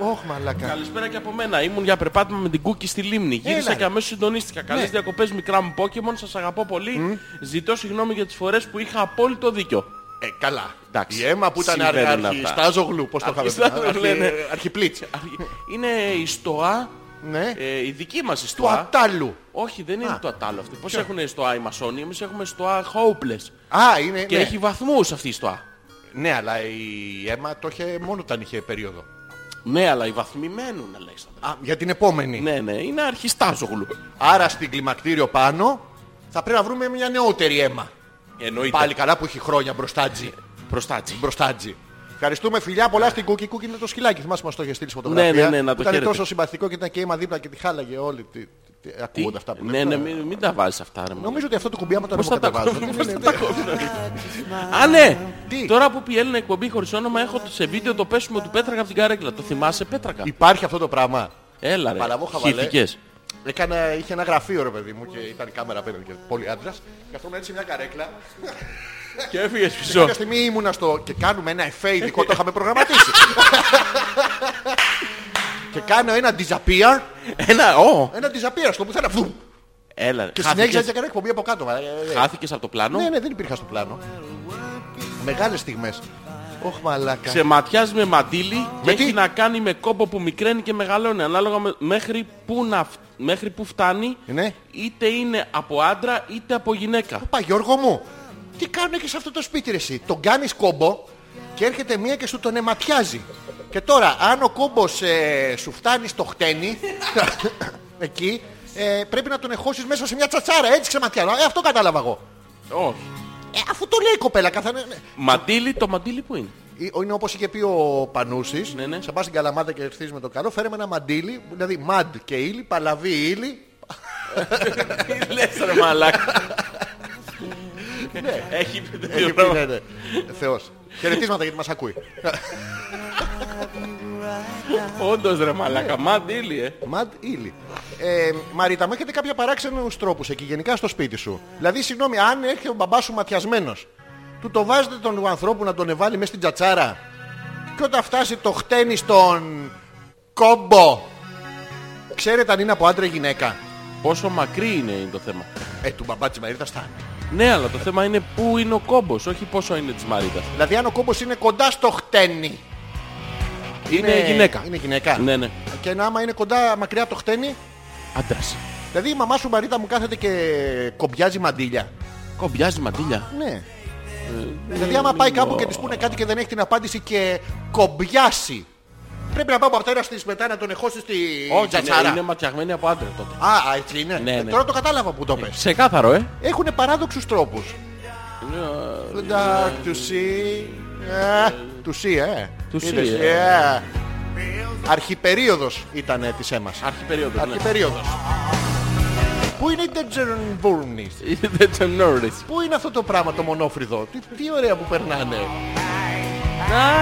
Speaker 1: Όχι, μαλακά.
Speaker 2: Καλησπέρα και από μένα. Ήμουν για περπάτημα με την Κούκη στη λίμνη. Γύρισα
Speaker 1: ρε. Ναι.
Speaker 2: και αμέσως συντονίστηκα. Καλές διακοπές μικρά μου Pokémon. Σας αγαπώ πολύ. Ζητώ συγγνώμη για τις φορές που είχα απόλυτο δίκιο.
Speaker 1: Ε, καλά.
Speaker 2: Εντάξει.
Speaker 1: Η αίμα που ήταν
Speaker 2: Συμβαίνουν αυτά.
Speaker 1: αρχιστάζογλου, πώς το είχαμε πει.
Speaker 2: Αρχιστάζογλου,
Speaker 1: Αρχι-
Speaker 2: ναι.
Speaker 1: Αρχιπλίτς.
Speaker 2: Είναι η στοά,
Speaker 1: Ναι.
Speaker 2: ε, η δική μας η
Speaker 1: Του
Speaker 2: στοά.
Speaker 1: ατάλου.
Speaker 2: Όχι, δεν είναι το ατάλλο αυτή. Πώς έχουν στοά οι μασόνοι, εμείς έχουμε στοά hopeless.
Speaker 1: Α, είναι.
Speaker 2: Και
Speaker 1: ναι.
Speaker 2: έχει βαθμούς αυτή η στοά.
Speaker 1: Ναι, αλλά η αίμα το είχε μόνο όταν είχε περίοδο.
Speaker 2: Ναι, αλλά οι βαθμοί μένουν, Αλέξανδρα.
Speaker 1: Α, για την επόμενη.
Speaker 2: Ναι, ναι, είναι αρχιστάζογλου.
Speaker 1: Άρα στην κλιμακτήριο πάνω θα πρέπει να βρούμε μια νεότερη αίμα.
Speaker 2: Εννοείται.
Speaker 1: Πάλι καλά που έχει χρόνια
Speaker 2: Ε,
Speaker 1: μπροστάτζι.
Speaker 2: προστάτσι.
Speaker 1: Μπροστάτζι. Ευχαριστούμε φιλιά πολλά στην Κούκι. Κούκι είναι το σκυλάκι. Θυμάσαι μας το είχε στείλει φωτογραφία.
Speaker 2: Ναι, ναι, ναι, να το
Speaker 1: Ήταν
Speaker 2: χαίρετε.
Speaker 1: τόσο συμπαθικό και ήταν και αίμα δίπλα και τη χάλαγε όλη. Τι, τι- τι- ακούγονται αυτά που
Speaker 2: Ναι,
Speaker 1: λέμε.
Speaker 2: ναι, μην, μην τα βάζεις αυτά, ρε. μου.
Speaker 1: Νομίζω Ναι, ότι αυτό το κουμπί άμα το
Speaker 2: Πώς θα τα
Speaker 1: ανεμοκατεβάζω,
Speaker 2: κόβουμε,
Speaker 1: δεν
Speaker 2: πώς
Speaker 1: είναι-
Speaker 2: θα τα κόβουμε. Α, ναι!
Speaker 1: Τι?
Speaker 2: Τώρα που πιέλνει εκπομπή χωρίς όνομα, έχω σε βίντεο το πέσιμο του Πέτρακα από την καρέκλα. Το θυμάσαι, Πέτρακα.
Speaker 1: Υπάρχει αυτό το πράγμα.
Speaker 2: Έλα, ρε.
Speaker 1: Παλαβό χαβαλέ.
Speaker 2: Χύθηκες.
Speaker 1: Ε. Έκανα, είχε ένα γραφείο ρε παιδί μου και ήταν η κάμερα απέναντι και πολύ άντρας. Καθόμουν έτσι σε μια καρέκλα.
Speaker 2: Και έφυγες πίσω.
Speaker 1: Κάποια στιγμή ήμουνα στο. και κάνουμε ένα εφέ ειδικό, το είχαμε προγραμματίσει. και κάνω ένα disappear,
Speaker 2: Ένα, ω!
Speaker 1: ένα disappear στο πουθενά. Βδουμ.
Speaker 2: Έλα, ρε.
Speaker 1: Και
Speaker 2: Χάθηκες-
Speaker 1: συνέχισα και έκανα εκπομπή από κάτω. μα, ε, ε, ε.
Speaker 2: Χάθηκες από το πλάνο.
Speaker 1: Ναι, ναι, δεν υπήρχα στο πλάνο. Μεγάλες στιγμές. Όχι μαλάκα.
Speaker 2: Σε ματιάζει με μαντίλι και
Speaker 1: τι?
Speaker 2: έχει να κάνει με κόμπο που μικραίνει και μεγαλώνει. Ανάλογα με, μέχρι, που να, φ- μέχρι που φτάνει,
Speaker 1: Ναι.
Speaker 2: είτε είναι από άντρα είτε από γυναίκα.
Speaker 1: Πα Γιώργο μου, τι κάνω και σε αυτό το σπίτι ρε εσύ. Τον κάνεις κόμπο και έρχεται μία και σου τον εματιάζει. Και τώρα αν ο κόμπος ε, σου φτάνει στο χτένι, εκεί, ε, πρέπει να τον εχώσεις μέσα σε μια τσατσάρα. Έτσι ξεματιάζει. Ε, αυτό κατάλαβα εγώ.
Speaker 2: Όχι.
Speaker 1: Ε, αφού το λέει η κοπέλα, καθανε...
Speaker 2: Μαντίλι, το μαντίλι που είναι.
Speaker 1: Ε, Είναι όπως είχε πει ο Πανούσης,
Speaker 2: Ναι, ναι.
Speaker 1: σε πας στην Καλαμάτα και έρθεις με το καλό, φέρε με ένα μαντίλι, δηλαδή μαντ και ύλη, παλαβή ύλη, Ε,
Speaker 2: Τι λες ρε μαλάκα. Ναι, Έχει πει
Speaker 1: Έχει
Speaker 2: τέτοιο
Speaker 1: πει,
Speaker 2: πράγμα.
Speaker 1: ναι, ναι. Θεός. Χαιρετίσματα γιατί μας ακούει.
Speaker 2: Όντως ρε μαλάκα,
Speaker 1: Ναι.
Speaker 2: μαντίλι ε.
Speaker 1: Μαντ ύλη. Ε, Μαρίτα, μου έχετε κάποια παράξενους τρόπους εκεί γενικά στο σπίτι σου. Δηλαδή, συγγνώμη, αν έρχεται ο μπαμπάς σου ματιασμένος, του το βάζετε τον ανθρώπου να τον εβάλει μέσα στην τσατσάρα και όταν φτάσει το χτένι στον κόμπο. Ξέρετε αν είναι από άντρα ή γυναίκα.
Speaker 2: Πόσο μακρύ είναι, είναι το θέμα.
Speaker 1: Ε, του μπαμπά της Μαρίτας θα είναι.
Speaker 2: Ναι, αλλά το θέμα είναι πού είναι ο κόμπος, όχι πόσο είναι της Μαρίτας.
Speaker 1: Δηλαδή, αν ο κόμπος είναι κοντά στο χτένι. Ναι,
Speaker 2: Είναι γυναίκα.
Speaker 1: Είναι γυναίκα.
Speaker 2: Ναι, ναι.
Speaker 1: Και να άμα είναι κοντά μακριά από το χτένι.
Speaker 2: Άντρας.
Speaker 1: Δηλαδή η μαμά σου Μαρίτα μου κάθεται και κομπιάζει μαντίλια.
Speaker 2: Κομπιάζει μαντίλια.
Speaker 1: Ναι. Δηλαδή άμα πάει κάπου και της πούνε κάτι και δεν έχει την απάντηση και κομπιάσει. Πρέπει να πάω από αυτά να στις μετά να τον εχώσει στη
Speaker 2: Όχι, ναι,
Speaker 1: τσατσάρα.
Speaker 2: είναι ματιαγμένη από άντρα τότε.
Speaker 1: Α, α, έτσι είναι.
Speaker 2: Ναι,
Speaker 1: Ε,
Speaker 2: ναι.
Speaker 1: Τώρα το κατάλαβα που το πες.
Speaker 2: Ξεκάθαρο, ε.
Speaker 1: Έχουν παράδοξους τρόπους.
Speaker 2: Ναι,
Speaker 1: Dark to see. Ε, To see, ε.
Speaker 2: To see,
Speaker 1: Είδες,
Speaker 2: ε.
Speaker 1: ε. Αρχιπερίοδος ήταν της έμας.
Speaker 2: Αρχιπερίοδος, ναι.
Speaker 1: Αρχιπερίοδος. Πού είναι η Ντετζερνβούρνης.
Speaker 2: Δεν το γνώριζε.
Speaker 1: Πού είναι αυτό το πράγμα το μονόφρυδο, τι, τι ωραία που περνάνε.
Speaker 2: Άι,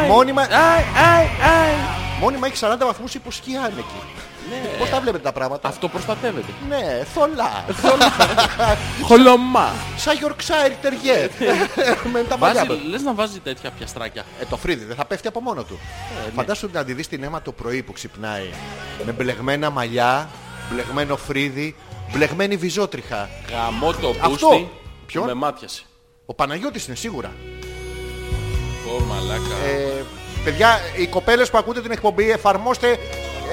Speaker 1: ναι. Μόνιμα-
Speaker 2: Άι, άι, άι.
Speaker 1: Μόνιμα έχει 40 βαθμούς υποσχιάνε εκεί. Πώς τα βλέπετε τα πράγματα.
Speaker 2: Αυτό προστατεύεται.
Speaker 1: Ναι, θολά.
Speaker 2: Χολωμά.
Speaker 1: Σαν Yorkshire τεριέ. Με τα μαλλιά.
Speaker 2: Βάζει, λες να βάζει τέτοια πιαστράκια.
Speaker 1: Ε, το φρύδι δεν θα πέφτει από μόνο του. Φαντάσου να τη δεις την αίμα το πρωί που ξυπνάει. Με μπλεγμένα μαλλιά, μπλεγμένο φρύδι, μπλεγμένη βυζότριχα.
Speaker 2: Γαμώ το
Speaker 1: Αυτό.
Speaker 2: μπούστι.
Speaker 1: Ποιον?
Speaker 2: Με μάτιασε.
Speaker 1: Ο Παναγιώτης είναι σίγουρα.
Speaker 2: Ω μαλάκα.
Speaker 1: Ε, παιδιά, οι κοπέλες που ακούτε την εκπομπή, εφαρμόστε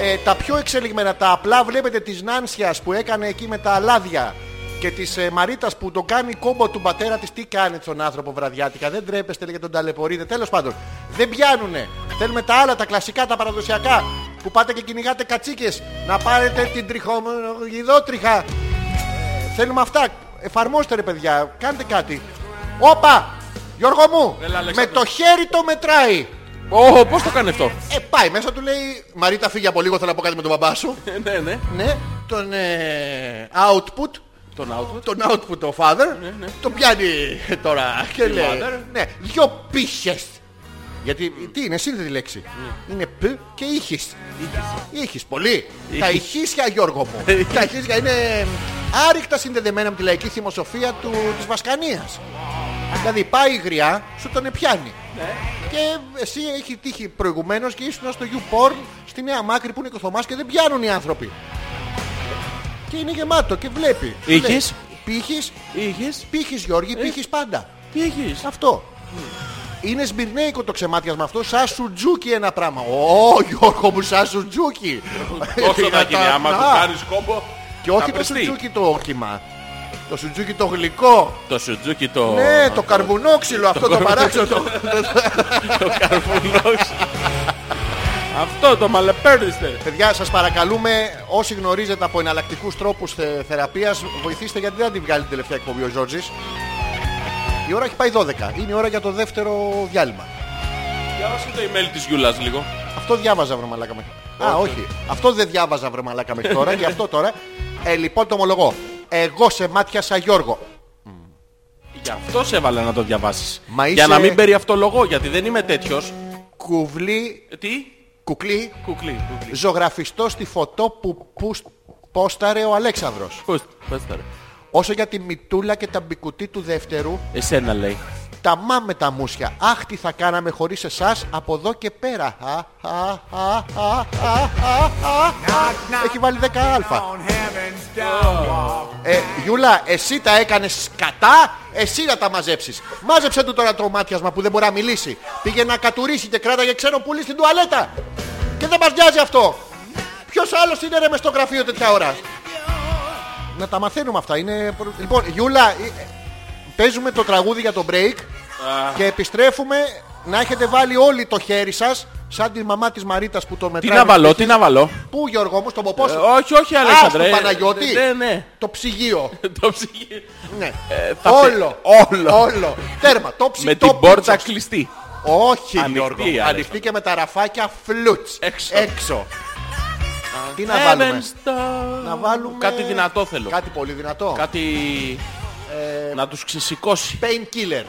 Speaker 1: ε, τα πιο εξελιγμένα. Τα απλά βλέπετε της Νάνσιας που έκανε εκεί με τα αλάδια και της ε, Μαρίτας που τον κάνει κόμπο του πατέρα της. Τι κάνετε στον άνθρωπο βραδιάτικα, δεν τρέπεστε λέει, και τον ταλαιπωρείτε. Τέλος πάντων, δεν πιάνουνε. Θέλουμε τα άλλα, τα κλασικά, τα παραδοσιακά που πάτε και κυνηγάτε κατσίκες. Να πάρετε την τριχομογιδότριχα. Θέλουμε αυτά. Εφαρμόστε ρε παιδιά. Κάντε κάτι. Όπα! Γιώργο μου!
Speaker 2: Έλα,
Speaker 1: με
Speaker 2: Αλέξανδρε.
Speaker 1: το χέρι το μετράει.
Speaker 2: Ω, πώς το κάνει αυτό.
Speaker 1: Ε, πάει μέσα του λέει Μαρίτα φύγει από λίγο θέλω να πω κάτι με τον μπαμπά σου.
Speaker 2: Ε, ναι, ναι.
Speaker 1: ναι. Τον ε, output.
Speaker 2: Τον output.
Speaker 1: Τον output το father. Τον πιάνει τώρα και λέει.
Speaker 2: mother.
Speaker 1: Ναι. Δυο πύχες. Γιατί τι είναι σύνθετη λέξη. Είναι π και ήχης. Ήχης πολύ. Τα ηχίσια Γιώργο μου. Τα ηχίσια είναι άρρηκτα συνδεδεμένα με τη λαϊκή θυμοσοφία του, της Βασκανίας. Δηλαδή πάει η γριά, σου τον πιάνει.
Speaker 4: Ναι.
Speaker 1: Και εσύ έχει τύχει προηγουμένως και ήσουν στο YouPorn στη Νέα Μάκρη που είναι κοθωμάς και δεν πιάνουν οι άνθρωποι. Και είναι γεμάτο και βλέπει.
Speaker 2: Ήχης.
Speaker 1: Πύχης,
Speaker 2: Είχες.
Speaker 1: πύχης
Speaker 4: Ε.
Speaker 1: Γιώργη, πύχης πάντα.
Speaker 2: Τι έχεις.
Speaker 1: Αυτό. Είναι σμπυρνέικο το ξεμάτιασμα αυτό, σαν σουτζούκι ένα πράγμα. Ω, Γιώργο μου, σαν σουτζούκι. Ε,
Speaker 4: Όσο θα γίνει,
Speaker 1: Να,
Speaker 4: άμα
Speaker 1: να.
Speaker 4: του κάνεις κόμπο.
Speaker 1: Και όχι
Speaker 4: θα
Speaker 1: το
Speaker 4: πριστεί.
Speaker 1: σουτζούκι το όχημα. Το σουτζούκι το γλυκό.
Speaker 2: Το σουτζούκι το...
Speaker 1: Ναι, το καρβουνόξυλο αυτό το παράξενο.
Speaker 2: Το καρβουνός. Αυτό το μαλεπέρδιστε.
Speaker 1: Παιδιά, σας παρακαλούμε, όσοι γνωρίζετε από εναλλακτικούς τρόπους θε, θεραπείας, βοηθήστε γιατί δεν τη βγάλει την τελευταία εκπομπή ο Ζόρζης. Η ώρα έχει πάει 12. Είναι η ώρα για το δεύτερο διάλειμμα.
Speaker 2: Διάβασε το email της Γιούλας λίγο.
Speaker 1: Αυτό διάβαζα βρε μαλάκα μέχρι τώρα. Α, όχι. Αυτό δεν διάβαζα βρε μαλάκα μέχρι τώρα. Γι' αυτό τώρα. Ε, λοιπόν, το ομολογώ. Εγώ σε μάτιασα Γιώργο.
Speaker 2: Γι' αυτό σε έβαλα να το διαβάσεις.
Speaker 1: Μα
Speaker 2: Για
Speaker 1: είσαι-
Speaker 2: να μην περιαυτολογώ, γιατί δεν είμαι τέτοιος.
Speaker 1: Κουβλί,
Speaker 2: Ε, Τι,
Speaker 1: κουκλί,
Speaker 2: κουκλί, κουκλί.
Speaker 1: ζωγραφιστός στη φωτό που πουσ- πόσταρε ο Αλέξανδρος.
Speaker 2: Πώς, πώς τώρα.
Speaker 1: Όσο για τη μητούλα και τα μπικουτί του δεύτερου,
Speaker 2: Εσένα λέει.
Speaker 1: τα μα με τα μουσια. Αχ, τι θα κάναμε χωρίς εσάς από εδώ και πέρα. Α, α, α, α, α, α, α. Έχει βάλει 10α. Ε, Γιούλα, εσύ τα έκανες σκατά, εσύ να τα μαζέψεις. Μάζεψε του τώρα το μάτιασμα που δεν μπορεί να μιλήσει. Πήγε να κατουρίσει και κράταγε ξένο πουλί στην τουαλέτα. Και δεν μας νοιάζει αυτό. Ποιος άλλος είναι ρε μες στο γραφείο τέτοια ώρα. Να τα μαθαίνουμε αυτά. Είναι... προ- Λοιπόν, Γιούλα, ε, ε, παίζουμε το τραγούδι για το break και επιστρέφουμε να έχετε βάλει όλοι το χέρι σας σαν τη μαμά της Μαρίτας που το
Speaker 2: Τι
Speaker 1: μετράει.
Speaker 2: να βάλω, τι να βάλω.
Speaker 1: Πού Γιώργο μου, στον ποπό
Speaker 2: Ε,
Speaker 1: σου.
Speaker 2: Όχι, όχι, Αλέξανδρε.
Speaker 1: στον
Speaker 2: Ε,
Speaker 1: Παναγιώτη.
Speaker 2: Ναι, ναι.
Speaker 1: Το ψυγείο.
Speaker 2: Το ψυγείο.
Speaker 1: Ναι.
Speaker 2: Ε, θα
Speaker 1: όλο.
Speaker 2: πει- όλο.
Speaker 1: όλο. Τέρμα. Το ψητό
Speaker 2: Με την
Speaker 1: πίτσο.
Speaker 2: πόρτα κλειστή.
Speaker 1: Όχι,
Speaker 2: Ανοιχτή,
Speaker 1: Γιώργο.
Speaker 2: Άλεξα.
Speaker 1: Ανοιχτή και με τα ραφάκια φλουτς.
Speaker 2: Έξω.
Speaker 1: Τι να βάλουμε.
Speaker 2: Heaven's door.
Speaker 1: Να βάλουμε...
Speaker 2: Κάτι δυνατό θέλω.
Speaker 1: Κάτι Ε, πολύ δυνατό.
Speaker 2: Κάτι... Να τους ξεσηκώσει.
Speaker 1: Painkiller.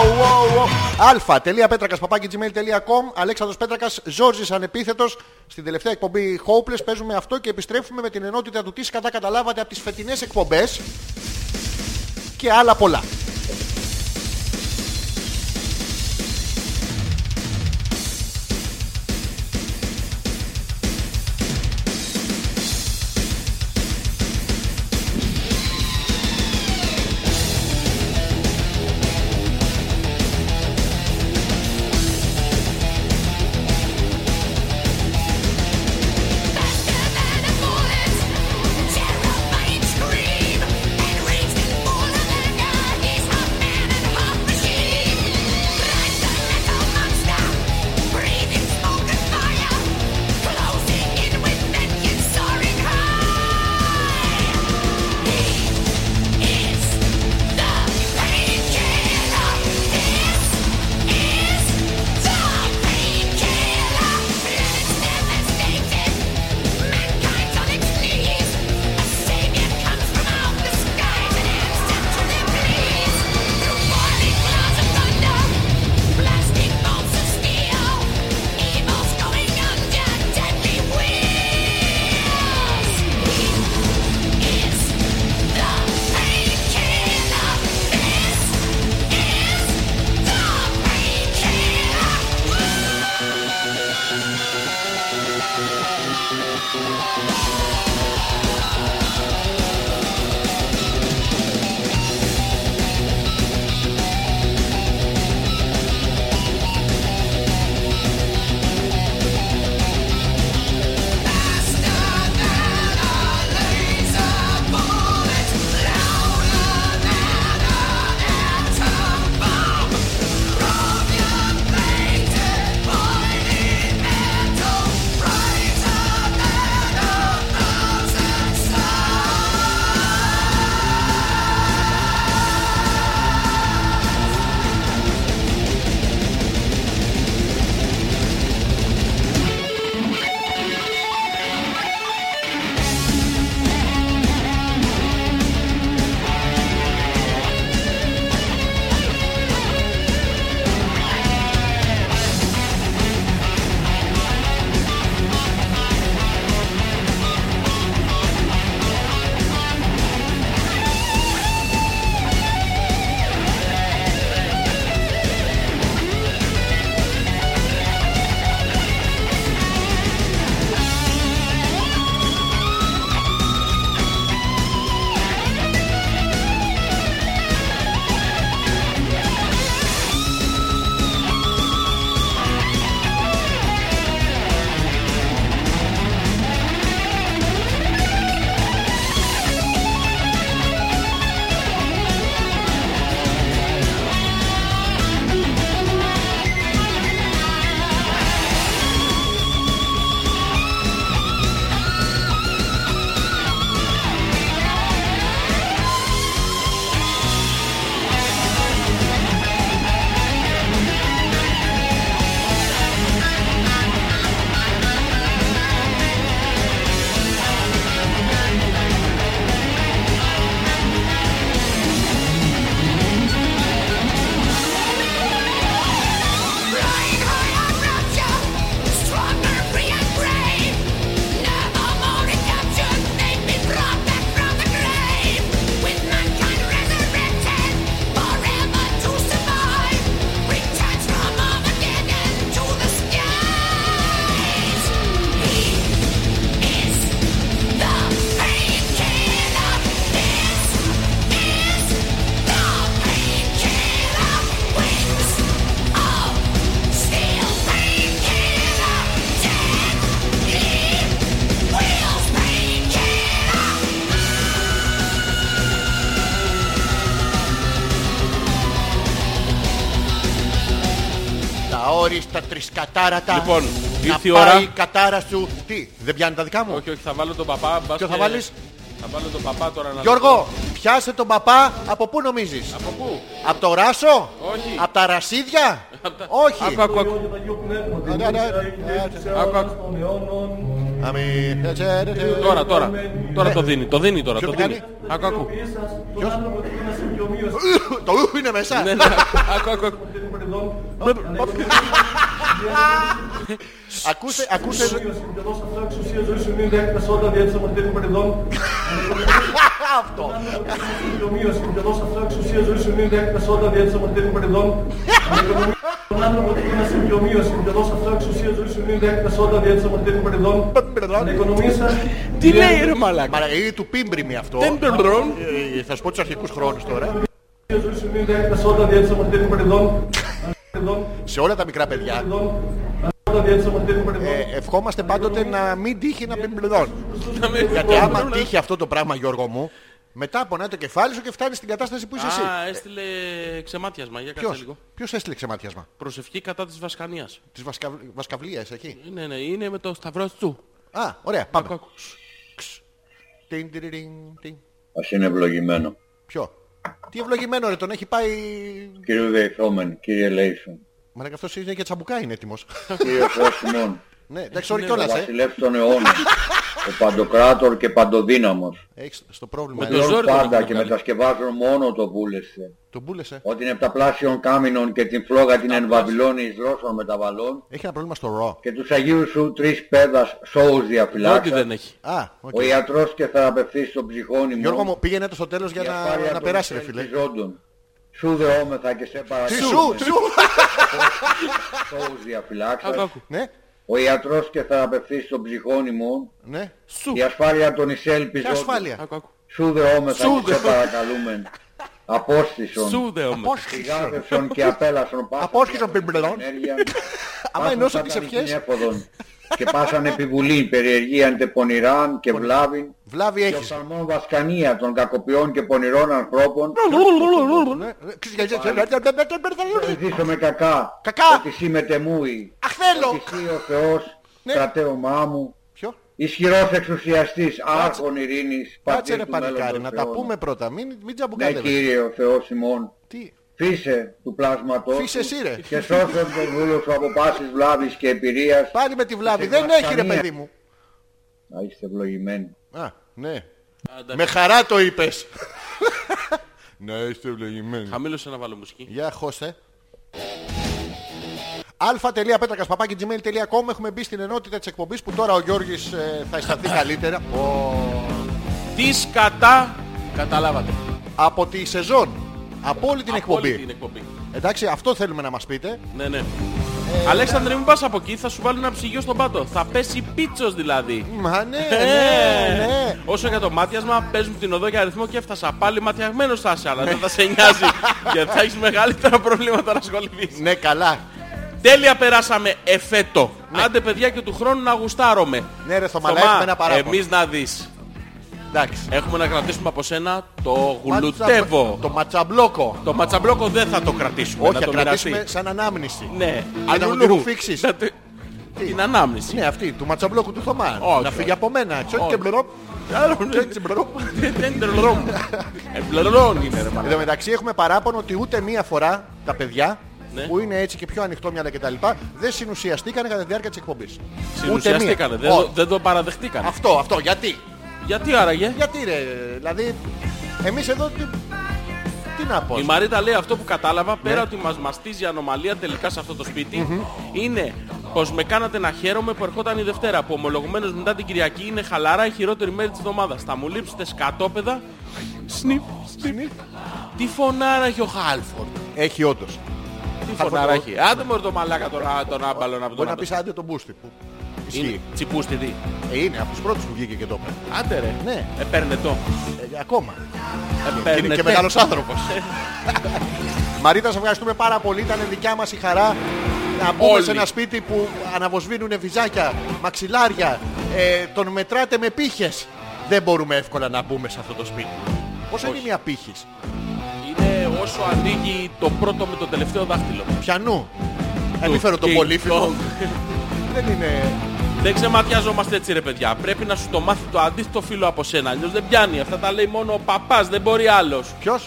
Speaker 1: Oh, oh, oh. αλφα.πέτρακας.gmail.com Αλέξανδρος Πέτρακας, Ζόρζης Ανεπίθετος Στην τελευταία εκπομπή Hopeless παίζουμε αυτό και επιστρέφουμε με την ενότητα του τι σκατά καταλάβατε από τις φετινές εκπομπές και άλλα πολλά.
Speaker 5: Terrifying scream and rings the full of anger. He's
Speaker 1: χωρίς τα τρισκατάρατα.
Speaker 2: Λοιπόν,
Speaker 1: να
Speaker 2: ήρθε η
Speaker 1: πάει
Speaker 2: ώρα.
Speaker 1: η κατάρα σου. Τι, δεν πιάνει τα δικά μου.
Speaker 2: Όχι, όχι, θα βάλω τον παπά. μπας
Speaker 1: Ποιο θα
Speaker 2: και-
Speaker 1: βάλεις?
Speaker 2: Θα βάλω τον παπά τώρα να
Speaker 1: Γιώργο, πιάσε τον παπά από πού νομίζεις.
Speaker 2: Από πού?
Speaker 1: Από το ράσο.
Speaker 2: Όχι.
Speaker 1: Από τα ρασίδια. Όχι.
Speaker 2: Άκου, άκου, άκου.
Speaker 1: Ναι, ναι, ναι.
Speaker 2: άκου, άκου.
Speaker 1: Αμήν.
Speaker 2: Τώρα, τώρα. Τώρα το δίνει, το δίνει τώρα.
Speaker 1: Ε, Ποιο
Speaker 2: Το
Speaker 1: το
Speaker 2: δίνει. Άκου, άκου.
Speaker 1: Το ούχ είναι μέσα.
Speaker 2: Ναι, ναι, άκου, άκου, άκου.
Speaker 1: Ακούστε, ακούστε. Αυτό.
Speaker 2: Τι λέει ρε μαλάκα.
Speaker 1: Ε, Μαλάκα, είναι του πίμπριμη αυτό.
Speaker 2: Δεν μπερδρών.
Speaker 1: Ε, Θα σου πω τους αρχικούς χρόνους τώρα. Σε όλα τα μικρά παιδιά ε, ευχόμαστε πάντοτε να μην τύχει να πιμπλουδών. Γιατί
Speaker 2: ε.
Speaker 1: άμα τύχει αυτό το πράγμα Γιώργο μου, μετά πονάει το κεφάλι σου και φτάνει στην κατάσταση που είσαι εσύ. Ε,
Speaker 2: Α, έστειλε ξεμάτιασμα. Για κάτσε
Speaker 1: Ποιος,
Speaker 2: λίγο.
Speaker 1: ποιος έστειλε ξεμάτιασμα.
Speaker 2: Προσευχή κατά της Βασκανίας.
Speaker 1: Της βασκα, βασκαβλίας εκεί.
Speaker 2: Ναι, ναι, είναι με το σταυρό του.
Speaker 1: Α, ωραία,
Speaker 2: Άκου,
Speaker 1: πάμε.
Speaker 2: άκου.
Speaker 1: Τιν, τιν, τιν, τιν.
Speaker 5: Ας είναι ευλογημένο.
Speaker 1: Ποιο. Τι ευλογημένο ρε, τον έχει πάει...
Speaker 5: Κύριε Δεϊθόμεν, κύριε Λέισον,
Speaker 1: Μαλάκα αυτός είναι για τσαμπουκά είναι έτοιμος.
Speaker 5: κύριε Φώσιμον,
Speaker 1: ναι, εντάξει, sorry
Speaker 5: ο
Speaker 1: κιόλας, ε.
Speaker 5: βασιλεύς των αιώνων, ο παντοκράτορ και παντοδύναμος,
Speaker 1: Έχεις το πρόβλημα.
Speaker 2: Με
Speaker 1: ε.
Speaker 2: το-
Speaker 5: Θεός
Speaker 2: ζόρι τον
Speaker 5: πάντα
Speaker 2: έχουμε
Speaker 5: και
Speaker 2: κάνει.
Speaker 5: μετασκευάζουν μόνο το βούλεσθε.
Speaker 1: Τον πούλεσε.
Speaker 5: Ότι είναι επταπλάσιον κάμινον και την φλόγα την εν Βαβυλώνη εις Ρώσων μεταβαλών
Speaker 1: Έχει ένα πρόβλημα στο ρο.
Speaker 5: και τους Αγίους σου τρεις πέδας σώους
Speaker 2: Ό,τι
Speaker 5: διαφυλάξα.
Speaker 2: δεν έχει.
Speaker 1: Α, οκ.
Speaker 5: Ο ιατρός και θεραπευτής των ψυχών ημών.
Speaker 1: Γιώργο μου, πήγαινε το στο τέλος για
Speaker 5: η
Speaker 1: να,
Speaker 5: ασφάλεια
Speaker 1: να
Speaker 5: των
Speaker 1: περάσει ρε φίλε.
Speaker 5: ελκυζόντων. Σου δεόμεθα και σε
Speaker 1: Τι σου,
Speaker 5: παρακαλώ.
Speaker 1: τι σου.
Speaker 5: Σώους
Speaker 2: Άκου,
Speaker 5: διαφυλάξα.
Speaker 2: άκου.
Speaker 1: Ναι,
Speaker 5: Ο ιατρός και θεραπευτής των ψυχών ημών.
Speaker 1: ναι.
Speaker 2: Σου.
Speaker 5: Η ασφάλεια των
Speaker 1: Τι
Speaker 5: εισέλπιζων.
Speaker 1: ασφάλεια.
Speaker 2: Άκου, άκου.
Speaker 5: Σου δεόμεθα
Speaker 2: Σου
Speaker 5: και σε
Speaker 2: δεόμεθα.
Speaker 5: παρακαλούμε. Απόστησον.
Speaker 2: Σου δε όμως.
Speaker 1: Απόσχησον.
Speaker 5: Γάβευσον και απέλασον πάσα.
Speaker 1: Απόσχησον, πιμπλεδόν. Άμα ενώσω τις ευχές.
Speaker 5: Και πάσαν επιβουλή, περιεργίαν τε πονηράν και βλάβην.
Speaker 1: Βλάβη
Speaker 5: Και ο
Speaker 1: έχεις.
Speaker 5: σαρμόν βασκανία των κακοποιών και πονηρών ανθρώπων.
Speaker 1: Ναι, ρε, ξέρεις, γιατί- Αχ,
Speaker 5: Ζήσω με κακά.
Speaker 1: Κακά.
Speaker 5: Ότι σύ μετεμούει.
Speaker 1: θέλω.
Speaker 5: Ότι σύ ο Θεός,
Speaker 1: Ναι.
Speaker 5: στρατέωμά μου.
Speaker 1: Ποιο.
Speaker 5: Ισχυρός εξουσιαστής, άρχον ειρήνης,
Speaker 1: Κάτσε
Speaker 5: πατήρ
Speaker 1: ρε
Speaker 5: του μέλλοντος
Speaker 1: παλικάρι, να τα
Speaker 5: αιώνων.
Speaker 1: πούμε πρώτα. Μην, μην
Speaker 5: Ναι
Speaker 1: τζαμπουκάτε. ρε.
Speaker 5: Κύριε ο Θεός ημών,
Speaker 1: Τι.
Speaker 5: φύσε του πλάσματός
Speaker 1: Φύσες
Speaker 5: σου
Speaker 1: εσύ, ρε.
Speaker 5: και σώσε τον δούλο σου από πάσης βλάβης και εμπειρίας.
Speaker 1: Πάλι με τη βλάβη.
Speaker 5: Είσαι
Speaker 1: Δεν έχει ρε
Speaker 5: βασανία.
Speaker 1: παιδί μου.
Speaker 5: Να είστε ευλογημένοι.
Speaker 1: Α, ναι.
Speaker 2: Άντα.
Speaker 1: Με χαρά το είπες. Να είστε ευλογημένοι.
Speaker 2: Χαμήλωσε να βάλω μουσική.
Speaker 1: Γεια, Χώσε. αλφα.πέτρακα gmail.com Έχουμε μπει στην ενότητα της εκπομπής που τώρα ο Γιώργης ε, θα αισθανθεί καλύτερα.
Speaker 2: Τη κατά. Καταλάβατε.
Speaker 1: Από τη σεζόν. Από όλη την
Speaker 2: Όλη
Speaker 1: εκπομπή.
Speaker 2: την εκπομπή.
Speaker 1: Εντάξει, αυτό θέλουμε να μας πείτε.
Speaker 2: Ναι, ναι. Αλέξανδρε, μην πας από εκεί, θα σου βάλουν ένα ψυγείο στον πάτο. Θα πέσει πίτσος δηλαδή.
Speaker 1: Μα ναι,
Speaker 2: Ε,
Speaker 1: ναι, ναι.
Speaker 2: Όσο για το μάτιασμα, πες μου την οδό για αριθμό και έφτασα. Πάλι ματιαγμένος θα είσαι, αλλά δεν θα σε νοιάζει. και θα έχεις μεγαλύτερα προβλήματα να ασχοληθείς.
Speaker 1: Ναι, καλά.
Speaker 2: Τέλεια περάσαμε εφέτο. Άντε παιδιά και του χρόνου να γουστάρομαι.
Speaker 1: Ναι, ρε, Θωμαλά, έχουμε ένα παράπονο.
Speaker 2: Εμείς να δεις.
Speaker 1: Εντάξει.
Speaker 2: Έχουμε να κρατήσουμε από σένα το γουλουτεύω.
Speaker 1: Το ματσαμπλόκο.
Speaker 2: Το ματσαμπλόκο δεν θα το κρατήσουμε.
Speaker 1: Όχι,
Speaker 2: να
Speaker 1: θα
Speaker 2: το
Speaker 1: κρατήσουμε
Speaker 2: μοιραστεί.
Speaker 1: σαν ανάμνηση.
Speaker 2: Ναι,
Speaker 1: να
Speaker 2: αλλού.
Speaker 1: μου την ρουφήξεις.
Speaker 2: Να τη-
Speaker 1: Τι?
Speaker 2: Την ανάμνηση.
Speaker 1: Ναι, αυτή, του ματσαμπλόκου του Θωμά.
Speaker 2: Όχι,
Speaker 1: να φύγει
Speaker 2: όχι.
Speaker 1: από μένα. Τσόκι και
Speaker 2: Όχι.
Speaker 1: μπλερόπ. Τσόκι και μπλερόπ.
Speaker 2: Τεντελρόμ. Εμπλερών Ε, είναι ρε
Speaker 1: Εν
Speaker 2: μάνα.
Speaker 1: τω μεταξύ έχουμε παράπονο ότι ούτε μία φορά τα παιδιά
Speaker 2: Ναι.
Speaker 1: που είναι έτσι και πιο ανοιχτό μυαλά κτλ. δεν συνουσιαστήκαν κατά τη διάρκεια της εκπομπής.
Speaker 2: Συνουσιαστήκανε, δεν,
Speaker 1: Ό,
Speaker 2: το- δεν το παραδεχτήκανε.
Speaker 1: Αυτό, αυτό. Γιατί.
Speaker 2: Γιατί άραγε.
Speaker 1: Γιατί ρε, δηλαδή εμείς εδώ τι, τι να πω.
Speaker 2: Η Μαρίτα λέει αυτό που κατάλαβα,
Speaker 1: Ναι.
Speaker 2: πέρα ότι μας μαστίζει η ανομαλία τελικά σε αυτό το σπιτι είναι πως με κάνατε να χαίρομαι που ερχόταν η Δευτέρα, που ομολογουμένως μετά την Κυριακή είναι χαλαρά η χειρότερη μέρη της εβδομάδας. Θα μου λείψετε σκατόπεδα. Σνιπ, σνιπ. Τι φωνάρα έχει ο Χάλφορντ.
Speaker 1: Έχει όντως.
Speaker 2: Τι
Speaker 1: Χάλφορντ,
Speaker 2: φωνάρα
Speaker 1: ο-
Speaker 2: έχει. Άντε μου το μαλάκα τον, α- τον άμπαλο να
Speaker 1: Μπορεί να
Speaker 2: τον
Speaker 1: πεις άντε τον μπούστι που
Speaker 2: Είναι
Speaker 1: ισχύει.
Speaker 2: τσιπούστη τι.
Speaker 1: Ε, είναι από τους πρώτους που βγήκε και το είπε.
Speaker 2: Άντε ρε.
Speaker 1: Ναι,
Speaker 2: Επέρνε το.
Speaker 1: ε, ακόμα. Είναι
Speaker 2: Επέρνε
Speaker 1: και
Speaker 2: το.
Speaker 1: μεγάλος άνθρωπος. Μαρίτα, σε ευχαριστούμε πάρα πολύ. Ήταν δικιά μας η χαρά να μπούμε
Speaker 2: Όλοι.
Speaker 1: σε ένα σπίτι που αναβοσβήνουν βυζάκια, μαξιλάρια, ε, τον μετράτε με πύχες. Δεν μπορούμε εύκολα να μπούμε σε αυτό το σπίτι. Πόσο είναι μια πύχης.
Speaker 2: Είναι όσο ανοίγει το πρώτο με το τελευταίο δάχτυλο.
Speaker 1: Πιανού. Ε, μη φέρω τον
Speaker 2: King
Speaker 1: πολύφημο.
Speaker 2: Kong.
Speaker 1: Δεν είναι.
Speaker 2: Δεν ξεματιαζόμαστε έτσι ρε παιδιά. Πρέπει να σου το μάθει το αντίθετο φίλο από σένα. Αλλιώς δεν πιάνει. Αυτά τα λέει μόνο ο παπάς. Δεν μπορεί άλλος.
Speaker 1: Ποιος.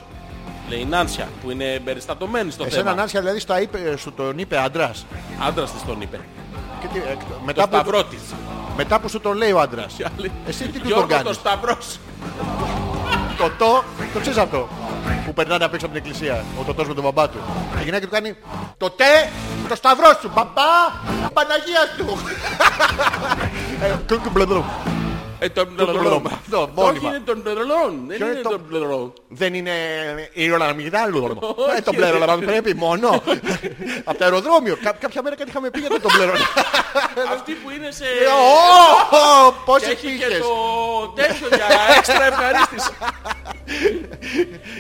Speaker 2: Λέει η Νάνσια που είναι περιστατωμένη στο
Speaker 1: Εσένα
Speaker 2: θέμα.
Speaker 1: Νάνσια δηλαδή στα είπε, σου τον είπε άντρας.
Speaker 2: Άντρας της τον είπε. Το
Speaker 1: ε, Μετά, που,
Speaker 2: σταυρό της.
Speaker 1: μετά που σου το λέει ο άντρας.
Speaker 2: Και άλλη-
Speaker 1: Εσύ τι του τον
Speaker 2: Γιώργο,
Speaker 1: κάνεις.
Speaker 2: σταυρός.
Speaker 1: το το, το ξέρεις αυτό. Που περνάνε απ' έξω από την εκκλησία. Ο τοτός με τον μπαμπά του. Η γυναίκα του κάνει το τε, το σταυρό σου. Μπαμπά, Παναγίας του. Ε, κουκ, μπλε, μπλε.
Speaker 2: Ε, τον
Speaker 1: πλωρών.
Speaker 2: πλωρών.
Speaker 1: Αυτό,
Speaker 2: Όχι
Speaker 1: μόνιμα.
Speaker 2: είναι τον πλωρών.
Speaker 1: Ποιο
Speaker 2: Δεν
Speaker 1: είναι
Speaker 2: είναι
Speaker 1: το-
Speaker 2: τον πλωρών.
Speaker 1: Δεν είναι ε, ηρωναμιγδάλου.
Speaker 2: Όχι.
Speaker 1: Ε, τον πλέρωνα πρέπει μόνο. Από το αεροδρόμιο. Κα- Κάποια μέρα κάτι είχαμε πει γιατί τον πλέρωνα.
Speaker 2: Αυτή που είναι σε...
Speaker 1: Ε, ω, ω,
Speaker 2: Και
Speaker 1: Πόσες
Speaker 2: έχει και
Speaker 1: πύχες.
Speaker 2: το τέτοιο για έξτρα ευχαρίστηση.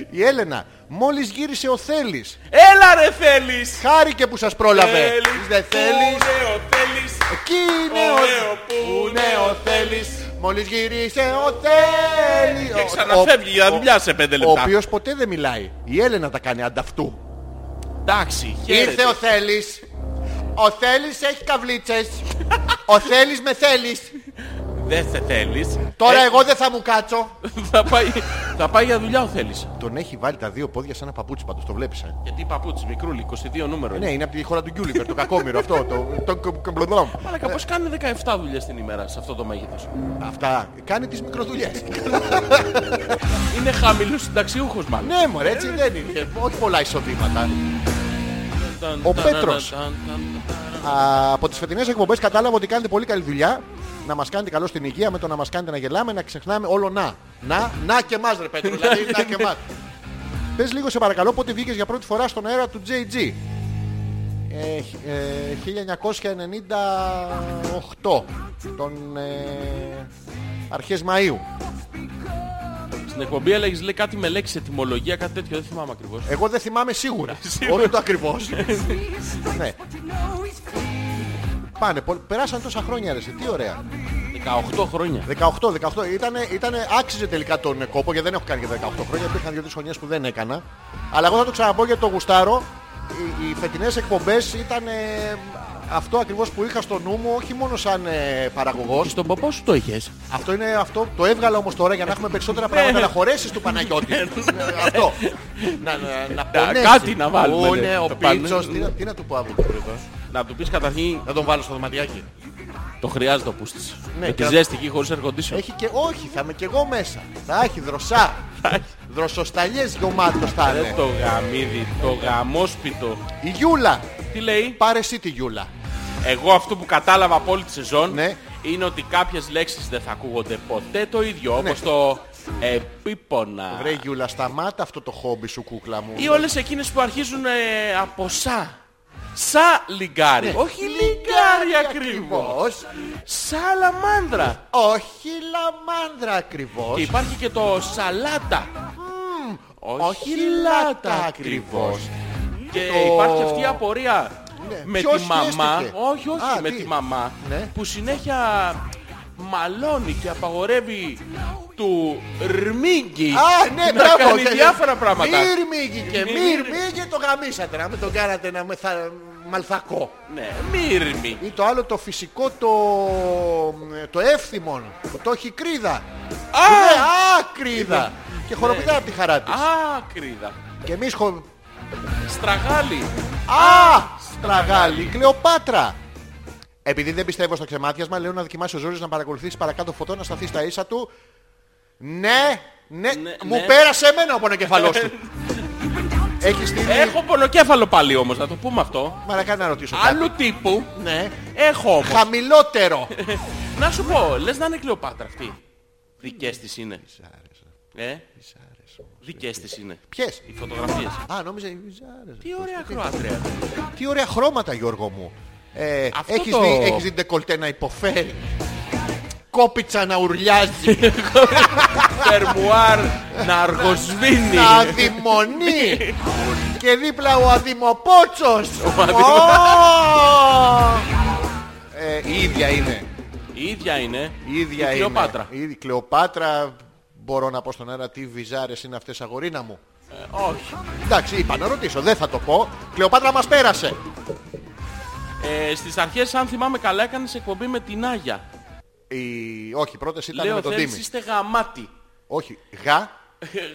Speaker 1: Η Έλενα, μόλις γύρισε ο Θέλης.
Speaker 2: Έλα ρε θέλεις.
Speaker 1: Χάρηκε που σας πρόλαβε. Δεν θέλεις.
Speaker 2: Πού είναι ο θέλεις.
Speaker 1: Εκεί είναι ο... Ναι,
Speaker 2: Ωραίο, πού είναι ο θέλεις.
Speaker 1: Μόλις γύρισε ο Θέλης.
Speaker 2: Και ξαναφεύγει για δουλειά σε πέντε
Speaker 1: Ο
Speaker 2: λεπτά.
Speaker 1: οποίος ποτέ δεν μιλάει. Η Έλενα τα κάνει ανταυτού.
Speaker 2: Εντάξει, χαίρετε.
Speaker 1: Ήρθε ο Θέλης. Ο Θέλης έχει καβλίτσες. Ο Θέλης με Θέλης.
Speaker 2: Δεν σε θέλεις.
Speaker 1: Τώρα
Speaker 2: Ε,
Speaker 1: εγώ δεν θα μου κάτσω.
Speaker 2: Θα πάει, θα πάει για δουλειά ο θέλεις.
Speaker 1: Τον έχει βάλει τα δύο πόδια σαν ένα παπούτσι πάντως, το βλέπεις. ε.
Speaker 2: Γιατί παπούτσι, μικρούλι, 22 νούμερο. είναι.
Speaker 1: Ναι, είναι από τη χώρα του Γκιούλιβερ, το κακόμοιρο αυτό. Το, το κο- κομπλοντόμ.
Speaker 2: Αλλά κάπως κάνει 17 δουλειές την ημέρα σε αυτό το μέγεθος.
Speaker 1: Αυτά. Κάνει τις μικροδουλειές.
Speaker 2: Είναι χαμηλούς συνταξιούχος μάλλον.
Speaker 1: ναι, μωρέ, έτσι δεν είναι. Όχι πολλά εισοδήματα.
Speaker 2: Ταν,
Speaker 1: Ο
Speaker 2: ταν,
Speaker 1: Πέτρος.
Speaker 2: ταν, ταν, ταν, ταν.
Speaker 1: Α, από τις φετινές εκπομπές κατάλαβα ότι κάνετε πολύ καλή δουλειά. Να μας κάνετε καλό στην υγεία με το να μας κάνετε να γελάμε, να ξεχνάμε όλο να. Να, να και εμάς ρε Πέτρο, δηλαδή να και εμάς. Πες λίγο σε παρακαλώ πότε βγήκες για πρώτη φορά στον αέρα του JG. Ε, χ- ε, 1998 τον ε, αρχές Μαΐου
Speaker 2: Στην εκπομπή έλεγες λέει κάτι με λέξεις ετοιμολογία, κάτι τέτοιο, δεν θυμάμαι ακριβώς.
Speaker 1: εγώ δεν θυμάμαι σίγουρα όχι το ακριβώς ναι. πάνε πο- περάσαν τόσα χρόνια ρε εσύ, τι ωραία
Speaker 2: 18 χρόνια.
Speaker 1: 18, 18. Ήτανε, ήτανε, άξιζε τελικά τον κόπο γιατί δεν έχω κάνει για 18 χρόνια. Υπήρχαν δύο-τρει χρονιές που δεν έκανα. Αλλά εγώ θα το ξαναπώ γιατί το γουστάρω. Οι, οι φετινές εκπομπές ήταν αυτό ακριβώς που είχα στο νου μου, όχι μόνο σαν ε, παραγωγός.
Speaker 2: Στον παπά σου το είχες.
Speaker 1: Αυτό είναι αυτό. Το έβγαλα όμως τώρα για να έχουμε περισσότερα πράγματα να χωρέσεις του Παναγιώτη. Ε, αυτό. να να, να
Speaker 2: Να,
Speaker 1: πονέσει.
Speaker 2: κάτι να βάλουμε,
Speaker 1: Πού
Speaker 2: ναι.
Speaker 1: είναι ο
Speaker 2: Θα πάμε.
Speaker 1: Πίτσος. Τι, να- τι να του πω αύριο το πρωί εδώ.
Speaker 2: Να του πεις καταρχήν
Speaker 1: Να τον βάλω στο δωματιάκι.
Speaker 2: το χρειάζεται ο πούστης.
Speaker 1: Ναι,
Speaker 2: Με τη
Speaker 1: και-
Speaker 2: ζέστη εκεί χωρίς air condition.
Speaker 1: Έχει και όχι, θα είμαι και εγώ μέσα. Θα έχει δροσά. Δροσοσταλιές γεμάτος θα
Speaker 2: Ρε
Speaker 1: είναι.
Speaker 2: το γαμίδι, το γαμόσπιτο.
Speaker 1: Η Γιούλα.
Speaker 2: Τι λέει,
Speaker 1: Πάρε εσύ τη Γιούλα.
Speaker 2: εγώ αυτό που κατάλαβα από όλη τη σεζόν
Speaker 1: Ναι.
Speaker 2: είναι ότι κάποιες λέξεις δεν θα ακούγονται ποτέ το ίδιο. Όπως το επίπονα.
Speaker 1: Ναι. Βρε Γιούλα, σταμάτα αυτό το χόμπι σου κούκλα μου.
Speaker 2: Ή όλες εκείνες που αρχίζουν ε, από σα. Σα λιγκάρι. Όχι λιγκάρι ακριβώς.
Speaker 1: Ναι. Ακριβώς.
Speaker 2: Σαλαμάνδρα.
Speaker 1: Όχι λαμάνδρα ακριβώς.
Speaker 2: Και υπάρχει και το σαλάτα.
Speaker 1: Όχι λάτα ακριβώς.
Speaker 2: Και
Speaker 1: Το-
Speaker 2: υπάρχει αυτή η απορία
Speaker 1: Ναι.
Speaker 2: με
Speaker 1: Ποιος
Speaker 2: τη μαμά.
Speaker 1: πιέστηκε?
Speaker 2: Όχι, όχι,
Speaker 1: Α,
Speaker 2: με
Speaker 1: τι?
Speaker 2: τη μαμά.
Speaker 1: Ναι.
Speaker 2: Που συνέχεια μαλώνει και απαγορεύει του Ρμίγκη
Speaker 1: Α, ναι,
Speaker 2: να
Speaker 1: μπράβο.
Speaker 2: κάνει
Speaker 1: και-
Speaker 2: διάφορα πράγματα.
Speaker 1: Μυρμήγκη και
Speaker 2: Μυρ-
Speaker 1: μυρμήγκη το γαμίσατε. Να μην τον κάνατε να με θα... μαλθακό.
Speaker 2: Ναι, Μύρμη.
Speaker 1: Ή το άλλο το φυσικό το, το εύθυμον. Το έχει κρίδα.
Speaker 2: Α! Ναι.
Speaker 1: Ναι, άκριδα. Και χοροπηδά από τη χαρά της.
Speaker 2: Άκριδα.
Speaker 1: Και εμείς χο...
Speaker 2: Στραγάλι.
Speaker 1: Α! Στραγάλι, Κλεοπάτρα! Επειδή δεν πιστεύω στο ξεμάτιασμα, λέω να δοκιμάσει ο Ζόρις να παρακολουθήσει παρακάτω φωτό, να σταθεί στα ίσα του. Ναι, ναι,
Speaker 2: Ναι,
Speaker 1: μου
Speaker 2: ναι.
Speaker 1: πέρασε εμένα ο πονοκεφαλός του. Έχει στείλει...
Speaker 2: Έχω πονοκέφαλο πάλι όμως, να το πούμε αυτό.
Speaker 1: Μαλακά να ρωτήσω κάτι.
Speaker 2: Άλλου τύπου.
Speaker 1: Ναι.
Speaker 2: Έχω όμως.
Speaker 1: Χαμηλότερο.
Speaker 2: Να σου πω, λες να είναι Κλεοπάτρα αυτή. Δικές της είναι. Ε, δικές της είναι.
Speaker 1: Ποιες?
Speaker 2: Οι φωτογραφίες.
Speaker 1: Α, νόμιζα... οι Ζάρες.
Speaker 2: Τι ωραία Κροάτρια.
Speaker 1: Τι ωραία χρώματα Γιώργο μου. Ε,
Speaker 2: Αυτό
Speaker 1: έχεις,
Speaker 2: το-
Speaker 1: δει, έχεις δει ντεκολτέ να υποφέρει. Κόπιτσα να ουρλιάζει.
Speaker 2: Φερμουάρ να αργοσβήνει.
Speaker 1: να αδειμονεί. Και δίπλα ο αδημοπότσος.
Speaker 2: αδειμο-
Speaker 1: Ω! Ε, Η ίδια είναι.
Speaker 2: Η ίδια είναι.
Speaker 1: Η ίδια είναι.
Speaker 2: Κλεοπάτρα.
Speaker 1: Η ίδια- Κλεοπάτρα. Μπορώ να πω στον αέρα τι βυζάρες είναι αυτές αγορίνα μου.
Speaker 2: Ε, όχι.
Speaker 1: Εντάξει, είπα να ρωτήσω, δεν θα το πω. Κλεοπάτρα μας πέρασε.
Speaker 2: Ε, στις αρχές, αν θυμάμαι καλά, έκανες εκπομπή με την Άγια.
Speaker 1: Η... Όχι, πρώτες ήταν
Speaker 2: Λέω,
Speaker 1: με τον
Speaker 2: θέλεις,
Speaker 1: Τίμης.
Speaker 2: είστε γαμάτι.
Speaker 1: Όχι, γα,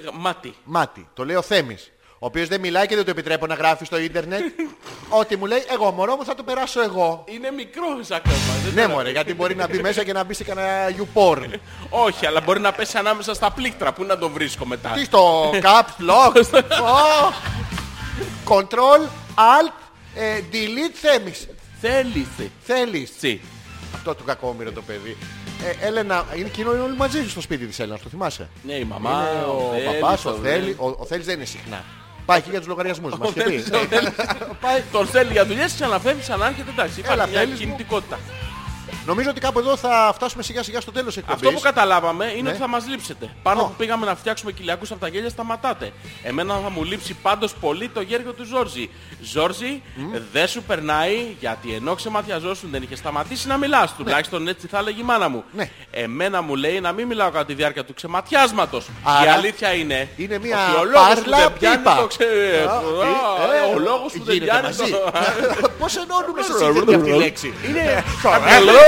Speaker 2: Γαμάτι.
Speaker 1: μάτι. Το λέει ο Θέμης. Ο οποίος δεν μιλάει και δεν του επιτρέπω να γράφει στο ίντερνετ. Ό,τι μου λέει, εγώ μωρό μου θα το περάσω εγώ.
Speaker 2: Είναι μικρός ακόμα. δεν
Speaker 1: ναι
Speaker 2: ξέρω.
Speaker 1: μωρέ, γιατί μπορεί να μπει μέσα και να μπει σε κανένα YouPorn.
Speaker 2: Όχι, αλλά μπορεί να πέσει ανάμεσα στα πλήκτρα. Πού να τον βρίσκω μετά.
Speaker 1: Τι στο caps lock. Ω, Control, alt, ε, delete Θέμης.
Speaker 2: Θέλεις.
Speaker 1: Θέλεις.
Speaker 2: Τσι.
Speaker 1: Αυτό του κακόμοιρο το παιδί. Ε, Έλενα, είναι κοινό, είναι όλοι μαζί σου στο σπίτι της Έλενας, το θυμάσαι.
Speaker 2: Ναι, η μαμά,
Speaker 1: Είναι
Speaker 2: ο
Speaker 1: ο
Speaker 2: Θέλης,
Speaker 1: παπάς,
Speaker 2: ο
Speaker 1: ο Θέλης, ο, ο Θέλης δεν είναι συχνά. Πάει και για τους λογαριασμούς μας.
Speaker 2: Ο
Speaker 1: και ε, τι.
Speaker 2: Θέλης, ο Θέλης. Τον θέλει για δουλειές, ξαναφεύγεις, ξανάρχεται, εντάξει. Υπάρχει μια
Speaker 1: Θέλης μου.
Speaker 2: κινητικότητα.
Speaker 1: Νομίζω ότι κάπου εδώ θα φτάσουμε σιγά σιγά στο τέλος εκπομπής.
Speaker 2: Αυτό που καταλάβαμε είναι
Speaker 1: Ναι.
Speaker 2: ότι θα μας λείψετε. Πάνω
Speaker 1: Ω.
Speaker 2: που πήγαμε να φτιάξουμε κοιλιακούς από τα γέλια σταματάτε. Εμένα θα μου λείψει πάντως πολύ το γέργιο του Ζόρζη. Ζόρζη, δεν σου περνάει γιατί ενώ ξεμαθιαζόσουν δεν είχε σταματήσει να μιλάς. Τουλάχιστον έτσι θα έλεγε η μάνα μου.
Speaker 1: Ναι.
Speaker 2: Εμένα μου λέει να μην μιλάω κατά τη διάρκεια του ξεματιάσματος. Η
Speaker 1: Άρα,
Speaker 2: αλήθεια είναι,
Speaker 1: είναι μια
Speaker 2: ότι ο λόγος που
Speaker 1: παρλα
Speaker 2: δεν πιάνει
Speaker 1: πίπα.
Speaker 2: το ξε... ε,
Speaker 1: Α,
Speaker 2: ε, Ο λόγος που δεν
Speaker 1: γίνεται
Speaker 2: πιάνει
Speaker 1: μαζί.
Speaker 2: το...
Speaker 1: Πώς ενώνουμε σε σύνθετη αυτή τη λέξη.
Speaker 2: Είναι
Speaker 1: Καλό.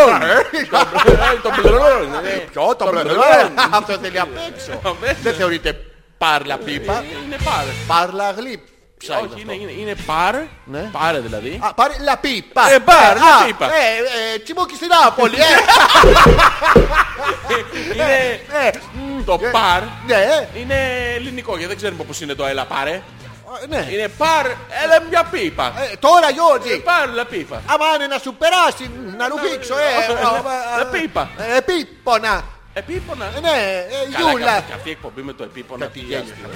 Speaker 2: το μπλερόν, ναι.
Speaker 1: Ποιο το ε. μπλερόν. Αυτό θέλει απ' έξω.
Speaker 2: Αμέσως.
Speaker 1: Δεν θεωρείται πάρλα πίπα.
Speaker 2: Ε, Είναι πάρ.
Speaker 1: Πάρλα γλύψα
Speaker 2: Όχι, είναι, είναι, είναι πάρ.
Speaker 1: Ναι.
Speaker 2: Πάρε δηλαδή.
Speaker 1: Α, πάρε λαπί, πάρε.
Speaker 2: Ε, πάρε,
Speaker 1: Α,
Speaker 2: λαπί, πάρε.
Speaker 1: Ε, ε, τσιμούκι στην Άπολη, ε.
Speaker 2: είναι,
Speaker 1: ε,
Speaker 2: το
Speaker 1: ε,
Speaker 2: πάρ
Speaker 1: Ναι, ε,
Speaker 2: είναι ελληνικό γιατί δεν ξέρουμε πώς είναι το έλα πάρε.
Speaker 1: ε, ναι.
Speaker 2: Είναι πάρ, έλα μια πίπα.
Speaker 1: Ε, Τώρα, Γιώργη,
Speaker 2: Πάρ, λα πίπα.
Speaker 1: άμα είναι να σου περάσει, να του πήξω, ε. ε, ε,
Speaker 2: Ε, πίπα.
Speaker 1: Ε, πίπονα.
Speaker 2: Επίπονα.
Speaker 1: Ε, Ναι, ε,
Speaker 2: Καλά,
Speaker 1: γιούλα.
Speaker 2: κα- Και αυτή η εκπομπή με το επίπονα.
Speaker 1: Κάτι
Speaker 2: τι
Speaker 1: γέλιο.
Speaker 2: άστιο.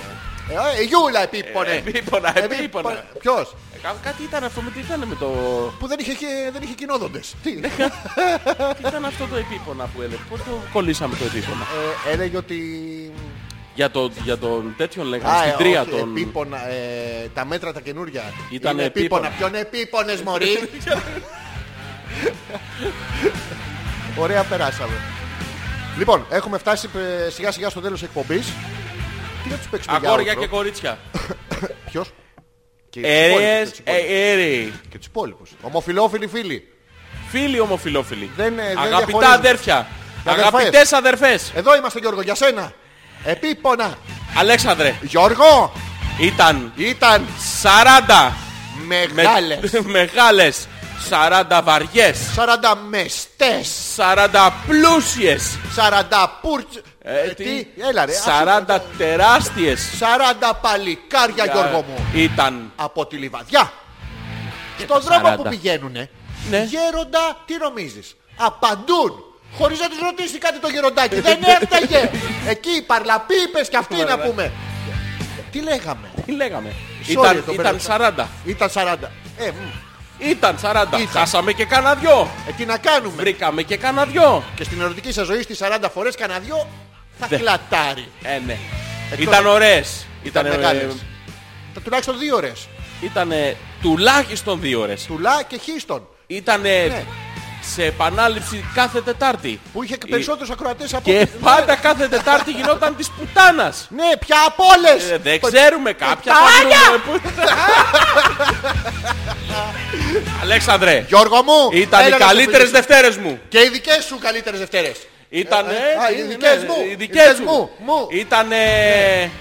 Speaker 1: Ε, ε, Γιούλα
Speaker 2: Ε,
Speaker 1: επίπονε.
Speaker 2: Επίπονα,
Speaker 1: Ε,
Speaker 2: επίπονα.
Speaker 1: Ποιος,
Speaker 2: Ε, κά- Κάτι ήταν αυτό με τι ήταν με το...
Speaker 1: που δεν είχε, και- δεν είχε κοινόδοντες. Τι,
Speaker 2: Τι ήταν αυτό το επίπονα που έλεγε. Πώς το κολλήσαμε το επίπονα.
Speaker 1: Ε, έλεγε ότι...
Speaker 2: Για το, για τον τέτοιον λέγανε.
Speaker 1: Α, ε,
Speaker 2: Στην τρία
Speaker 1: όχι,
Speaker 2: τον...
Speaker 1: επίπονα, ε, τα μέτρα τα καινούρια.
Speaker 2: Ήταν
Speaker 1: Είναι
Speaker 2: επίπονα.
Speaker 1: επίπονα. Ποιον επίπονες, μωρή. Ωραία περάσαμε. Λοιπόν, έχουμε φτάσει ε, σιγά σιγά στο τέλος εκπομπής. Τι να τους παίξουμε
Speaker 2: Αγόρια
Speaker 1: για
Speaker 2: και
Speaker 1: outro?
Speaker 2: κορίτσια.
Speaker 1: Ποιος? Και τους υπόλοιπους,
Speaker 2: Έρες,
Speaker 1: και
Speaker 2: ε,
Speaker 1: τους υπόλοιπους.
Speaker 2: έρες.
Speaker 1: Και τους υπόλοιπους. Ομοφιλόφιλοι φίλοι.
Speaker 2: Φίλοι ομοφιλόφιλοι.
Speaker 1: Δεν, ε, δεν
Speaker 2: Αγαπητά
Speaker 1: διαχωρίζουν.
Speaker 2: αδέρφια.
Speaker 1: Οι αδερφές.
Speaker 2: Αγαπητές αδερφές.
Speaker 1: Εδώ είμαστε Γιώργο, για σένα. Επίπονα.
Speaker 2: Αλέξανδρε,
Speaker 1: Γιώργο,
Speaker 2: ήταν
Speaker 1: ήταν
Speaker 2: 40 με-
Speaker 1: μεγάλες.
Speaker 2: μεγάλες, 40 βαριές,
Speaker 1: 40 μεστές.
Speaker 2: 40 πλούσιες,
Speaker 1: 40 πούρτς.
Speaker 2: ε,
Speaker 1: Ε,
Speaker 2: τι,
Speaker 1: τι, έλα ρε. άσε.
Speaker 2: 40 τεράστιες. Ε,
Speaker 1: 40 παλικάρια Γιώργο μου.
Speaker 2: Ήταν
Speaker 1: Από τη Λιβαδιά. Στον
Speaker 2: τα
Speaker 1: δρόμο που
Speaker 2: 40.
Speaker 1: πηγαίνουνε.
Speaker 2: Ναι.
Speaker 1: Γέροντα, τι νομίζεις. Απαντούν. Χωρίς να τους ρωτήσει κάτι το γεροντάκι. Δεν έφταγε. Εκεί οι παρλαπίπες και αυτοί να πούμε. Τι λέγαμε.
Speaker 2: τι λέγαμε.
Speaker 1: Sorry,
Speaker 2: Ήταν,
Speaker 1: τον
Speaker 2: ήταν
Speaker 1: μπέρδεψα.
Speaker 2: 40.
Speaker 1: Ήταν 40. Ε, μ,
Speaker 2: Ήταν 40.
Speaker 1: Ήταν.
Speaker 2: Χάσαμε και κάνα δυο.
Speaker 1: ε, τι να κάνουμε.
Speaker 2: Βρήκαμε και κάνα δυο.
Speaker 1: Και στην ερωτική σας ζωή στις 40 φορές κανένα δυο θα κλατάρει.
Speaker 2: Ε, ναι.
Speaker 1: Εκτός-
Speaker 2: Ήταν ωραίες.
Speaker 1: Ήταν
Speaker 2: ε,
Speaker 1: μεγάλες. Τα τουλάχιστον δύο ώρες.
Speaker 2: Ήταν τουλάχιστον δύο ώρες.
Speaker 1: Τουλά και χίστον.
Speaker 2: Ήταν
Speaker 1: Ναι.
Speaker 2: σε επανάληψη κάθε Τετάρτη.
Speaker 1: Που είχε Ναι. περισσότερους ακροατές από...
Speaker 2: Ε, Και
Speaker 1: ό,τι-
Speaker 2: πάντα κάθε Τετάρτη γινόταν της πουτάνας.
Speaker 1: Ναι, πια από όλες.
Speaker 2: Ε, δεν
Speaker 1: Το-
Speaker 2: ξέρουμε κάποια. θα βρούμε που- Αλέξανδρε,
Speaker 1: Γιώργο μου.
Speaker 2: ήταν οι
Speaker 1: έλα να
Speaker 2: καλύτερες
Speaker 1: σου πει-
Speaker 2: Δευτέρες μου.
Speaker 1: Και οι δικές σου καλύτερες Δευτέρές.
Speaker 2: Ήταν
Speaker 1: Ε, α, οι δικές μου,
Speaker 2: Οι
Speaker 1: οι
Speaker 2: δικές
Speaker 1: δικές
Speaker 2: μου.
Speaker 1: μου, μου. Ναι.
Speaker 2: Ήταν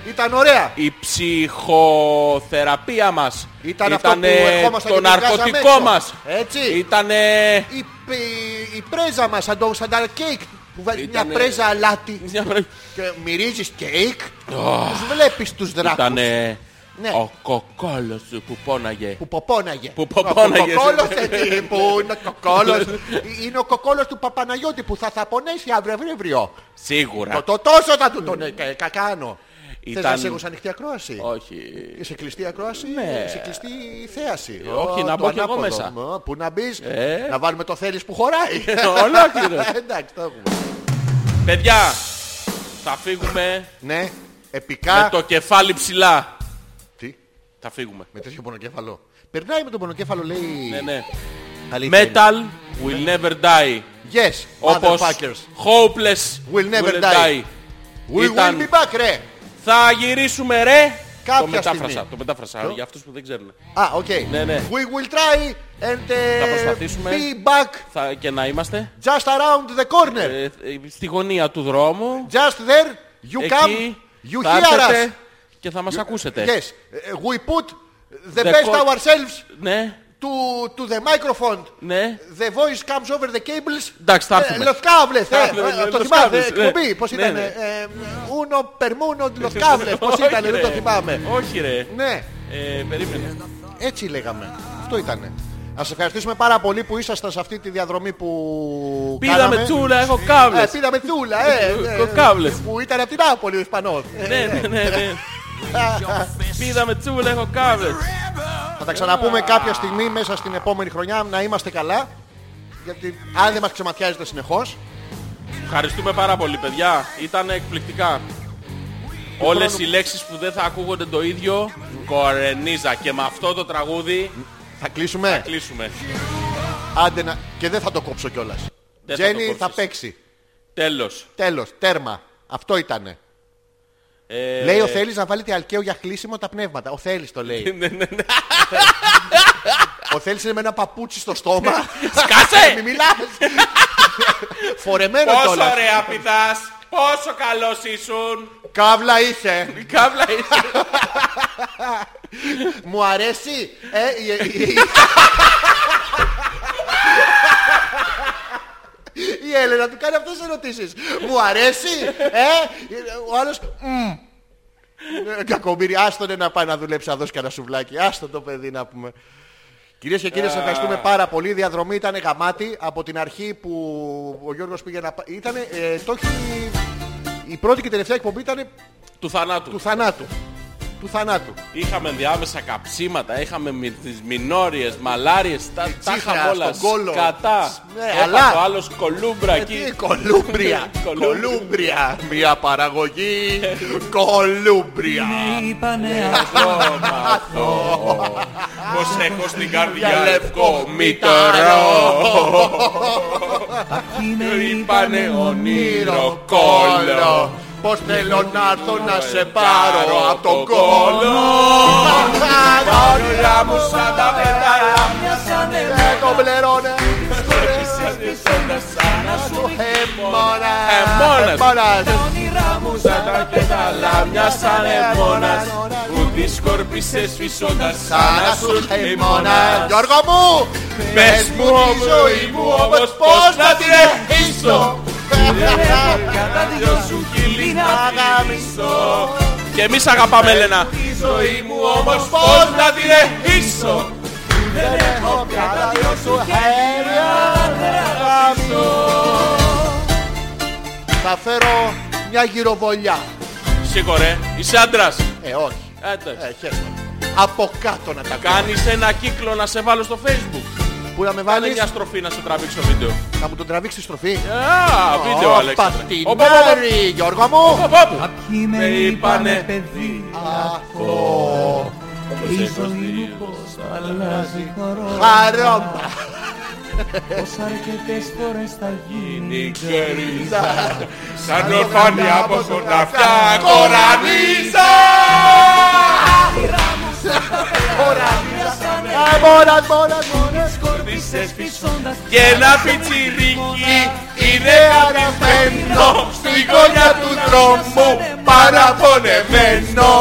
Speaker 1: Ήταν ωραία.
Speaker 2: η ψυχοθεραπεία μας.
Speaker 1: Ήταν αυτό που ερχόμασταν
Speaker 2: το
Speaker 1: και βγάζαμε
Speaker 2: ναρκωτικό
Speaker 1: έξω.
Speaker 2: μας.
Speaker 1: Έτσι.
Speaker 2: Ήταν
Speaker 1: Η, η- η πρέζα μας, σαν το σαν τα κέικ. Που βάζει μια
Speaker 2: Ήτανε-
Speaker 1: πρέζα αλάτι και μυρίζεις κέικ. Τους βλέπεις τους
Speaker 2: Ήταν
Speaker 1: δράκους. Ναι.
Speaker 2: ο κοκόλος σου που πόναγε.
Speaker 1: Που ποπώναγε.
Speaker 2: Που ποπώναγε.
Speaker 1: Ο κοκόλος, ε, τι, που είναι ο κοκόλος. Είναι ο κοκόλος του Παπαναγιώτη που θα θαπονέσει αύριο αύριο. Το,
Speaker 2: Σίγουρα.
Speaker 1: το τόσο θα του τον ε, κα- κακάνω.
Speaker 2: Ήταν-
Speaker 1: Θες να σε έχω σαν ανοιχτή ακρόαση.
Speaker 2: Όχι.
Speaker 1: Είσαι κλειστή ακρόαση,
Speaker 2: Ναι. Ε,
Speaker 1: είσαι κλειστή θέαση.
Speaker 2: όχι,
Speaker 1: Ω,
Speaker 2: να
Speaker 1: το
Speaker 2: μπω κι εγώ
Speaker 1: ανάποδο.
Speaker 2: μέσα.
Speaker 1: Μ, Πού να μπεις,
Speaker 2: Ε.
Speaker 1: να βάλουμε το θέλεις που χωράει.
Speaker 2: Ολόκληρος.
Speaker 1: Εντάξει, το έχουμε.
Speaker 2: Παιδιά, θα φύγουμε
Speaker 1: Ναι,
Speaker 2: με
Speaker 1: επικά.
Speaker 2: το κεφάλι ψηλά.
Speaker 1: Τι,
Speaker 2: Θα φύγουμε.
Speaker 1: με τέτοιο πονοκέφαλο. Περνάει με τον πονοκέφαλο, λέει.
Speaker 2: Ναι, ναι.
Speaker 1: Αλήθεια είναι.
Speaker 2: Metal will never die.
Speaker 1: Yes,
Speaker 2: Όπως
Speaker 1: motherfuckers.
Speaker 2: hopeless
Speaker 1: Will never die. We
Speaker 2: Ήταν-
Speaker 1: will be back, ρε.
Speaker 2: Θα γυρίσουμε ρε. Το
Speaker 1: Κάποια
Speaker 2: μετάφρασα.
Speaker 1: στιγμή.
Speaker 2: Το μετάφρασα για αυτούς που δεν ξέρουν.
Speaker 1: Α, οκ.
Speaker 2: Ναι, ναι.
Speaker 1: We will try and uh,
Speaker 2: Θα προσπαθήσουμε.
Speaker 1: be back
Speaker 2: Θα, και να είμαστε
Speaker 1: just around the corner.
Speaker 2: ε, ε, στη γωνία του δρόμου.
Speaker 1: Just there, you come,
Speaker 2: Εκεί
Speaker 1: you
Speaker 2: θα
Speaker 1: hear
Speaker 2: έρθετε
Speaker 1: us.
Speaker 2: και θα μας ακούσετε.
Speaker 1: Yes, Uh, we put the,
Speaker 2: The
Speaker 1: best
Speaker 2: co-
Speaker 1: ourselves
Speaker 2: Ναι,
Speaker 1: to, to the microphone.
Speaker 2: ναι.
Speaker 1: The voice comes over the cables.
Speaker 2: Εντάξει, θα
Speaker 1: Ε,
Speaker 2: έρθουμε.
Speaker 1: Los cables,
Speaker 2: Θα
Speaker 1: ε,
Speaker 2: έρθουμε,
Speaker 1: ε,
Speaker 2: Los
Speaker 1: το θυμάμαι,
Speaker 2: cables, ναι.
Speaker 1: εκπομπή, πώς
Speaker 2: Ναι,
Speaker 1: ήταν.
Speaker 2: ναι.
Speaker 1: Uno per uno, los cables, πώς
Speaker 2: Όχι,
Speaker 1: ήταν, δεν
Speaker 2: ρε.
Speaker 1: το θυμάμαι.
Speaker 2: Όχι ρε.
Speaker 1: Ναι,
Speaker 2: Ε, περίμενε.
Speaker 1: έτσι λέγαμε. Αυτό ήτανε. Να σας ευχαριστήσουμε πάρα πολύ που ήσασταν σε αυτή τη διαδρομή που κάναμε.
Speaker 2: Πήραμε τσούλα, έχω
Speaker 1: Ε,
Speaker 2: κάβλες.
Speaker 1: πήραμε τσούλα, ε,
Speaker 2: Το-
Speaker 1: ε,
Speaker 2: το κάβλες.
Speaker 1: Που ήταν από την Νάπολη ο Ισπανός. Ε,
Speaker 2: Ναι, ναι, ναι. ναι. Πήδαμε τσούλα, έχω κάβλες.
Speaker 1: Θα τα ξαναπούμε κάποια στιγμή μέσα στην επόμενη χρονιά να είμαστε καλά. Γιατί αν δεν μας ξεματιάζετε συνεχώς,
Speaker 2: Ευχαριστούμε πάρα πολύ, παιδιά. Ήταν εκπληκτικά. Όλες οι λέξεις που δεν θα ακούγονται το ίδιο, κορενίζα. Και με αυτό το τραγούδι
Speaker 1: θα κλείσουμε.
Speaker 2: κλείσουμε.
Speaker 1: Άντε να... Και δεν θα το κόψω κιόλας.
Speaker 2: Δεν θα
Speaker 1: Τζένι
Speaker 2: το
Speaker 1: θα,
Speaker 2: κόψεις.
Speaker 1: παίξει.
Speaker 2: Τέλος.
Speaker 1: Τέλος, τέρμα. Αυτό ήτανε.
Speaker 2: Ε,
Speaker 1: Λέει ο Θέλης να βάλετε αλκαίο για κλείσιμο τα πνεύματα. Ο Θέλης το
Speaker 2: Ναι,
Speaker 1: λέει. ο Θέλης είναι με ένα παπούτσι στο στόμα. Μη
Speaker 2: Σκάσε!
Speaker 1: μιλάς. Φορεμένο
Speaker 2: Πόσο
Speaker 1: κιόλας.
Speaker 2: ωραία πηδάς! Πόσο καλός ήσουν!
Speaker 1: Καύλα είσαι.
Speaker 2: Κάβλα είσαι!
Speaker 1: Μου αρέσει. Ε, η- η- Η Έλενα του κάνει αυτές τις ερωτήσεις. Μου αρέσει. Ε, ο άλλος... μμ. Ε, Κακομύρι, άστονε να πάει να δουλέψει να δώσει κανένα σουβλάκι. Άστο το παιδί να πούμε. Κυρίες και κύριοι, σας ευχαριστούμε πάρα πολύ. Η διαδρομή ήταν γαμάτη από την αρχή που ο Γιώργος πήγε να πάει. Ήτανε, ε, το έχει... Η πρώτη και τελευταία εκπομπή ήταν
Speaker 2: Του
Speaker 1: του
Speaker 2: θανάτου.
Speaker 1: θανάτου. Του θανάτου.
Speaker 2: Είχαμε διάμεσα καψίματα, είχαμε μι- τις μινόριες, μαλάριες, τα, τα
Speaker 1: τσίχρα
Speaker 2: είχαμε όλα.
Speaker 1: στον κόλο.
Speaker 2: Κατά.
Speaker 1: Ναι, αλλά-
Speaker 2: Ο άλλος κολούμπρα
Speaker 1: Ε, Τι
Speaker 2: εκεί.
Speaker 1: κολούμπρια.
Speaker 2: Κολούμπρια.
Speaker 1: Κολούμπρια. Μια παραγωγή. Κολούμπρια.
Speaker 2: Πως έχω στην καρδιά
Speaker 1: Για
Speaker 2: λευκό
Speaker 1: λευκό
Speaker 2: μηταρό. Είπανε ονείρο κόλλο.
Speaker 1: Ονειροκόλλο. Πως θέλω να έρθω να σε πάρω από τον κόλλο.
Speaker 2: Όλα μου σαν τα πετάλα μια σαν
Speaker 1: Δεν το πληρώνε.
Speaker 2: εμένα σαν να σου
Speaker 1: Εμμόνας.
Speaker 2: Εμμόνας.
Speaker 1: Εμμόνας.
Speaker 2: όνειρά μου σαν τα πετάλα μια σαν εμόνας που τις σκορπίσες φυσώντας σαν να σου
Speaker 1: Εμμόνα.
Speaker 2: χειμώνας
Speaker 1: Γιώργο μου.
Speaker 2: Πες μου
Speaker 1: τη
Speaker 2: όμως, ζωή μου όμως πως να την ευχήσω Κατά δυο σου χείλη να γαμίσω Και εμείς αγαπάμε Ελένα Η ζωή μου όμως πως να την ευχήσω
Speaker 1: Κατά δυο σου χέρια θα φέρω μια γυροβολιά.
Speaker 2: Σίγουρε, είσαι άντρας
Speaker 1: Ε, όχι. Ε, χαίρομαι. Από κάτω να τα κάνω.
Speaker 2: Κάνεις ένα κύκλο να σε βάλω στο facebook
Speaker 1: Πού να με
Speaker 2: Κάνε
Speaker 1: βάλεις,
Speaker 2: μια στροφή να σε τραβήξω βίντεο
Speaker 1: να μου τον τραβήξεις στροφή.
Speaker 2: Α, βίντεο Αλέξανδρε
Speaker 1: Πατή
Speaker 2: Οπα, οπα, οπα,
Speaker 1: Μάρη, Γιώργο μου.
Speaker 2: οπα, οπα.
Speaker 6: Ποιοι με είπανε παιδί Η
Speaker 2: Όπως
Speaker 6: ζωή μου
Speaker 2: έχω
Speaker 6: πως αλλάζει χορό
Speaker 1: Χαρό.
Speaker 6: Πως αρκετές φορές θα γίνει
Speaker 2: Μην ξέρεις Σαν ορφάνη από τον αυτιά Κορανίζα Ε,
Speaker 1: Μόνας, μόνας, μόνας.
Speaker 6: Σκορπίσες φυσώντας
Speaker 2: Και ένα πιτσιρίκι Είναι αναμένο Στη γωνιά του δρόμου Παραπονεμένος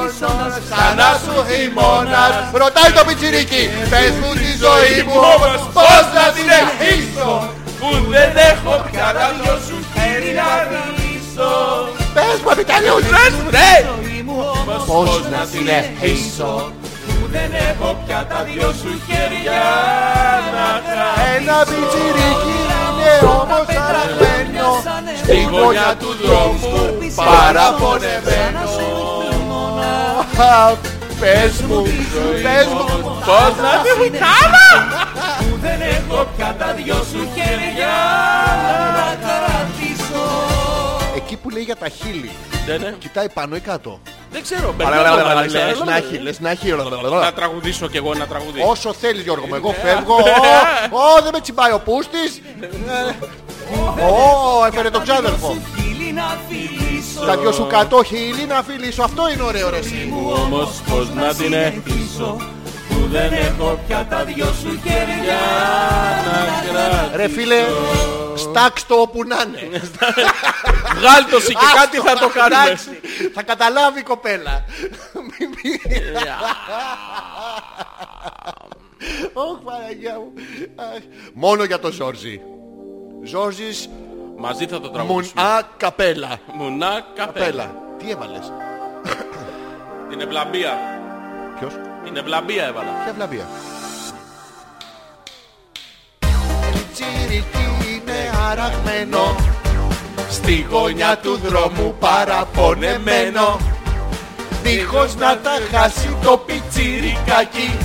Speaker 6: Φυσώντας
Speaker 1: Σαν να σου χειμώνας. Ρωτάει το πιτσιρίκι. Πες μου τη ζωή μου όμως πώς να την
Speaker 2: ευχήσω Που δεν έχω πια τα δυο σου χέρια να λύσω
Speaker 1: Πες μου επιτέλους.
Speaker 2: Βρες βρε
Speaker 6: ζωή μου όμως
Speaker 1: Πώς να την ευχήσω.
Speaker 6: Που δεν έχω πια τα δυο σου χέρια να χα-
Speaker 1: Ένα πιτσιρίκι είναι όμως αραγμένο.
Speaker 6: Στη
Speaker 1: Στην γωνιά του δρόμου
Speaker 6: σκορπίσες σαν να
Speaker 1: παραπονεμένο.
Speaker 6: σου χειμώνα.
Speaker 1: Α, Πες μου, πες μου,
Speaker 2: Πώς να την
Speaker 6: Που δεν έχω πια τα δυο σου χέρια να κρατήσω
Speaker 1: Εκεί που λέει για τα χείλη,
Speaker 2: Ναι, ναι.
Speaker 1: κοιτάει πάνω ή κάτω.
Speaker 2: Δεν ξέρω
Speaker 1: Λες να έχει, λες να έχει.
Speaker 2: Να τραγουδήσω κι εγώ να τραγουδήσω
Speaker 1: Όσο θέλεις Γιώργο μου, εγώ φεύγω. Ω, Ω, δεν με τσιμπάει ο πούστης. Ε, Ω, έφερε τον ξάδερφο.
Speaker 6: Σου χείλη να φιλήσω
Speaker 2: φιλήσω
Speaker 1: Τα δυο σου κατόχοι ύλη να φιλήσω. Αυτό είναι ωραίο ρε εσύ.
Speaker 6: μου όμως πως να την έχτισω που δεν έχω πια τα δυο σου χέρια να κρατήσω
Speaker 1: Ρε φίλε, στάξ το όπου να είναι.
Speaker 2: Βγάλτο και κάτι θα το κάνουμε.
Speaker 1: Εντάξει, Θα καταλάβει η κοπέλα. Μη- μη- Ωχ, Παναγιά μου. Αχ. Μόνο για τον Ζόρζι. Ζόρζις
Speaker 2: Μαζί θα το τραγουδήσουμε.
Speaker 1: Μουνά Καπέλα.
Speaker 2: Μουνά καπέλα.
Speaker 1: Καπέλα. Τι έβαλες.
Speaker 2: Την ευλαμπία.
Speaker 1: Ποιος.
Speaker 2: Την ευλαμπία έβαλα.
Speaker 1: Ποια βλαβία. είναι αραγμένο
Speaker 2: Στη
Speaker 1: γωνιά του δρόμου παραπονεμένο Δίχως να τα χάσει το πιτσιρικάκι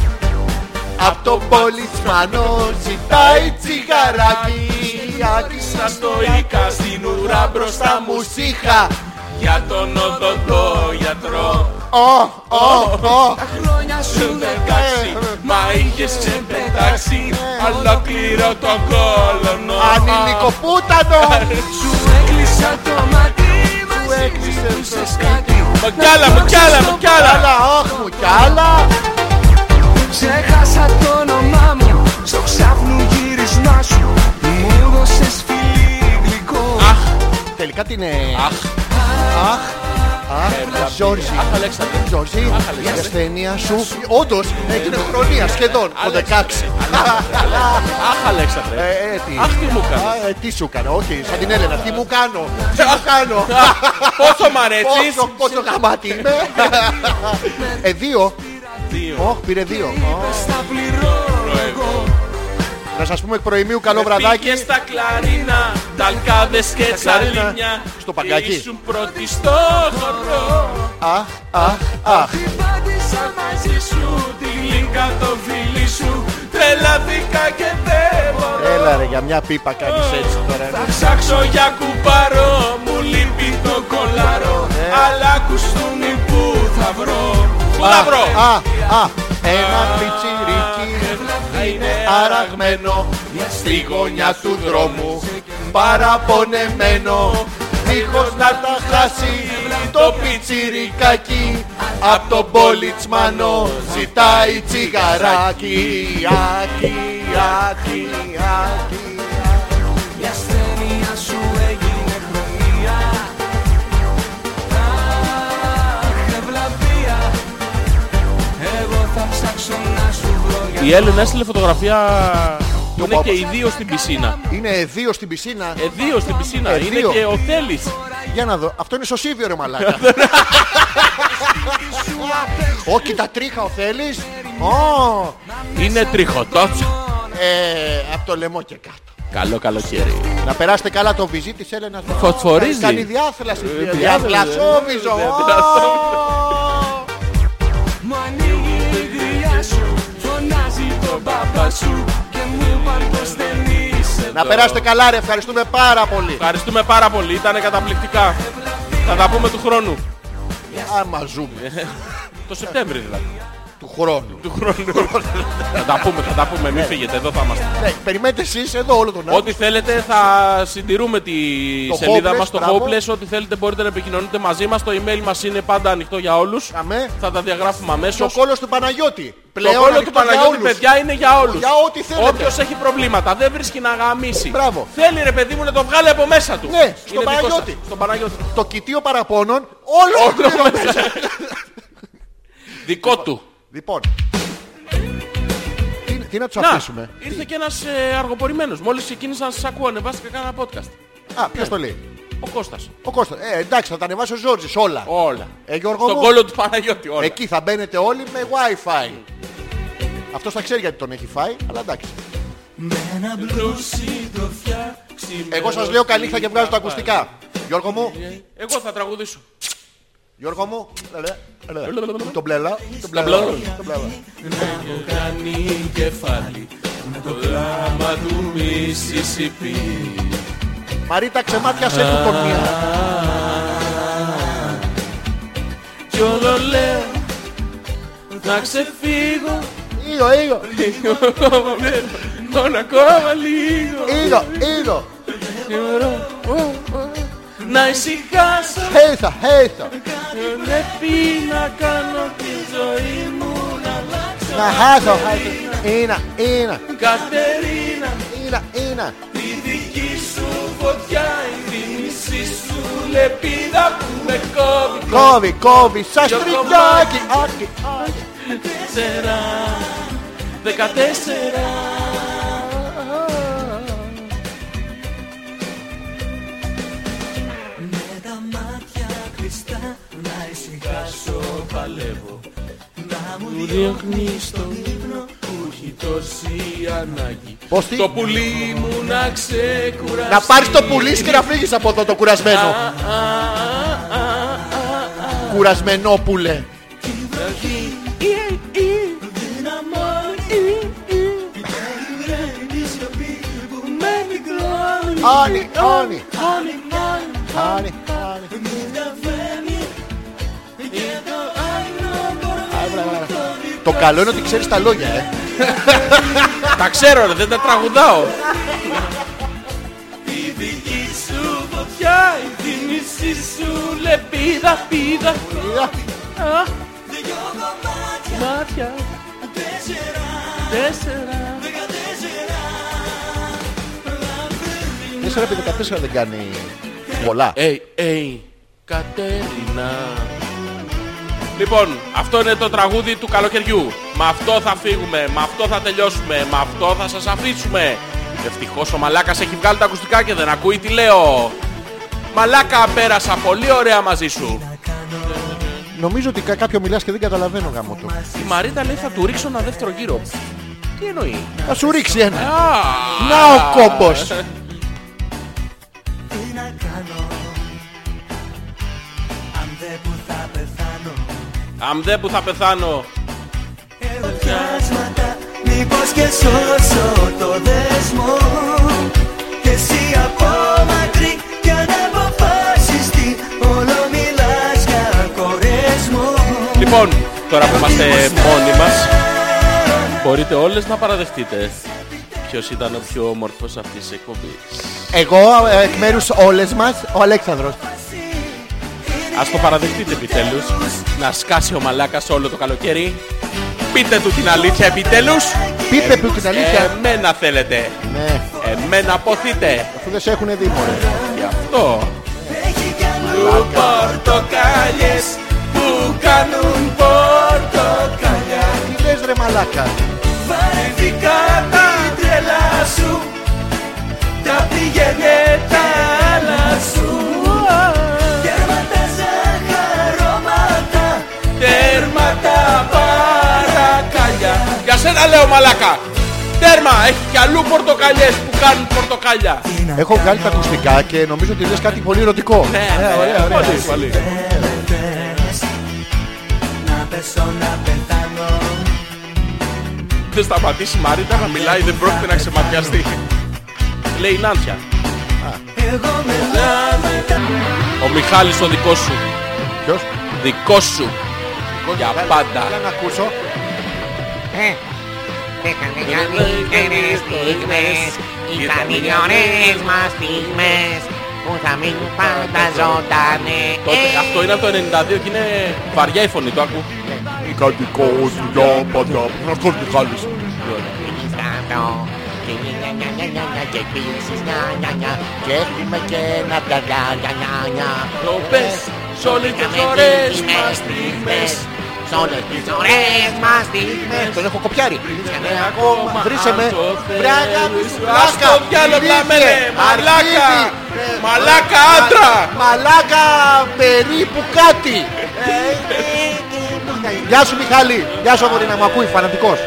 Speaker 1: Απ' το πολισμάνο ζητάει τσιγαράκι Άκουσα
Speaker 2: στο οίκα στην ουρά μπροστά μου
Speaker 1: μουσίχα
Speaker 2: για τον οδοντό γιατρό.
Speaker 1: Ω, ω, ω
Speaker 6: χρόνια σου
Speaker 2: Εντάξει,
Speaker 1: Ε,
Speaker 2: μα είχες ξεπετάξει ολόκληρο τον ε, κόλωνο.
Speaker 1: Ανηλικοπούτανο
Speaker 6: Σου έκλεισα το μάτι μαζί μου που σε σκάτι
Speaker 2: Μα κι άλλα, μα κι άλλα, μα κι άλλα.
Speaker 1: Άλλα, όχ μου κι άλλα
Speaker 6: Ξέχασα το όνομά μου Στο ξάφνου γύρισμά σου Μου δώσες φιλί γλυκό
Speaker 1: Τελικά την ε,
Speaker 2: Αχ, Ε,
Speaker 1: Αχ, αχ, Ζόρζι.
Speaker 2: αχ, Αλέξανδρε.
Speaker 1: Ζόρζι, η
Speaker 2: Αλέξανδρε.
Speaker 1: ασθένεια σου όντως έγινε χρονία σχεδόν το 16.
Speaker 2: αχ, Αλέξανδρε.
Speaker 1: Ε, ε, τι.
Speaker 2: Αχ, τι μου έκανες.
Speaker 1: Α, ε, τι σου έκανα, όχι, σαν την Έλενα. Τι μου κάνω, τι μου κάνω.
Speaker 2: Πόσο μ' αρέσεις.
Speaker 1: ε. Πόσο, πόσο γαμάτι είμαι. Ε, δύο.
Speaker 2: Δύο.
Speaker 1: Ωχ, πήρε δύο.
Speaker 6: Στα πληρώνω εγώ
Speaker 1: Να σας πούμε εκ προημίου καλό βραδάκι.
Speaker 2: Πήγες Ε, στα κλαρίνα, ταλκάδες και
Speaker 1: κλαρίνα,
Speaker 2: τσαλίνια.
Speaker 1: στο παγκάκι.
Speaker 2: Ήσουν πρώτη στο χορό.
Speaker 1: Αχ, αχ, αχ.
Speaker 6: Την πάντησα μαζί σου
Speaker 2: Τη γλύκα το φίλι σου, τρελαθήκα και δεν μπορώ.
Speaker 1: Έλα ρε, για μια πίπα κάνεις έτσι τώρα. ναι.
Speaker 2: Θα ψάξω για κουμπάρο, μου λείπει το κολάρο Αλλά κουστούμι που θα βρω Πού θα βρω!
Speaker 1: Ναι. Α, α, ένα πιτσιρίκι
Speaker 2: Είναι
Speaker 1: αραγμένο στη γωνιά του δρόμου παραπονεμένο δίχως να τα χάσει το πιτσιρικάκι απ' τον πολιτσμανό ζητάει τσιγαράκι άκι, άκι, άκι
Speaker 6: Η ασθένεια σου έγινε χρονία Αχ, ευλαβία Εγώ θα ψάξω να σου βρω για
Speaker 2: Η Έλληνα έστειλε φωτογραφία που είναι
Speaker 1: πάπα.
Speaker 2: και οι δύο στην πισίνα
Speaker 1: Είναι δύο στην πισίνα
Speaker 2: Ε, δύο στην πισίνα,
Speaker 1: Ε,
Speaker 2: είναι
Speaker 1: δύο.
Speaker 2: και ο Θέλης
Speaker 1: Για να δω, αυτό είναι σωσίβιο ρε μαλάκα
Speaker 2: Ναι.
Speaker 1: Ω, κοίτα τρίχα ο Θέλης Ω,
Speaker 2: Είναι τριχωτότσο
Speaker 1: ε, από το λαιμό και κάτω
Speaker 2: Καλό καλοκαίρι
Speaker 1: Να περάσετε καλά το βυζί της Έλενας.
Speaker 2: Ε, Φωσφορίζει. Ε,
Speaker 1: Κάνει διάθλαση.
Speaker 2: διάθλαση.
Speaker 1: Διαθλασόβιζο.
Speaker 2: Διαθλασόβιζο.
Speaker 6: Μου ανοίγει η γριά σου Φωνάζει τον παπά σου Και μου είπαν πως δεν είσαι εδώ
Speaker 1: Να περάσετε καλά ρε. Ευχαριστούμε πάρα πολύ.
Speaker 2: Ευχαριστούμε πάρα πολύ, ήταν καταπληκτικά Θα τα πούμε του χρόνου
Speaker 1: Άμα
Speaker 2: Ε.
Speaker 1: ζούμε.
Speaker 2: Το Σεπτέμβρη δηλαδή
Speaker 1: Του χρόνου.
Speaker 2: Του χρόνου Θα τα πούμε, θα τα πούμε, μην φύγετε, εδώ θα είμαστε
Speaker 1: Ναι, περιμένετε εσείς εδώ όλο τον άνθρωπο.
Speaker 2: Ό,τι θέλετε θα συντηρούμε τη
Speaker 1: Το
Speaker 2: σελίδα
Speaker 1: Hopeless,
Speaker 2: μας στο
Speaker 1: μπράβο.
Speaker 2: Hopeless. Ό,τι θέλετε μπορείτε να επικοινωνείτε μαζί μας. Το email μας είναι πάντα ανοιχτό για όλους.
Speaker 1: Αμέ.
Speaker 2: Θα τα διαγράφουμε
Speaker 1: Και ο
Speaker 2: αμέσως.
Speaker 1: κόλος του Παναγιώτη. Πλέον
Speaker 2: το κόλλο
Speaker 1: ανοιχτό
Speaker 2: του
Speaker 1: για
Speaker 2: Παναγιώτη,
Speaker 1: όλους.
Speaker 2: παιδιά, είναι για όλους.
Speaker 1: Για ό,τι θέλετε.
Speaker 2: Όποιος έχει προβλήματα, δεν βρίσκει να γαμίσει.
Speaker 1: Μπράβο.
Speaker 2: Θέλει ρε παιδί μου να το βγάλει από μέσα του.
Speaker 1: Ναι,
Speaker 2: Είναι
Speaker 1: στον
Speaker 2: δικό σας.
Speaker 1: Παναγιώτη.
Speaker 2: Στον Παναγιώτη.
Speaker 1: Το κοιτίο παραπώνων. Όλο
Speaker 2: Όλο μέσα. Δικό του.
Speaker 1: Λοιπόν. Τι- Τι να τους
Speaker 2: Να,
Speaker 1: αφήσουμε.
Speaker 2: ήρθε και ένας ε, αργοπορημένος. Μόλις ξεκίνησα να σας ακούω, ανεβάστηκα κάνα podcast.
Speaker 1: Α, ποιος το λέει.
Speaker 2: Ο Κώστας.
Speaker 1: Ο Κώστας. Ε, εντάξει, θα τα ανεβάσει ο Ζόρζης όλα.
Speaker 2: Όλα.
Speaker 1: Ε, Γιώργο
Speaker 2: Στον
Speaker 1: μου.
Speaker 2: κόλλο του Παναγιώτη όλα.
Speaker 1: Εκεί θα μπαίνετε όλοι με Wi-Fi. Αυτός θα ξέρει γιατί τον έχει φάει, αλλά εντάξει. Εγώ σας λέω καλή νύχτα και βγάζω τα ακουστικά. Γιώργο μου,
Speaker 2: Εγώ θα τραγουδήσω.
Speaker 1: Γιώργο μου, λε, λε, λε. τον πλέλα, τον πλέλα,
Speaker 2: πλέλα.
Speaker 1: τον πλέλα.
Speaker 2: Έχω κάνει κεφάλι με το δράμα του Μississippi.
Speaker 1: Μαρίτα ξεμάτιασε του τον μία.
Speaker 2: Κι όλο λέω να ξεφύγω
Speaker 1: Ήγο, ήγο,
Speaker 2: λίγο ακόμα βλέπω, Μόνο ακόμα λίγο
Speaker 1: ήγο, ήγο.
Speaker 2: Μπορώ, ω, ω, να ησυχάσω
Speaker 1: Χέιθα, χέιθα.
Speaker 2: Πρέπει να κάνω τη ζωή μου να αλλάξω
Speaker 1: Να χάσω, χάσω. Ένα, ένα,
Speaker 2: Κατερίνα
Speaker 1: ένα, ένα.
Speaker 2: Η δική σου φωτιά, η θύμησή σου λεπίδα που με κόβει
Speaker 1: Κόβει, κόβει, σαν
Speaker 2: Δυο
Speaker 1: στριγκάκι.
Speaker 2: κομμάτια.
Speaker 1: Άκι, άκι.
Speaker 2: Τέσσερα, δεκατέσσερα
Speaker 6: Με τα μάτια κλειστά να ησυχάσω παλεύω Να μου διώχνεις τον ύπνο
Speaker 2: Που έχει τόση ανάγκη
Speaker 1: Πώς τι?
Speaker 2: Το πουλί μου να ξεκουραστεί
Speaker 1: Να πάρεις το πουλί σου και να φύγεις από εδώ το κουρασμένο.
Speaker 2: Α, α, α, α, α.
Speaker 1: Κουρασμενόπουλε. Άνι, άνι. Άνι, άνι. Το καλό είναι ότι ξέρεις τα λόγια, ε.
Speaker 2: Τα ξέρω ρε, δεν τα τραγουδάω. Η δική σου φωτιά, η θύμησή σου λεπίδα, πίδα, α, μάτια, τέσσερα.
Speaker 1: Τέσσερα επί 14 δεν κάνει πολλά.
Speaker 2: Ει, ει, Κατέρινα. Λοιπόν, αυτό είναι το τραγούδι του καλοκαιριού. Με αυτό θα φύγουμε, με αυτό θα τελειώσουμε, με αυτό θα σας αφήσουμε. Ευτυχώς ο Μαλάκας έχει βγάλει τα ακουστικά και δεν ακούει τι λέω. Μαλάκα, πέρασα πολύ ωραία μαζί σου.
Speaker 1: Νομίζω ότι κα- κάποιο μιλάς και δεν καταλαβαίνω γάμο του.
Speaker 2: Η Μαρίτα λέει θα του ρίξω ένα δεύτερο γύρο. Τι εννοεί.
Speaker 1: Θα σου ρίξει ένα.
Speaker 2: Α,
Speaker 1: Να ο κόμπος.
Speaker 6: Τι να κάνω Αν δεν που θα πεθάνω
Speaker 2: Αμ δε που θα πεθάνω.
Speaker 6: Εδώ πιάσματα Μήπως και σώσω το δεσμό Και εσύ από μακρύ Κι αν αποφάσεις τι Όλο μιλάς για κορεσμό
Speaker 2: Λοιπόν, τώρα που είμαστε μόνοι μας, μπορείτε όλες να παραδεχτείτε ποιος ήταν ο πιο όμορφος αυτής της εκπομπής.
Speaker 1: Εγώ ε, εκ μέρους όλες μας, ο Αλέξανδρος.
Speaker 2: Ας το παραδεχτείτε επιτέλους, να σκάσει ο μαλάκας όλο το καλοκαίρι. Πείτε του την αλήθεια επιτέλους.
Speaker 1: Πείτε που την
Speaker 2: Ε.
Speaker 1: αλήθεια.
Speaker 2: Εμένα θέλετε.
Speaker 1: Ναι,
Speaker 2: Εμένα αποθείτε.
Speaker 1: αφού δεν σε έχουν δει μωρέ.
Speaker 2: Γι' αυτό. Του πορτοκάλιες που κάνουν πορτοκαλιά.
Speaker 1: Τι λες ρε μαλάκα.
Speaker 2: Βαρεθήκα τα τρελά σου Τα πήγαινε τα άλλα σου
Speaker 6: Τέρματα ζαχαρώματα
Speaker 2: Τέρμα τα παρακαλιά Για σένα λέω μαλάκα Τέρμα, έχει κι αλλού πορτοκαλιές που κάνουν πορτοκαλιά
Speaker 1: Έχω βγάλει τα ακουστικά και νομίζω ότι λες κάτι πολύ ερωτικό. Ε,
Speaker 2: Ναι, ωραία, πολύ, πολύ
Speaker 6: Πες, Να πέσω να πεθάνω
Speaker 2: Δεν σταματήσει η Μαρίτα να μιλάει, δεν πρόκειται να ξεματιαστεί Λέει η Νάντια
Speaker 6: Εγώ με
Speaker 2: Ο Μιχάλης ο δικός σου
Speaker 1: Ποιος?
Speaker 2: Δικός σου Για πάντα
Speaker 1: Για να ακούσω.
Speaker 7: Ε, Είχαμε κάνει νέες στιγμές Ήταν μιλιονές μας στιγμές Που θα μείνουν πάντα ζωντανέ
Speaker 2: Τότε, αυτό είναι από το 92 και είναι βαριά η φωνή, το άκου.
Speaker 7: Και νια, νια, νια, νια, νια, και επίσης νια, νια, νια. Και έχουμε και ένα νια, νια, νια, νια, νια.
Speaker 2: Το πες σ' όλες τις
Speaker 7: Είχαμε
Speaker 2: ωραίες
Speaker 7: στιγμές,
Speaker 2: μας στιγμές.
Speaker 7: Σ' όλες τις ωραίες μας στιγμές
Speaker 1: Ναι, Τον έχω κοπιάρει.
Speaker 7: Είχαμε
Speaker 2: Ακόμα
Speaker 1: βρήσε με.
Speaker 2: αν το θέλεις.
Speaker 1: Βράγα, βράγα,
Speaker 2: Ας το διάλο
Speaker 1: βρήσε.
Speaker 2: πλαμένε. Μαλάκα.
Speaker 1: Αρχίζει.
Speaker 2: Μαλάκα άντρα.
Speaker 1: Μαλάκα περίπου κάτι. Ε, Γεια σου Μιχάλη. Γεια σου αγορίνα μου. Ακούει φανατικός.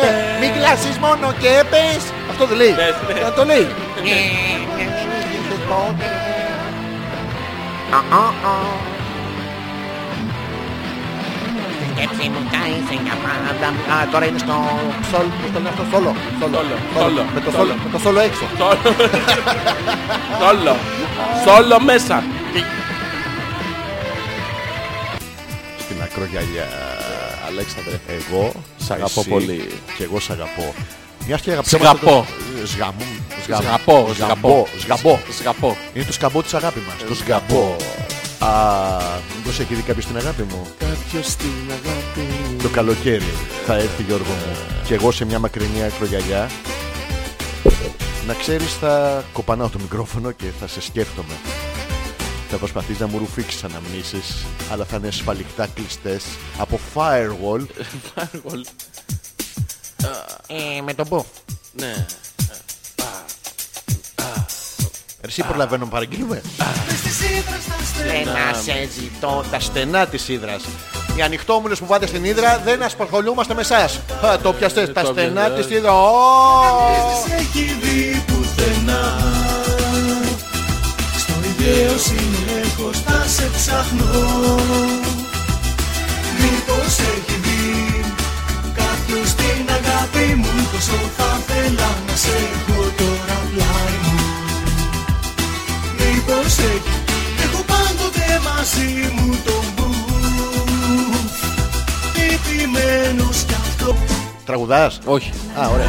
Speaker 1: Ναι, μην κλασείς μόνο και πες. Αυτό δεν λέει.
Speaker 2: Ναι, ναι.
Speaker 1: Να το λέει.
Speaker 7: Σκέψη μου τα είσαι για πάντα
Speaker 1: Α, τώρα είναι στο σόλ, πώς το λένε αυτό, σόλο. Σόλο,
Speaker 2: Σόλο,
Speaker 1: σόλο.
Speaker 2: σόλο,
Speaker 1: Με το
Speaker 2: σόλο.
Speaker 1: σόλο, με το σόλο έξω.
Speaker 2: Σόλο. Σόλο. Σόλο μέσα.
Speaker 1: Στην ακρογιαλιά, Αλέξανδρε, εγώ σ'
Speaker 2: αγαπώ πολύ.
Speaker 1: Και εγώ σ' αγαπώ. Μιας και αγαπησέ
Speaker 2: Σ' αγαπώ.
Speaker 1: μας το- σγαμού.
Speaker 4: Σγαπό, σγαπό.
Speaker 1: Σγαμπό.
Speaker 4: Σγαπό.
Speaker 1: Είναι το σκαμπό της αγάπη μας. Το σγαμπό. Α, μήπως έχει δει κάποιος την αγάπη μου.
Speaker 4: Κάποιος στην αγάπη μου.
Speaker 1: Το καλοκαίρι θα έρθει Γιώργο μου. Και εγώ σε μια μακρινή ακρογιαλιά. Να ξέρεις θα κοπανάω το μικρόφωνο και θα σε σκέφτομαι. Θα προσπαθείς να μου ρουφήξεις αναμνήσεις, αλλά θα είναι σφαλιχτά κλειστές από firewall
Speaker 2: Firewall.
Speaker 7: Ε, με τον Μπουφ.
Speaker 2: Ναι.
Speaker 1: Εσύ προλαβαίνω να παραγγείλουμε.
Speaker 7: Ε, να σε ζητώ τα
Speaker 1: Τα στενά της ύδρας. Οι ανοιχτόμουλες που βάτε στην ύδρα δεν ασχολούμαστε με εσάς. Α, Το πιαστές. Τα
Speaker 2: Ε, το
Speaker 1: στενά
Speaker 2: πιαστές.
Speaker 1: της ύδρας. Ω!
Speaker 6: έχει δει πουθενά Στο ιδέο συνεχώς θα σε ψάχνω Μήπως έχει δει κάποιος την αγάπη μου Πόσο θα θέλα να σε έχω τώρα πλάι μου Μήπως έχει, έχω πάντοτε μαζί μου τον μπουφ Επιμένος κι αυτό
Speaker 1: Τραγουδάς.
Speaker 4: Όχι.
Speaker 1: Α, ωραία.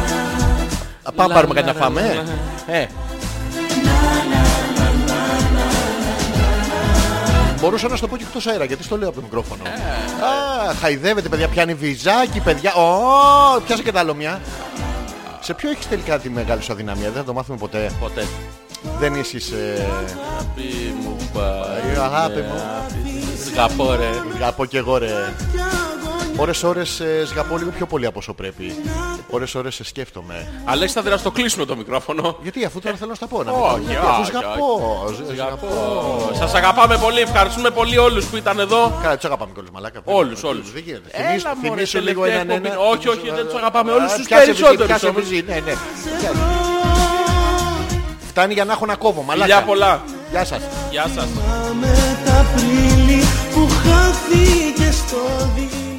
Speaker 1: Α, Πάμε να πάρουμε κάτι να φάμε. ε.
Speaker 4: Ε,
Speaker 1: Μπορούσα να σου το πω και εκτός αέρα, γιατί στο λέω από το μικρόφωνο.
Speaker 2: Ε.
Speaker 1: Α, χαϊδεύεται, παιδιά, πιάνει βυζάκι, παιδιά. Ω, πιάσε και τα άλλο μια. Σε ποιο έχεις τελικά τη μεγάλη σου αδυναμία, δεν θα το μάθουμε ποτέ.
Speaker 2: Ποτέ.
Speaker 1: Δεν είσαι. ε,
Speaker 2: Πει μου πάει.
Speaker 1: η Αγάπη μου.
Speaker 2: Σγαπό ρε.
Speaker 1: Σγαπώ και εγώ ρε. Ωρες ώρες ε, σγαπώ λίγο πιο πολύ από όσο πρέπει. Ωρες ώρες σε σκέφτομαι.
Speaker 2: Αλέξανδρε, ας το κλείσουμε το μικρόφωνο.
Speaker 1: Γιατί αφού τώρα θέλω να στα πω. να μην τα πω,
Speaker 2: Όχι,
Speaker 1: γιατί, Αφού
Speaker 2: όχι.
Speaker 1: σγαπώ.
Speaker 2: όχι.
Speaker 1: Σγαπώ.
Speaker 2: Σγαπώ. Σας αγαπάμε πολύ. Ευχαριστούμε πολύ όλους που ήταν εδώ.
Speaker 1: Καλά, τους αγαπάμε κιόλας μαλάκα.
Speaker 2: Όλους, όλους.
Speaker 1: Δεν γίνεται.
Speaker 2: Έλα,
Speaker 1: Θυμήσου-
Speaker 2: μωρέ,
Speaker 1: Θυμήσου λίγο
Speaker 2: τελευταία
Speaker 1: έναν ένα.
Speaker 2: εκπομπή. Όχι, όχι, δεν τους αγαπάμε όλους
Speaker 1: Α,
Speaker 2: τους
Speaker 1: πιάσε βυζί,
Speaker 2: περισσότερους
Speaker 1: πιάσε
Speaker 2: όμως.
Speaker 1: βυζί, ναι, ναι. Φτάνει για να έχω να κόβω, μαλάκα.
Speaker 2: Φιλιά πολλά.
Speaker 1: Γεια σας.
Speaker 2: Γεια σας.
Speaker 6: με τα πρίλη που χάθηκε στο δι.